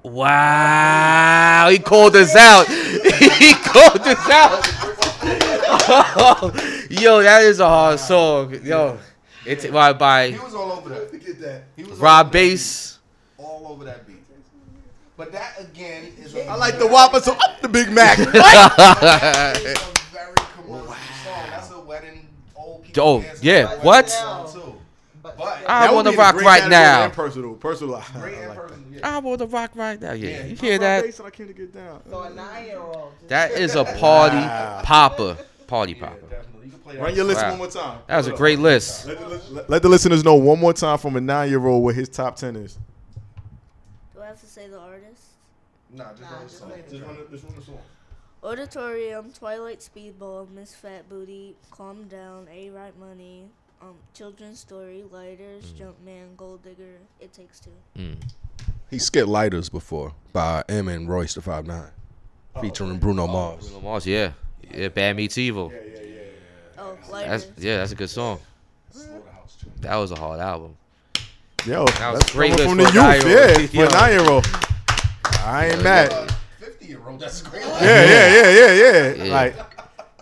Speaker 2: Wow, he called us out. *laughs* he called us out. *laughs* yo, that is a hard song. Yo, it's by, by
Speaker 7: He was all over that. Get that. He was all over
Speaker 2: Rob
Speaker 7: that
Speaker 2: Bass.
Speaker 7: beat, all over that beat. But that again is a
Speaker 1: I
Speaker 3: *laughs*
Speaker 1: like the Whopper, so I'm the Big Mac.
Speaker 7: It's a very commercial song. That's
Speaker 2: Oh yeah, what?
Speaker 4: But
Speaker 7: But-
Speaker 2: I
Speaker 1: That would
Speaker 2: want to
Speaker 1: be the
Speaker 2: rock
Speaker 1: great
Speaker 2: right
Speaker 1: category
Speaker 2: now.
Speaker 1: and Personal, personal. *laughs* I
Speaker 7: Great and
Speaker 1: like that.
Speaker 7: personal, yeah.
Speaker 2: I want to rock right now. Yeah, you
Speaker 7: Yeah.
Speaker 2: hear that?
Speaker 1: I can't get down.
Speaker 4: so a nine-year-old. just-
Speaker 2: That is a party
Speaker 1: Wow.
Speaker 2: popper. Party
Speaker 7: Yeah,
Speaker 2: popper.
Speaker 7: definitely. You can play that.
Speaker 1: Run your list
Speaker 2: Wow.
Speaker 1: one more time.
Speaker 2: That was a
Speaker 1: Hold up.
Speaker 2: great list.
Speaker 1: Let the, let- let the listeners know one more time from a nine-year-old what his top ten is.
Speaker 5: Do I have to say the artist?
Speaker 7: Nah, just
Speaker 4: Nah,
Speaker 7: run the
Speaker 4: just
Speaker 7: song.
Speaker 4: play the
Speaker 7: Just run the- just run the song.
Speaker 5: Auditorium, Twilight Speedball, Miss Fat Booty, Calm Down, A Right Money, um, Children's Story, Lighters, Jumpman, Gold Digger, It Takes Two.
Speaker 3: He skipped Lighters before by M and Royce the Five Nine,
Speaker 7: Oh,
Speaker 3: featuring Bruno Mars.
Speaker 2: Bruno Mars, yeah, yeah, Bad Meets Evil.
Speaker 5: Oh,
Speaker 2: That's
Speaker 5: Lighters.
Speaker 2: yeah, that's a good song.
Speaker 7: Slaughterhouse too.
Speaker 2: That was a hard album.
Speaker 1: Yo,
Speaker 2: was
Speaker 1: that's
Speaker 2: great
Speaker 1: coming from the
Speaker 2: list
Speaker 1: youth.
Speaker 2: for
Speaker 1: Yeah, for a
Speaker 2: a nine-year-old. Yo.
Speaker 1: nine-year-old. I ain't mad.
Speaker 7: Uh, 50 year old, that's great.
Speaker 1: yeah, yeah, yeah, yeah, yeah.
Speaker 2: Yeah.
Speaker 1: Like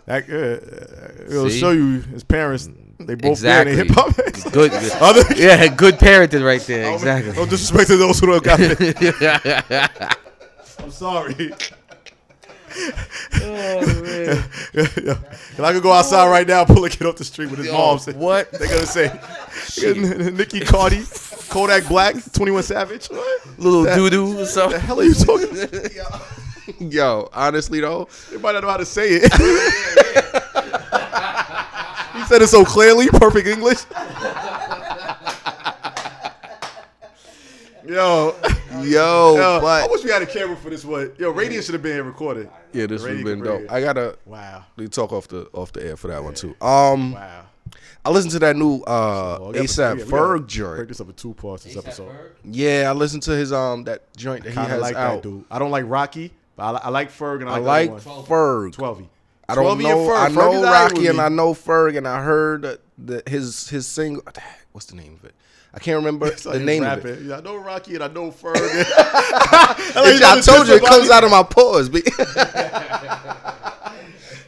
Speaker 1: that, uh, it'll
Speaker 2: See?
Speaker 1: show you his parents. They both
Speaker 2: Exactly.
Speaker 1: in hip hop.
Speaker 2: Good.
Speaker 1: *laughs* Other
Speaker 2: yeah, good parenting right there. Exactly.
Speaker 1: *laughs* No disrespect to those who don't got
Speaker 2: *laughs*
Speaker 1: it.
Speaker 2: yeah,
Speaker 1: I'm sorry. Yeah, yeah. And I could go outside right now, pull a kid off the street with his mom. Say,
Speaker 2: what?
Speaker 1: They're gonna
Speaker 3: *laughs*
Speaker 1: say, Nikki Cardi, Kodak Black, Twenty One Savage. What
Speaker 2: Little doo doo or
Speaker 1: the
Speaker 2: something.
Speaker 1: hell are you
Speaker 3: *laughs*
Speaker 1: talking? They
Speaker 3: Yo, honestly though,
Speaker 1: might not know how to say it. *laughs* he said it so clearly, perfect English. Yo,
Speaker 3: yo,
Speaker 1: *laughs* yo, I
Speaker 3: but
Speaker 1: wish we had a camera for this one. Yo, radio should have been recorded.
Speaker 3: yeah, this
Speaker 1: Radio
Speaker 3: has been
Speaker 1: can
Speaker 3: dope.
Speaker 1: bring it.
Speaker 3: I gotta
Speaker 1: Wow,
Speaker 3: we talk off the off the air for that one too. Um,
Speaker 1: wow.
Speaker 3: I listened to that new uh
Speaker 1: Well, we Oh, got-
Speaker 3: ASAP
Speaker 1: we got- we gotta
Speaker 3: Ferg
Speaker 1: Break
Speaker 3: joint.
Speaker 1: this up in two parts this episode.
Speaker 3: Yeah, I listened to his um that joint that he
Speaker 1: Kind of
Speaker 3: has
Speaker 1: like
Speaker 3: out.
Speaker 1: that dude. I don't like Rocky, but I, li- I like Ferg and I
Speaker 3: I
Speaker 1: like,
Speaker 3: like
Speaker 1: the other one.
Speaker 3: Ferg.
Speaker 1: Twelvey.
Speaker 3: I don't
Speaker 1: Twelvey
Speaker 3: know.
Speaker 1: Ferg.
Speaker 3: I
Speaker 1: Ferg is
Speaker 3: know
Speaker 1: all right with
Speaker 3: Rocky and
Speaker 1: me.
Speaker 3: I know Ferg and I heard that- that his his single. What's the name of it? I can't
Speaker 1: *laughs*
Speaker 3: remember
Speaker 1: That's how
Speaker 3: the
Speaker 1: you
Speaker 3: name
Speaker 1: rap
Speaker 3: of it.
Speaker 1: Yeah, I know Rocky and I
Speaker 3: *laughs*
Speaker 1: know Ferg. I like
Speaker 3: Bitch,
Speaker 1: you
Speaker 3: I
Speaker 1: know
Speaker 3: told you it
Speaker 1: somebody-
Speaker 3: comes out of my pores.
Speaker 1: *laughs*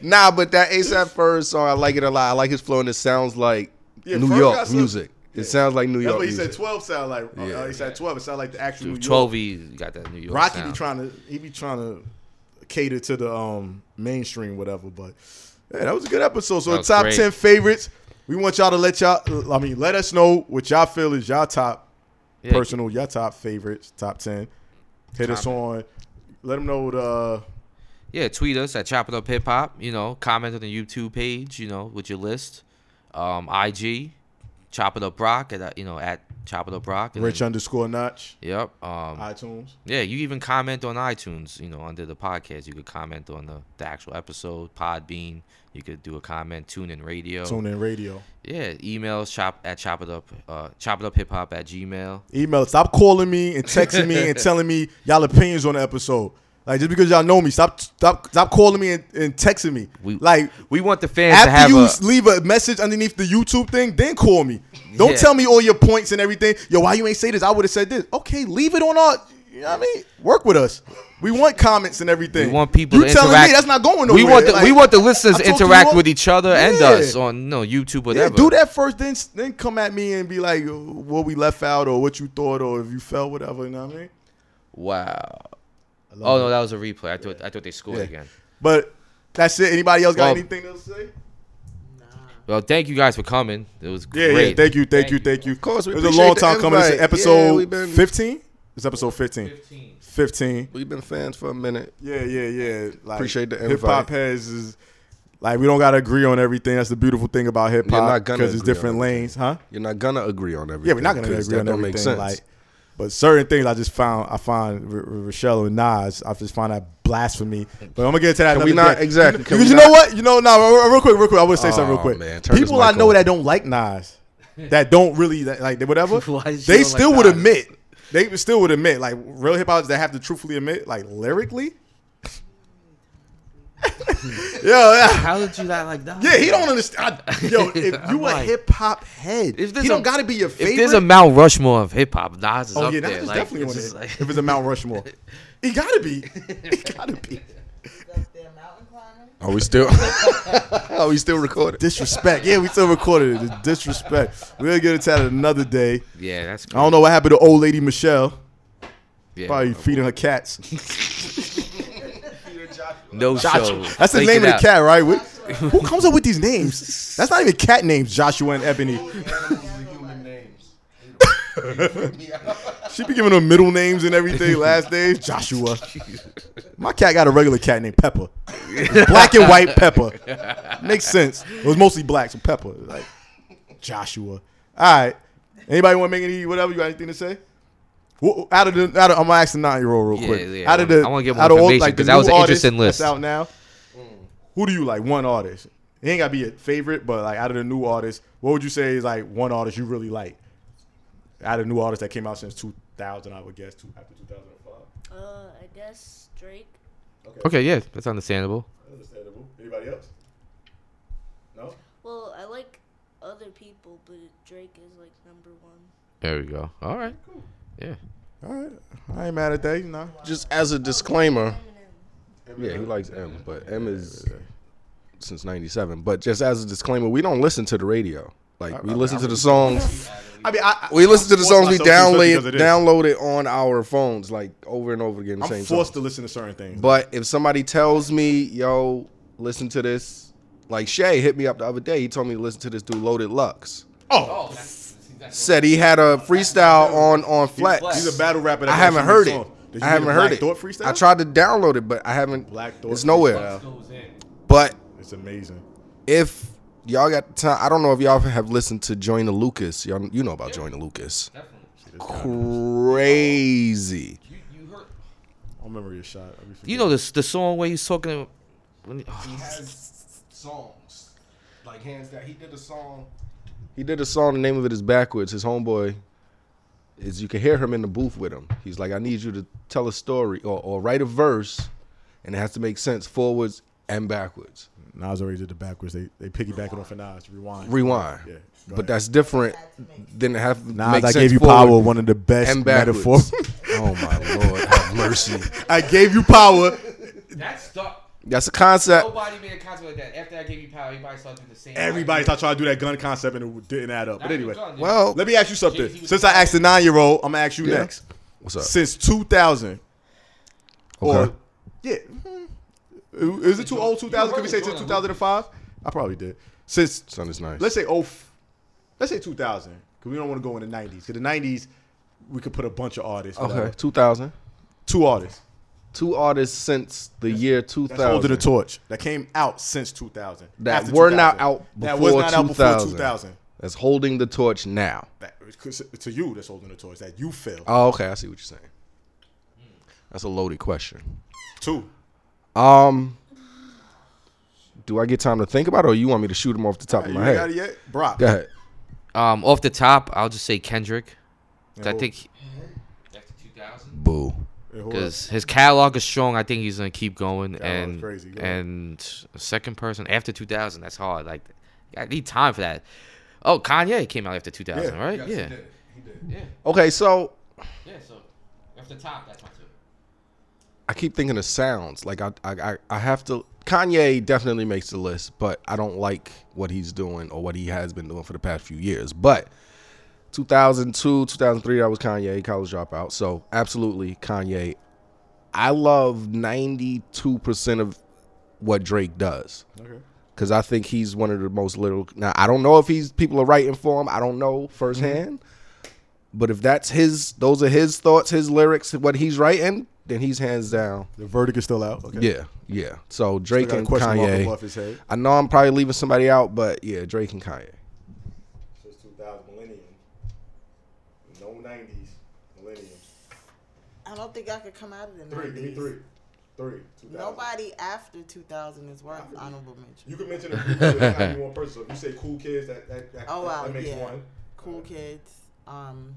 Speaker 3: But nah, but that ASAP Ferg song, I like it a lot. I like his flow and it sounds like
Speaker 1: Yeah,
Speaker 3: New
Speaker 1: Ferg
Speaker 3: York
Speaker 1: got some-
Speaker 3: music. It sounds like New
Speaker 1: That's
Speaker 3: York
Speaker 1: what he
Speaker 3: music.
Speaker 1: said. Twelve sound like. oh,
Speaker 3: Yeah.
Speaker 1: he said twelve. It sound like the actual New York.
Speaker 2: Twelve E got that New York
Speaker 1: Rocky
Speaker 2: sound.
Speaker 1: be trying to. He be trying to cater to the um mainstream, whatever. But yeah, that was a good episode. So
Speaker 2: That
Speaker 1: the
Speaker 2: was
Speaker 1: top
Speaker 2: great.
Speaker 1: ten favorites. We want y'all to let y'all. I mean, let us know what y'all feel is y'all top
Speaker 2: Yeah,
Speaker 1: personal, your top favorites, top ten. Hit us on. Let them know the. Uh,
Speaker 2: yeah, tweet us at Chopping Up Hip Hop. You know, comment on the YouTube page. You know, with your list. Um, IG, Chopping Up Rock at uh, you know at Chopping Up Rock. and
Speaker 1: Rich
Speaker 2: then-
Speaker 1: underscore Notch.
Speaker 2: Yep. Um,
Speaker 1: iTunes.
Speaker 2: Yeah, you even comment on iTunes, you know, under the podcast. You could comment on the, the actual episode, Podbean. You could do a comment, tune in radio.
Speaker 1: Tune in radio.
Speaker 2: Yeah, emails, chop at chop it up, uh, chop it up hip hop at Gmail.
Speaker 1: Email. Stop calling me and texting me
Speaker 2: *laughs*
Speaker 1: and telling me y'all opinions on the episode. Like just because y'all know me, stop stop stop calling me and, and texting me.
Speaker 2: We-
Speaker 1: like
Speaker 2: We want the fans to have
Speaker 1: after you
Speaker 2: a.
Speaker 1: s- leave a message underneath the YouTube thing, then call me. Don't
Speaker 2: Yeah.
Speaker 1: tell me all your points and everything. Yo, why you ain't say this? I would have said this. Okay, leave it on our. You know what I mean? Work with us. We want comments and everything.
Speaker 2: we want people
Speaker 1: You
Speaker 2: to
Speaker 1: telling
Speaker 2: interact.
Speaker 1: me that's not going
Speaker 2: We
Speaker 1: nowhere.
Speaker 2: want the, we
Speaker 1: Like,
Speaker 2: want the listeners
Speaker 1: I
Speaker 2: to
Speaker 1: talked to
Speaker 2: interact
Speaker 1: you
Speaker 2: with
Speaker 1: all-
Speaker 2: each other and
Speaker 1: Yeah.
Speaker 2: us on no YouTube
Speaker 1: Yeah,
Speaker 2: whatever.
Speaker 1: do that first, then then come at me and be like, what we left out or what you thought or if you felt whatever. You know what I mean?
Speaker 2: Wow. Oh no, that was a replay. I thought I thought they scored
Speaker 1: Yeah.
Speaker 2: again.
Speaker 1: But that's it. Anybody else got
Speaker 2: Well-
Speaker 1: anything else to say?
Speaker 2: Well, thank you guys for coming. It was
Speaker 1: Yeah,
Speaker 2: great.
Speaker 1: yeah. Thank you, thank, you, thank you. Of
Speaker 3: course, we
Speaker 1: it was a
Speaker 3: appreciate
Speaker 1: long
Speaker 3: the
Speaker 1: time coming. This is
Speaker 3: invite. Yeah,
Speaker 1: episode
Speaker 3: we've been-
Speaker 1: fifteen. It's episode fifteen. Fifteen.
Speaker 3: We've been fans for a minute.
Speaker 1: Yeah, yeah, yeah. Like
Speaker 3: Appreciate the
Speaker 1: Hip hop
Speaker 3: invite.
Speaker 1: has is like we don't gotta agree on everything. That's the beautiful thing about hip
Speaker 3: You're
Speaker 1: hop
Speaker 3: not gonna
Speaker 1: because it's
Speaker 3: agree on
Speaker 1: different
Speaker 3: everything.
Speaker 1: lanes, huh?
Speaker 3: You're not gonna agree on everything.
Speaker 1: Yeah, we're not gonna
Speaker 3: 'cause
Speaker 1: agree
Speaker 3: that
Speaker 1: on
Speaker 3: don't
Speaker 1: everything.
Speaker 3: make sense.
Speaker 1: Like, but certain things I just found, I find R- R- Rochelle and Nas, I just find that blasphemy. But I'm gonna get to that.
Speaker 3: Can we
Speaker 1: another
Speaker 3: not-
Speaker 1: day.
Speaker 3: exactly,
Speaker 1: You-
Speaker 3: can
Speaker 1: Because
Speaker 3: we
Speaker 1: you know
Speaker 3: not-
Speaker 1: what? You know, no. real, real quick, real quick. I would say something real
Speaker 3: Aw,
Speaker 1: quick.
Speaker 3: man, turn this
Speaker 1: People I
Speaker 3: mic
Speaker 1: know
Speaker 3: off.
Speaker 1: that don't like Nas, that don't really that, like whatever.
Speaker 2: Why she
Speaker 1: they
Speaker 2: don't
Speaker 1: still
Speaker 2: like
Speaker 1: would
Speaker 2: Nas?
Speaker 1: admit. They still would admit, like real hip hoppers that have to truthfully admit, like lyrically. *laughs* yo, yeah.
Speaker 2: How did you not like that?
Speaker 1: Yeah, he don't understand. I, yo,
Speaker 2: *laughs*
Speaker 1: if
Speaker 2: I'm
Speaker 1: you a
Speaker 2: like-
Speaker 1: hip hop head, he
Speaker 2: If there's
Speaker 1: don't
Speaker 2: a-
Speaker 1: got to be your favorite.
Speaker 2: If there's a Mount Rushmore of hip hop, Nas is
Speaker 1: oh
Speaker 2: up
Speaker 1: yeah,
Speaker 2: there.
Speaker 1: that's
Speaker 2: like,
Speaker 1: definitely
Speaker 2: it's
Speaker 1: on
Speaker 2: just
Speaker 1: it.
Speaker 2: like- *laughs*
Speaker 1: if it's a Mount Rushmore, he gotta be. He gotta be.
Speaker 4: Up there, mountain climbing.
Speaker 3: Are we
Speaker 1: *laughs*
Speaker 3: still? *laughs* Are we still recording?
Speaker 1: Disrespect. Yeah, we still recorded it. The disrespect. We'll get into that another day.
Speaker 2: yeah, that's.
Speaker 1: *laughs* I don't know what happened to old lady Michelle.
Speaker 2: Yeah.
Speaker 1: Probably feeding her cats.
Speaker 2: no show. Mm.
Speaker 1: That's the name of the cat, right? What, Who comes up with these names? That's not even cat names, Joshua and Ebony. *laughs*
Speaker 7: Human names.
Speaker 1: She be giving them middle names and everything, last names. Joshua. My cat got a regular cat named Pepper. It's black and white Pepper. Makes sense. It was mostly black, so Pepper. Like Joshua. All right. Anybody want to make any whatever? You got anything to say? Wh- Out of the, out of, I'm gonna ask the nine year old real
Speaker 2: Yeah,
Speaker 1: quick.
Speaker 2: yeah,
Speaker 1: out of
Speaker 2: I
Speaker 1: the,
Speaker 2: wanna- I wanna get more
Speaker 1: out of all,
Speaker 2: information,
Speaker 1: like, the
Speaker 2: 'cause that
Speaker 1: new
Speaker 2: was an
Speaker 1: artists
Speaker 2: interesting list.
Speaker 1: That's out now. Who do you like? One artist. It ain't gotta be your favorite, but like out of the new artists, what would you say is like one artist you really like? Out of new artists that came out since 2000, I would guess, two, after 2005.
Speaker 5: Uh, I guess Drake.
Speaker 2: Okay, yeah, that's understandable.
Speaker 1: Understandable. Anybody else? No.
Speaker 5: Well, I like other people, but Drake is like number one.
Speaker 2: There we go. All right. Yeah.
Speaker 1: All right. I ain't mad at that. You know.
Speaker 3: Just as a disclaimer.
Speaker 5: Eminem.
Speaker 3: Yeah, he likes M, but M is since '97. But just as a disclaimer, we don't listen to the radio. Like we listen to the songs.
Speaker 1: I mean, I,
Speaker 3: We listen to the songs we download
Speaker 1: download
Speaker 3: download it on our phones, like over and over again. The
Speaker 1: I'm
Speaker 3: same
Speaker 1: forced to
Speaker 3: songs.
Speaker 1: listen to certain things.
Speaker 3: But if somebody tells me, "Yo, listen to this," like Shay hit me up the other day. He told me to listen to this dude, Loaded Lux.
Speaker 1: oh,
Speaker 3: Said he had a freestyle on on Flex.
Speaker 1: he's a battle rapper. that
Speaker 3: I
Speaker 1: has
Speaker 3: haven't
Speaker 1: so many
Speaker 3: heard it.
Speaker 1: songs. Did you hear the
Speaker 3: I haven't heard
Speaker 1: Black
Speaker 3: it.
Speaker 1: Thought freestyle?
Speaker 3: I tried to download it, but I haven't.
Speaker 1: Black Thought.
Speaker 3: It's nowhere.
Speaker 1: freestyle.
Speaker 3: But
Speaker 1: It's amazing.
Speaker 3: if y'all got time, I don't know if y'all have listened to Joyner Lucas. Y'all, you know about Joyner Lucas. Crazy.
Speaker 1: I remember your shot. I be
Speaker 2: You know this the song where he's talking. When, oh.
Speaker 7: He has songs. Like hands down. He did a song.
Speaker 3: He did a song. The name of it is backwards. His homeboy is. You can hear him in the booth with him. He's like, I need you to tell a story or, or write a verse, and it has to make sense forwards and backwards.
Speaker 1: forgetting. Nas already did the backwards. They they piggybacked off of Nas. Rewind.
Speaker 3: Rewind.
Speaker 1: Yeah. go
Speaker 3: But
Speaker 1: ahead.
Speaker 3: that's different than have to
Speaker 1: Nas.
Speaker 3: make
Speaker 1: I
Speaker 3: sense
Speaker 1: gave you
Speaker 3: forward
Speaker 1: power. One of the best
Speaker 3: and backwards.
Speaker 1: metaphors. *laughs*
Speaker 3: oh my lord, have mercy.
Speaker 1: I gave you power. *laughs*
Speaker 2: That's dark.
Speaker 3: That's a concept.
Speaker 2: Nobody made a concept like that. After I gave you power, everybody started doing the same.
Speaker 1: Everybody started trying to do that gun concept and it didn't add up. But anyway,
Speaker 3: Well,
Speaker 1: let me ask you something. Since I asked the nine year old, I'm gonna ask you
Speaker 3: Oh. Yeah.
Speaker 1: next.
Speaker 3: what's up?
Speaker 1: since 2000. Or
Speaker 3: Okay.
Speaker 1: yeah, mm, is it too old? 2000? Can we say since 2005? I probably did. Since
Speaker 3: Son is nice.
Speaker 1: let's say oh, f- let's say 2000 because we don't want to go in the 90s. Because the 90s we could put a bunch of artists.
Speaker 3: Okay,
Speaker 1: whatever.
Speaker 3: 2000.
Speaker 1: two artists.
Speaker 3: Two artists since the year
Speaker 1: That's holding
Speaker 3: 2000.
Speaker 1: the torch that came out since 2000.
Speaker 3: That
Speaker 1: After
Speaker 3: were not
Speaker 1: 2000.
Speaker 3: out
Speaker 1: That was
Speaker 3: before
Speaker 1: not out before
Speaker 3: 2000.
Speaker 1: 2000.
Speaker 3: That's holding the torch now.
Speaker 1: That, to you, that's holding the torch. That you failed.
Speaker 3: Oh, okay. I see what you're saying. That's a loaded question.
Speaker 1: Two.
Speaker 3: Um, do I get time to think about it, or you want me to shoot them off the top of
Speaker 1: You
Speaker 3: my
Speaker 1: ain't got
Speaker 3: head?
Speaker 1: it yet, Brock.
Speaker 3: Go ahead.
Speaker 2: Um, off the top, I'll just say Kendrick. 'Cause I
Speaker 1: who-
Speaker 2: think. After 2000.
Speaker 3: Boo.
Speaker 1: Hey, hold up.
Speaker 2: Because his catalog is strong, I think he's gonna keep going.
Speaker 1: Catalog's
Speaker 2: and
Speaker 1: crazy, go ahead.
Speaker 2: and second person after 2000, that's hard. Like, I need time for that. Oh, Kanye came out after 2000,
Speaker 1: Yeah.
Speaker 2: right?
Speaker 7: Yes,
Speaker 2: yeah,
Speaker 7: He did. He did.
Speaker 2: yeah,
Speaker 3: Okay, so
Speaker 2: yeah. So after top, that's my two.
Speaker 3: I keep thinking of sounds. Like I, I, I, I have to. Kanye definitely makes the list, but I don't like what he's doing or what he has been doing for the past few years. But 2002, 2003, that was Kanye, college dropout. So absolutely Kanye. I love 92% of what Drake does
Speaker 1: Okay.
Speaker 3: because I think he's one of the most little. Now I don't know if he's people are writing for him. I don't know firsthand, but if that's his, those are his thoughts, his lyrics, what he's writing, then he's hands down.
Speaker 1: The verdict is still out. Okay.
Speaker 3: Yeah, yeah. So Drake
Speaker 1: got a
Speaker 3: and
Speaker 1: question mark above his
Speaker 3: Kanye.
Speaker 1: head.
Speaker 3: I know I'm probably leaving somebody out, but yeah, Drake and Kanye.
Speaker 1: since 2000 millennium. No 90s millennium.
Speaker 4: I don't think I could come out of the
Speaker 1: Three, give me
Speaker 4: 90s.
Speaker 1: three. Three. 2000.
Speaker 4: Nobody after 2000 is worth honorable mention.
Speaker 1: You can mention it. You can mention any one person. So if you say cool kids, that, that, that,
Speaker 4: Oh
Speaker 1: that,
Speaker 4: wow,
Speaker 1: that makes
Speaker 4: yeah.
Speaker 1: one.
Speaker 4: Cool kids. Um,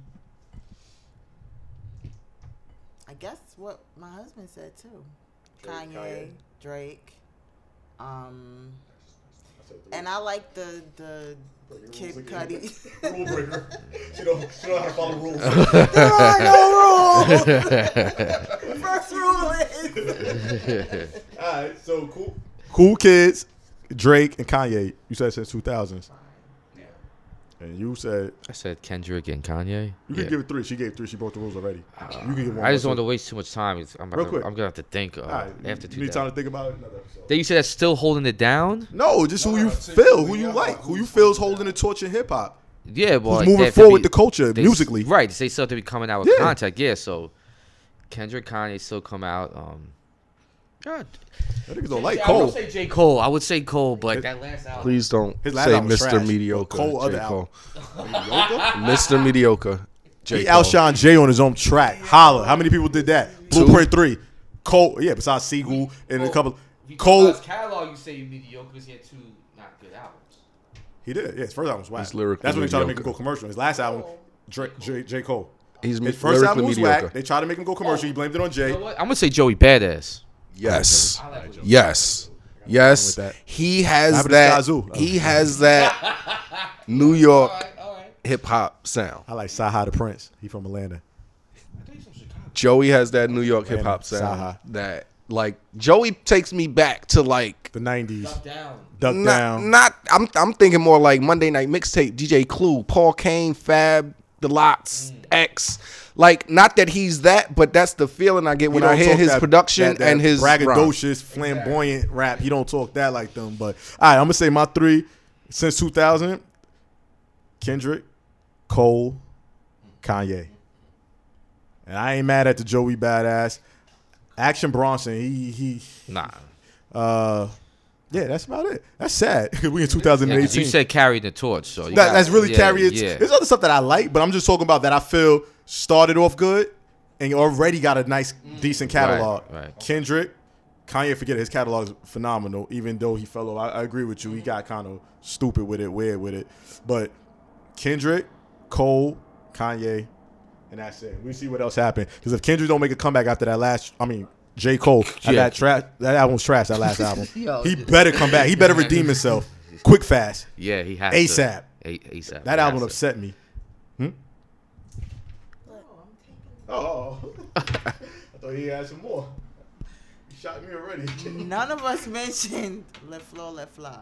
Speaker 4: I guess what my husband said too.
Speaker 1: Drake,
Speaker 4: Kanye,
Speaker 1: Kanye.
Speaker 4: Drake. Um,
Speaker 1: I said three.
Speaker 4: and I like the the
Speaker 1: Bro, your
Speaker 4: Kid
Speaker 1: rules again. *laughs*
Speaker 4: Cudi.
Speaker 1: Rule breaker. She don't, she don't know how to follow *laughs* rules.
Speaker 4: there are no rules. First rule is
Speaker 1: All right, so cool. Cool kids, Drake, and Kanye. You said since 2000s. And you said
Speaker 2: I said Kendrick and Kanye.
Speaker 1: you could
Speaker 2: Yeah. Uh,
Speaker 1: give it three. She gave three. She broke the rules already. you could give one.
Speaker 2: I just don't
Speaker 1: more,
Speaker 2: want to
Speaker 1: too.
Speaker 2: waste too much time. It's- I'm, about
Speaker 1: Real
Speaker 2: to-
Speaker 1: quick.
Speaker 2: I'm gonna have to think. Uh,
Speaker 1: All right, you-
Speaker 2: after
Speaker 1: you need time
Speaker 2: two thousand.
Speaker 1: to think about it. Another episode.
Speaker 2: Then you said that's still holding it down.
Speaker 1: No, just who
Speaker 7: No,
Speaker 1: you
Speaker 7: no, no,
Speaker 1: feel,
Speaker 7: who
Speaker 1: who
Speaker 7: you
Speaker 1: you
Speaker 7: love,
Speaker 1: like, who
Speaker 7: who's
Speaker 1: you
Speaker 7: holding
Speaker 1: feel's
Speaker 7: it
Speaker 1: holding
Speaker 7: down.
Speaker 1: the torch in hip hop.
Speaker 2: Yeah, but
Speaker 1: moving forward the culture musically.
Speaker 2: Right, they still have to be coming out with
Speaker 1: Yeah.
Speaker 2: contact. Yeah, so Kendrick Kanye still come out. Um, God,
Speaker 1: That niggas don't like
Speaker 2: I would
Speaker 1: Cole.
Speaker 2: say J Cole. I would say Cole, but that last album.
Speaker 3: Please don't
Speaker 1: His last
Speaker 3: say
Speaker 1: album was
Speaker 3: Mr.
Speaker 1: trash, but
Speaker 3: Mediocre.
Speaker 1: Cole
Speaker 3: J.
Speaker 1: other
Speaker 3: Cole. Mr. Mediocre. J.
Speaker 1: He
Speaker 3: Cole.
Speaker 1: outshone Jay on his own track. Holla. How many people did that? Blueprint three. Cole. Yeah, besides Seagull and a couple. Cole.
Speaker 2: catalog, you say mediocre because he had two not good albums.
Speaker 1: He did. Yeah, his first album was whack.
Speaker 3: He's lyrically
Speaker 1: That's when they tried to make him
Speaker 3: mediocre.
Speaker 1: go commercial. His last album, Dra- J-, J. Cole.
Speaker 3: He's
Speaker 1: His
Speaker 3: first
Speaker 1: first
Speaker 3: lyrically
Speaker 1: album was
Speaker 3: mediocre.
Speaker 1: whack. They tried to make him go commercial. He blamed it on
Speaker 2: You
Speaker 1: Jay.
Speaker 2: know what? I'm gonna say Joey Badass.
Speaker 3: Yes.
Speaker 2: I like Joey.
Speaker 3: Yes. Yes.
Speaker 1: that.
Speaker 3: He has
Speaker 1: What happened
Speaker 3: that.
Speaker 1: to Sazoo?
Speaker 3: He has that
Speaker 2: *laughs*
Speaker 3: New York
Speaker 2: All right.
Speaker 3: hip hop sound.
Speaker 1: I like Saha the Prince. He from Atlanta.
Speaker 3: Joey has that New York hip hop sound.
Speaker 1: Saha.
Speaker 3: That like Joey takes me back to like
Speaker 1: The '90s.
Speaker 2: Down.
Speaker 1: Duck
Speaker 3: not,
Speaker 1: down.
Speaker 3: not I'm I'm thinking more like Monday Night Mixtape, DJ Clue, Paul Kane, Fab, The Lots, X. Like not that he's that, but that's the feeling I get when
Speaker 1: He
Speaker 3: I
Speaker 1: don't
Speaker 3: hear
Speaker 1: talk
Speaker 3: his
Speaker 1: that-
Speaker 3: production
Speaker 1: that- that
Speaker 3: and his rhymes.
Speaker 1: braggadocious, flamboyant rap. He don't talk that like them. But all right, I'm gonna say my three since 2000: Kendrick, Cole, Kanye. And I ain't mad at the Joey Badass, Action Bronson. He he.
Speaker 2: Nah.
Speaker 1: Uh, yeah, that's about it. That's sad *laughs* 'cause we in
Speaker 2: Yeah, 'cause
Speaker 1: 2018.
Speaker 2: you said carry the torch, so you
Speaker 1: that,
Speaker 2: got-
Speaker 1: that's really
Speaker 2: yeah,
Speaker 1: carry it.
Speaker 2: Yeah.
Speaker 1: There's other stuff that I like, but I'm just talking about that I feel started off good and already got a nice, decent catalog.
Speaker 2: Right, right.
Speaker 1: Kendrick, Kanye, forget it, his catalog is phenomenal. Even though he fell off, I, I agree with you. He got kind of stupid with it, weird with it. But Kendrick, Cole, Kanye, and that's it. We see what else happened. Because if Kendrick don't make a comeback after that last, I mean. J. Cole,
Speaker 2: Yeah.
Speaker 1: that trash, that album's trash. That
Speaker 2: *laughs*
Speaker 1: last album, he better come back. He better redeem himself, quick, fast.
Speaker 2: yeah, he has
Speaker 1: ASAP.
Speaker 2: To, A- ASAP.
Speaker 1: That
Speaker 2: he
Speaker 1: album
Speaker 2: has to.
Speaker 1: upset me. Hmm? Oh, *laughs* I thought he had some more. He shot me
Speaker 2: *laughs*
Speaker 1: already.
Speaker 4: None of us mentioned Le Fleur, Le Fleur.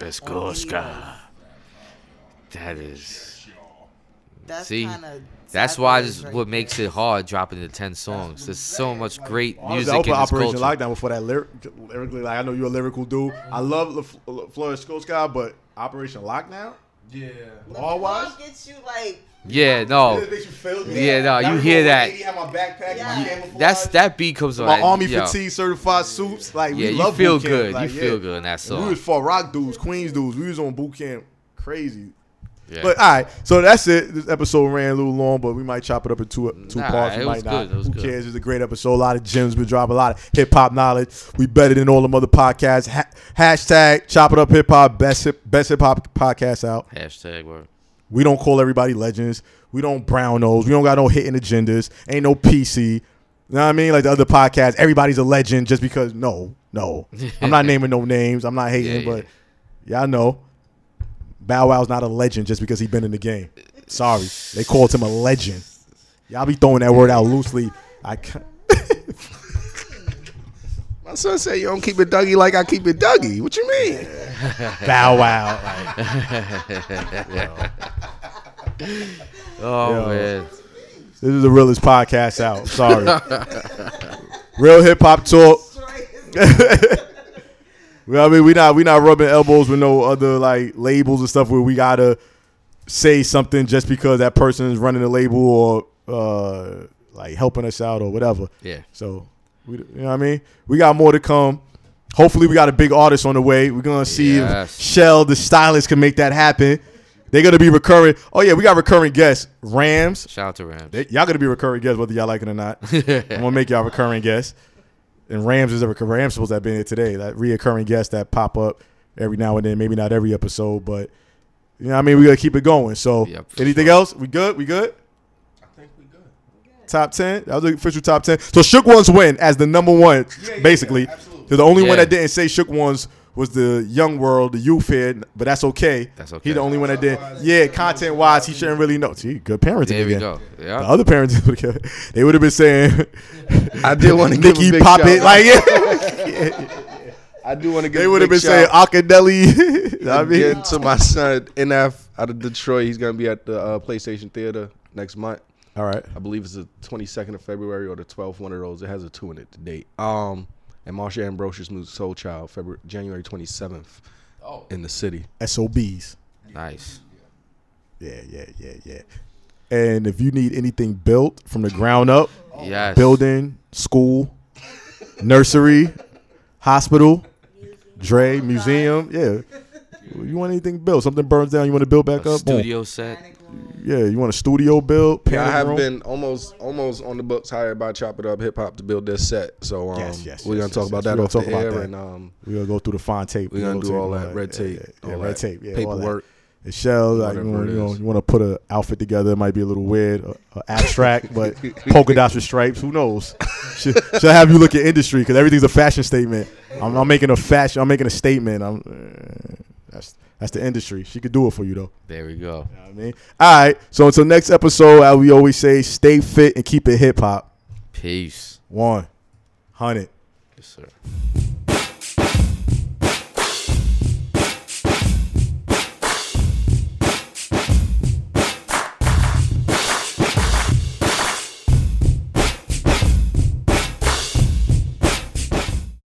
Speaker 2: Let's go, Sky. That is.
Speaker 4: That's
Speaker 2: See?
Speaker 4: kind of.
Speaker 2: That's why this is what makes it hard dropping the ten songs. There's so much great
Speaker 1: Music I
Speaker 2: music in
Speaker 1: was at
Speaker 2: this
Speaker 1: Operation
Speaker 2: culture.
Speaker 1: Lockdown before that lyric, lyrically. Like I know you're a lyrical dude. I love LaF- La- Flores Coast guy, but Operation Lockdown,
Speaker 7: Yeah.
Speaker 1: all wise.
Speaker 4: gets you like.
Speaker 2: Yeah, no,
Speaker 1: It makes you feel good.
Speaker 2: Oh. Yeah, no,
Speaker 1: That
Speaker 2: you
Speaker 1: was
Speaker 2: hear
Speaker 1: when
Speaker 2: that.
Speaker 1: Lady had my backpack,
Speaker 4: Yeah.
Speaker 1: my camouflage,
Speaker 2: that's that beat comes on.
Speaker 1: My
Speaker 2: and-
Speaker 1: army
Speaker 2: yo,
Speaker 1: fatigue certified suits. Like
Speaker 2: Yeah,
Speaker 1: we
Speaker 2: you
Speaker 1: love
Speaker 2: feel
Speaker 1: boot camp.
Speaker 2: good.
Speaker 1: Like,
Speaker 2: you feel
Speaker 1: yeah.
Speaker 2: good in that
Speaker 1: We
Speaker 2: song.
Speaker 1: was for rock dudes, Queens dudes. We was on boot camp, crazy.
Speaker 2: Yeah.
Speaker 1: But all right, so that's it. This episode ran a little long, but we might chop it up in two two
Speaker 2: Nah,
Speaker 1: parts. We
Speaker 2: it
Speaker 1: might
Speaker 2: was
Speaker 1: not.
Speaker 2: good, it was
Speaker 1: Who
Speaker 2: good.
Speaker 1: cares? It's a great episode. A lot of gems. We drop a lot of hip hop knowledge. We better than all them other podcasts. Ha- hashtag chop it up hip hop. Best hip, best hip hop podcast out.
Speaker 2: Hashtag word.
Speaker 1: We don't call everybody legends. We don't brown nose. We don't got no hidden agendas. Ain't no PC. You know what I mean? Like the other podcasts, everybody's a legend just because. No,
Speaker 2: *laughs*
Speaker 1: no. I'm not naming no names. I'm not hating,
Speaker 2: Yeah, yeah.
Speaker 1: but y'all know. Bow Wow's not a legend just because he been in the game. Sorry, they called him a legend. Y'all be throwing that word out loosely. I ca-
Speaker 3: My son said you don't keep it Dougie like I keep it Dougie. What you mean?
Speaker 1: Bow Wow. Like,
Speaker 2: *laughs* Oh
Speaker 1: Yo.
Speaker 2: man,
Speaker 1: this is the realest podcast out. Sorry. Real hip hop talk. *laughs* Well, I mean, we not we not rubbing elbows with no other like labels and stuff where we gotta say something just because that person is running the label or uh like helping us out or whatever.
Speaker 2: yeah.
Speaker 1: So we, you know what I mean? We got more to come. Hopefully, we got a big artist on the way. We're gonna see
Speaker 2: Yes.
Speaker 1: if Shell, the stylist, can make that happen. They're gonna be recurring. Oh yeah, we got recurring guests. Rams,
Speaker 2: Shout out to Rams.
Speaker 1: they- y'all gonna be recurring guests whether y'all like it or
Speaker 2: *laughs*
Speaker 1: not. I'm gonna make y'all recurring guests. And Rams is a recur- Rams supposed to have been here today. That reoccurring guests that pop up every now and then, maybe not every episode, but you know what I mean. We gotta keep it going. So
Speaker 2: Yep, for
Speaker 1: anything else? We good? We good?
Speaker 7: I think we good.
Speaker 1: Top ten. That was the official top ten. So Shook Ones win as the number one,
Speaker 7: Yeah, yeah,
Speaker 1: basically.
Speaker 7: yeah, absolutely.
Speaker 1: They're the only one
Speaker 2: Yeah.
Speaker 1: that didn't say Shook Ones was the young world, the youth head, but that's okay.
Speaker 2: That's
Speaker 1: He
Speaker 2: okay.
Speaker 1: the only one that did. Yeah, content wise, he shouldn't really know. See, good parenting.
Speaker 2: There we
Speaker 1: again.
Speaker 2: go.
Speaker 1: The
Speaker 2: Yeah.
Speaker 1: other parents, *laughs* would have- they would have been saying,
Speaker 3: I did
Speaker 1: *laughs*
Speaker 3: want to give a
Speaker 1: "Nikki
Speaker 3: big
Speaker 1: pop
Speaker 3: shout
Speaker 1: it,"
Speaker 3: out.
Speaker 1: like yeah.
Speaker 3: *laughs* I do want to give.
Speaker 1: they
Speaker 3: a
Speaker 1: would have
Speaker 3: big
Speaker 1: been saying *laughs* "Ah,
Speaker 3: shout
Speaker 1: "Akadeli." I mean,
Speaker 3: again to my son NF. out of Detroit. He's gonna be at the uh, PlayStation Theater next month.
Speaker 1: All right.
Speaker 3: I believe it's the 22nd of February or the 12th, one of those. It has a two in it to date. Um, and Marsha Ambrosius moves Soul Child February, January 27th
Speaker 7: Oh.
Speaker 3: in the city.
Speaker 1: SOBs.
Speaker 2: Nice.
Speaker 1: Yeah, yeah, yeah, yeah. And if you need anything built from the ground up,
Speaker 2: Yes.
Speaker 1: building, school, nursery, hospital, Dre, museum, yeah. You want anything built? Something burns down, you want to build back
Speaker 2: A
Speaker 1: up? Boom.
Speaker 2: studio set.
Speaker 1: Yeah, you want a studio built?
Speaker 3: Yeah, I
Speaker 1: panic
Speaker 3: have
Speaker 1: room?
Speaker 3: been almost almost on the books hired by Chop It Up Hip Hop to build this set. So um,
Speaker 1: Yes, yes,
Speaker 3: we're
Speaker 1: yes,
Speaker 3: gonna talk
Speaker 1: yes,
Speaker 3: about
Speaker 1: yes.
Speaker 3: that
Speaker 1: We're
Speaker 3: off
Speaker 1: gonna
Speaker 3: the
Speaker 1: talk
Speaker 3: air
Speaker 1: about that.
Speaker 3: and um,
Speaker 1: We're gonna go through the fine tape.
Speaker 3: We're gonna
Speaker 1: yellow
Speaker 3: do all that red
Speaker 1: Yeah,
Speaker 3: tape,
Speaker 1: yeah, yeah,
Speaker 3: all
Speaker 1: red
Speaker 3: that
Speaker 1: tape, yeah, all that.
Speaker 3: paperwork,
Speaker 1: And shell, like you
Speaker 3: whatever
Speaker 1: know,
Speaker 3: it
Speaker 1: you, know,
Speaker 3: is.
Speaker 1: you want to put an outfit together. It might be a little weird, uh, uh,
Speaker 3: *laughs*
Speaker 1: abstract, but polka dots with stripes. Who knows? *laughs* Should, should I have you look at industry because everything's a fashion statement. I'm, I'm making a fashion. I'm making a statement. I'm. uh, that's that's the industry. She could do it for you though.
Speaker 2: There we go.
Speaker 1: You know what I mean, all right. So until next episode, as we always say, stay fit and keep it hip hop.
Speaker 2: Peace.
Speaker 1: One hundred.
Speaker 2: Yes, sir.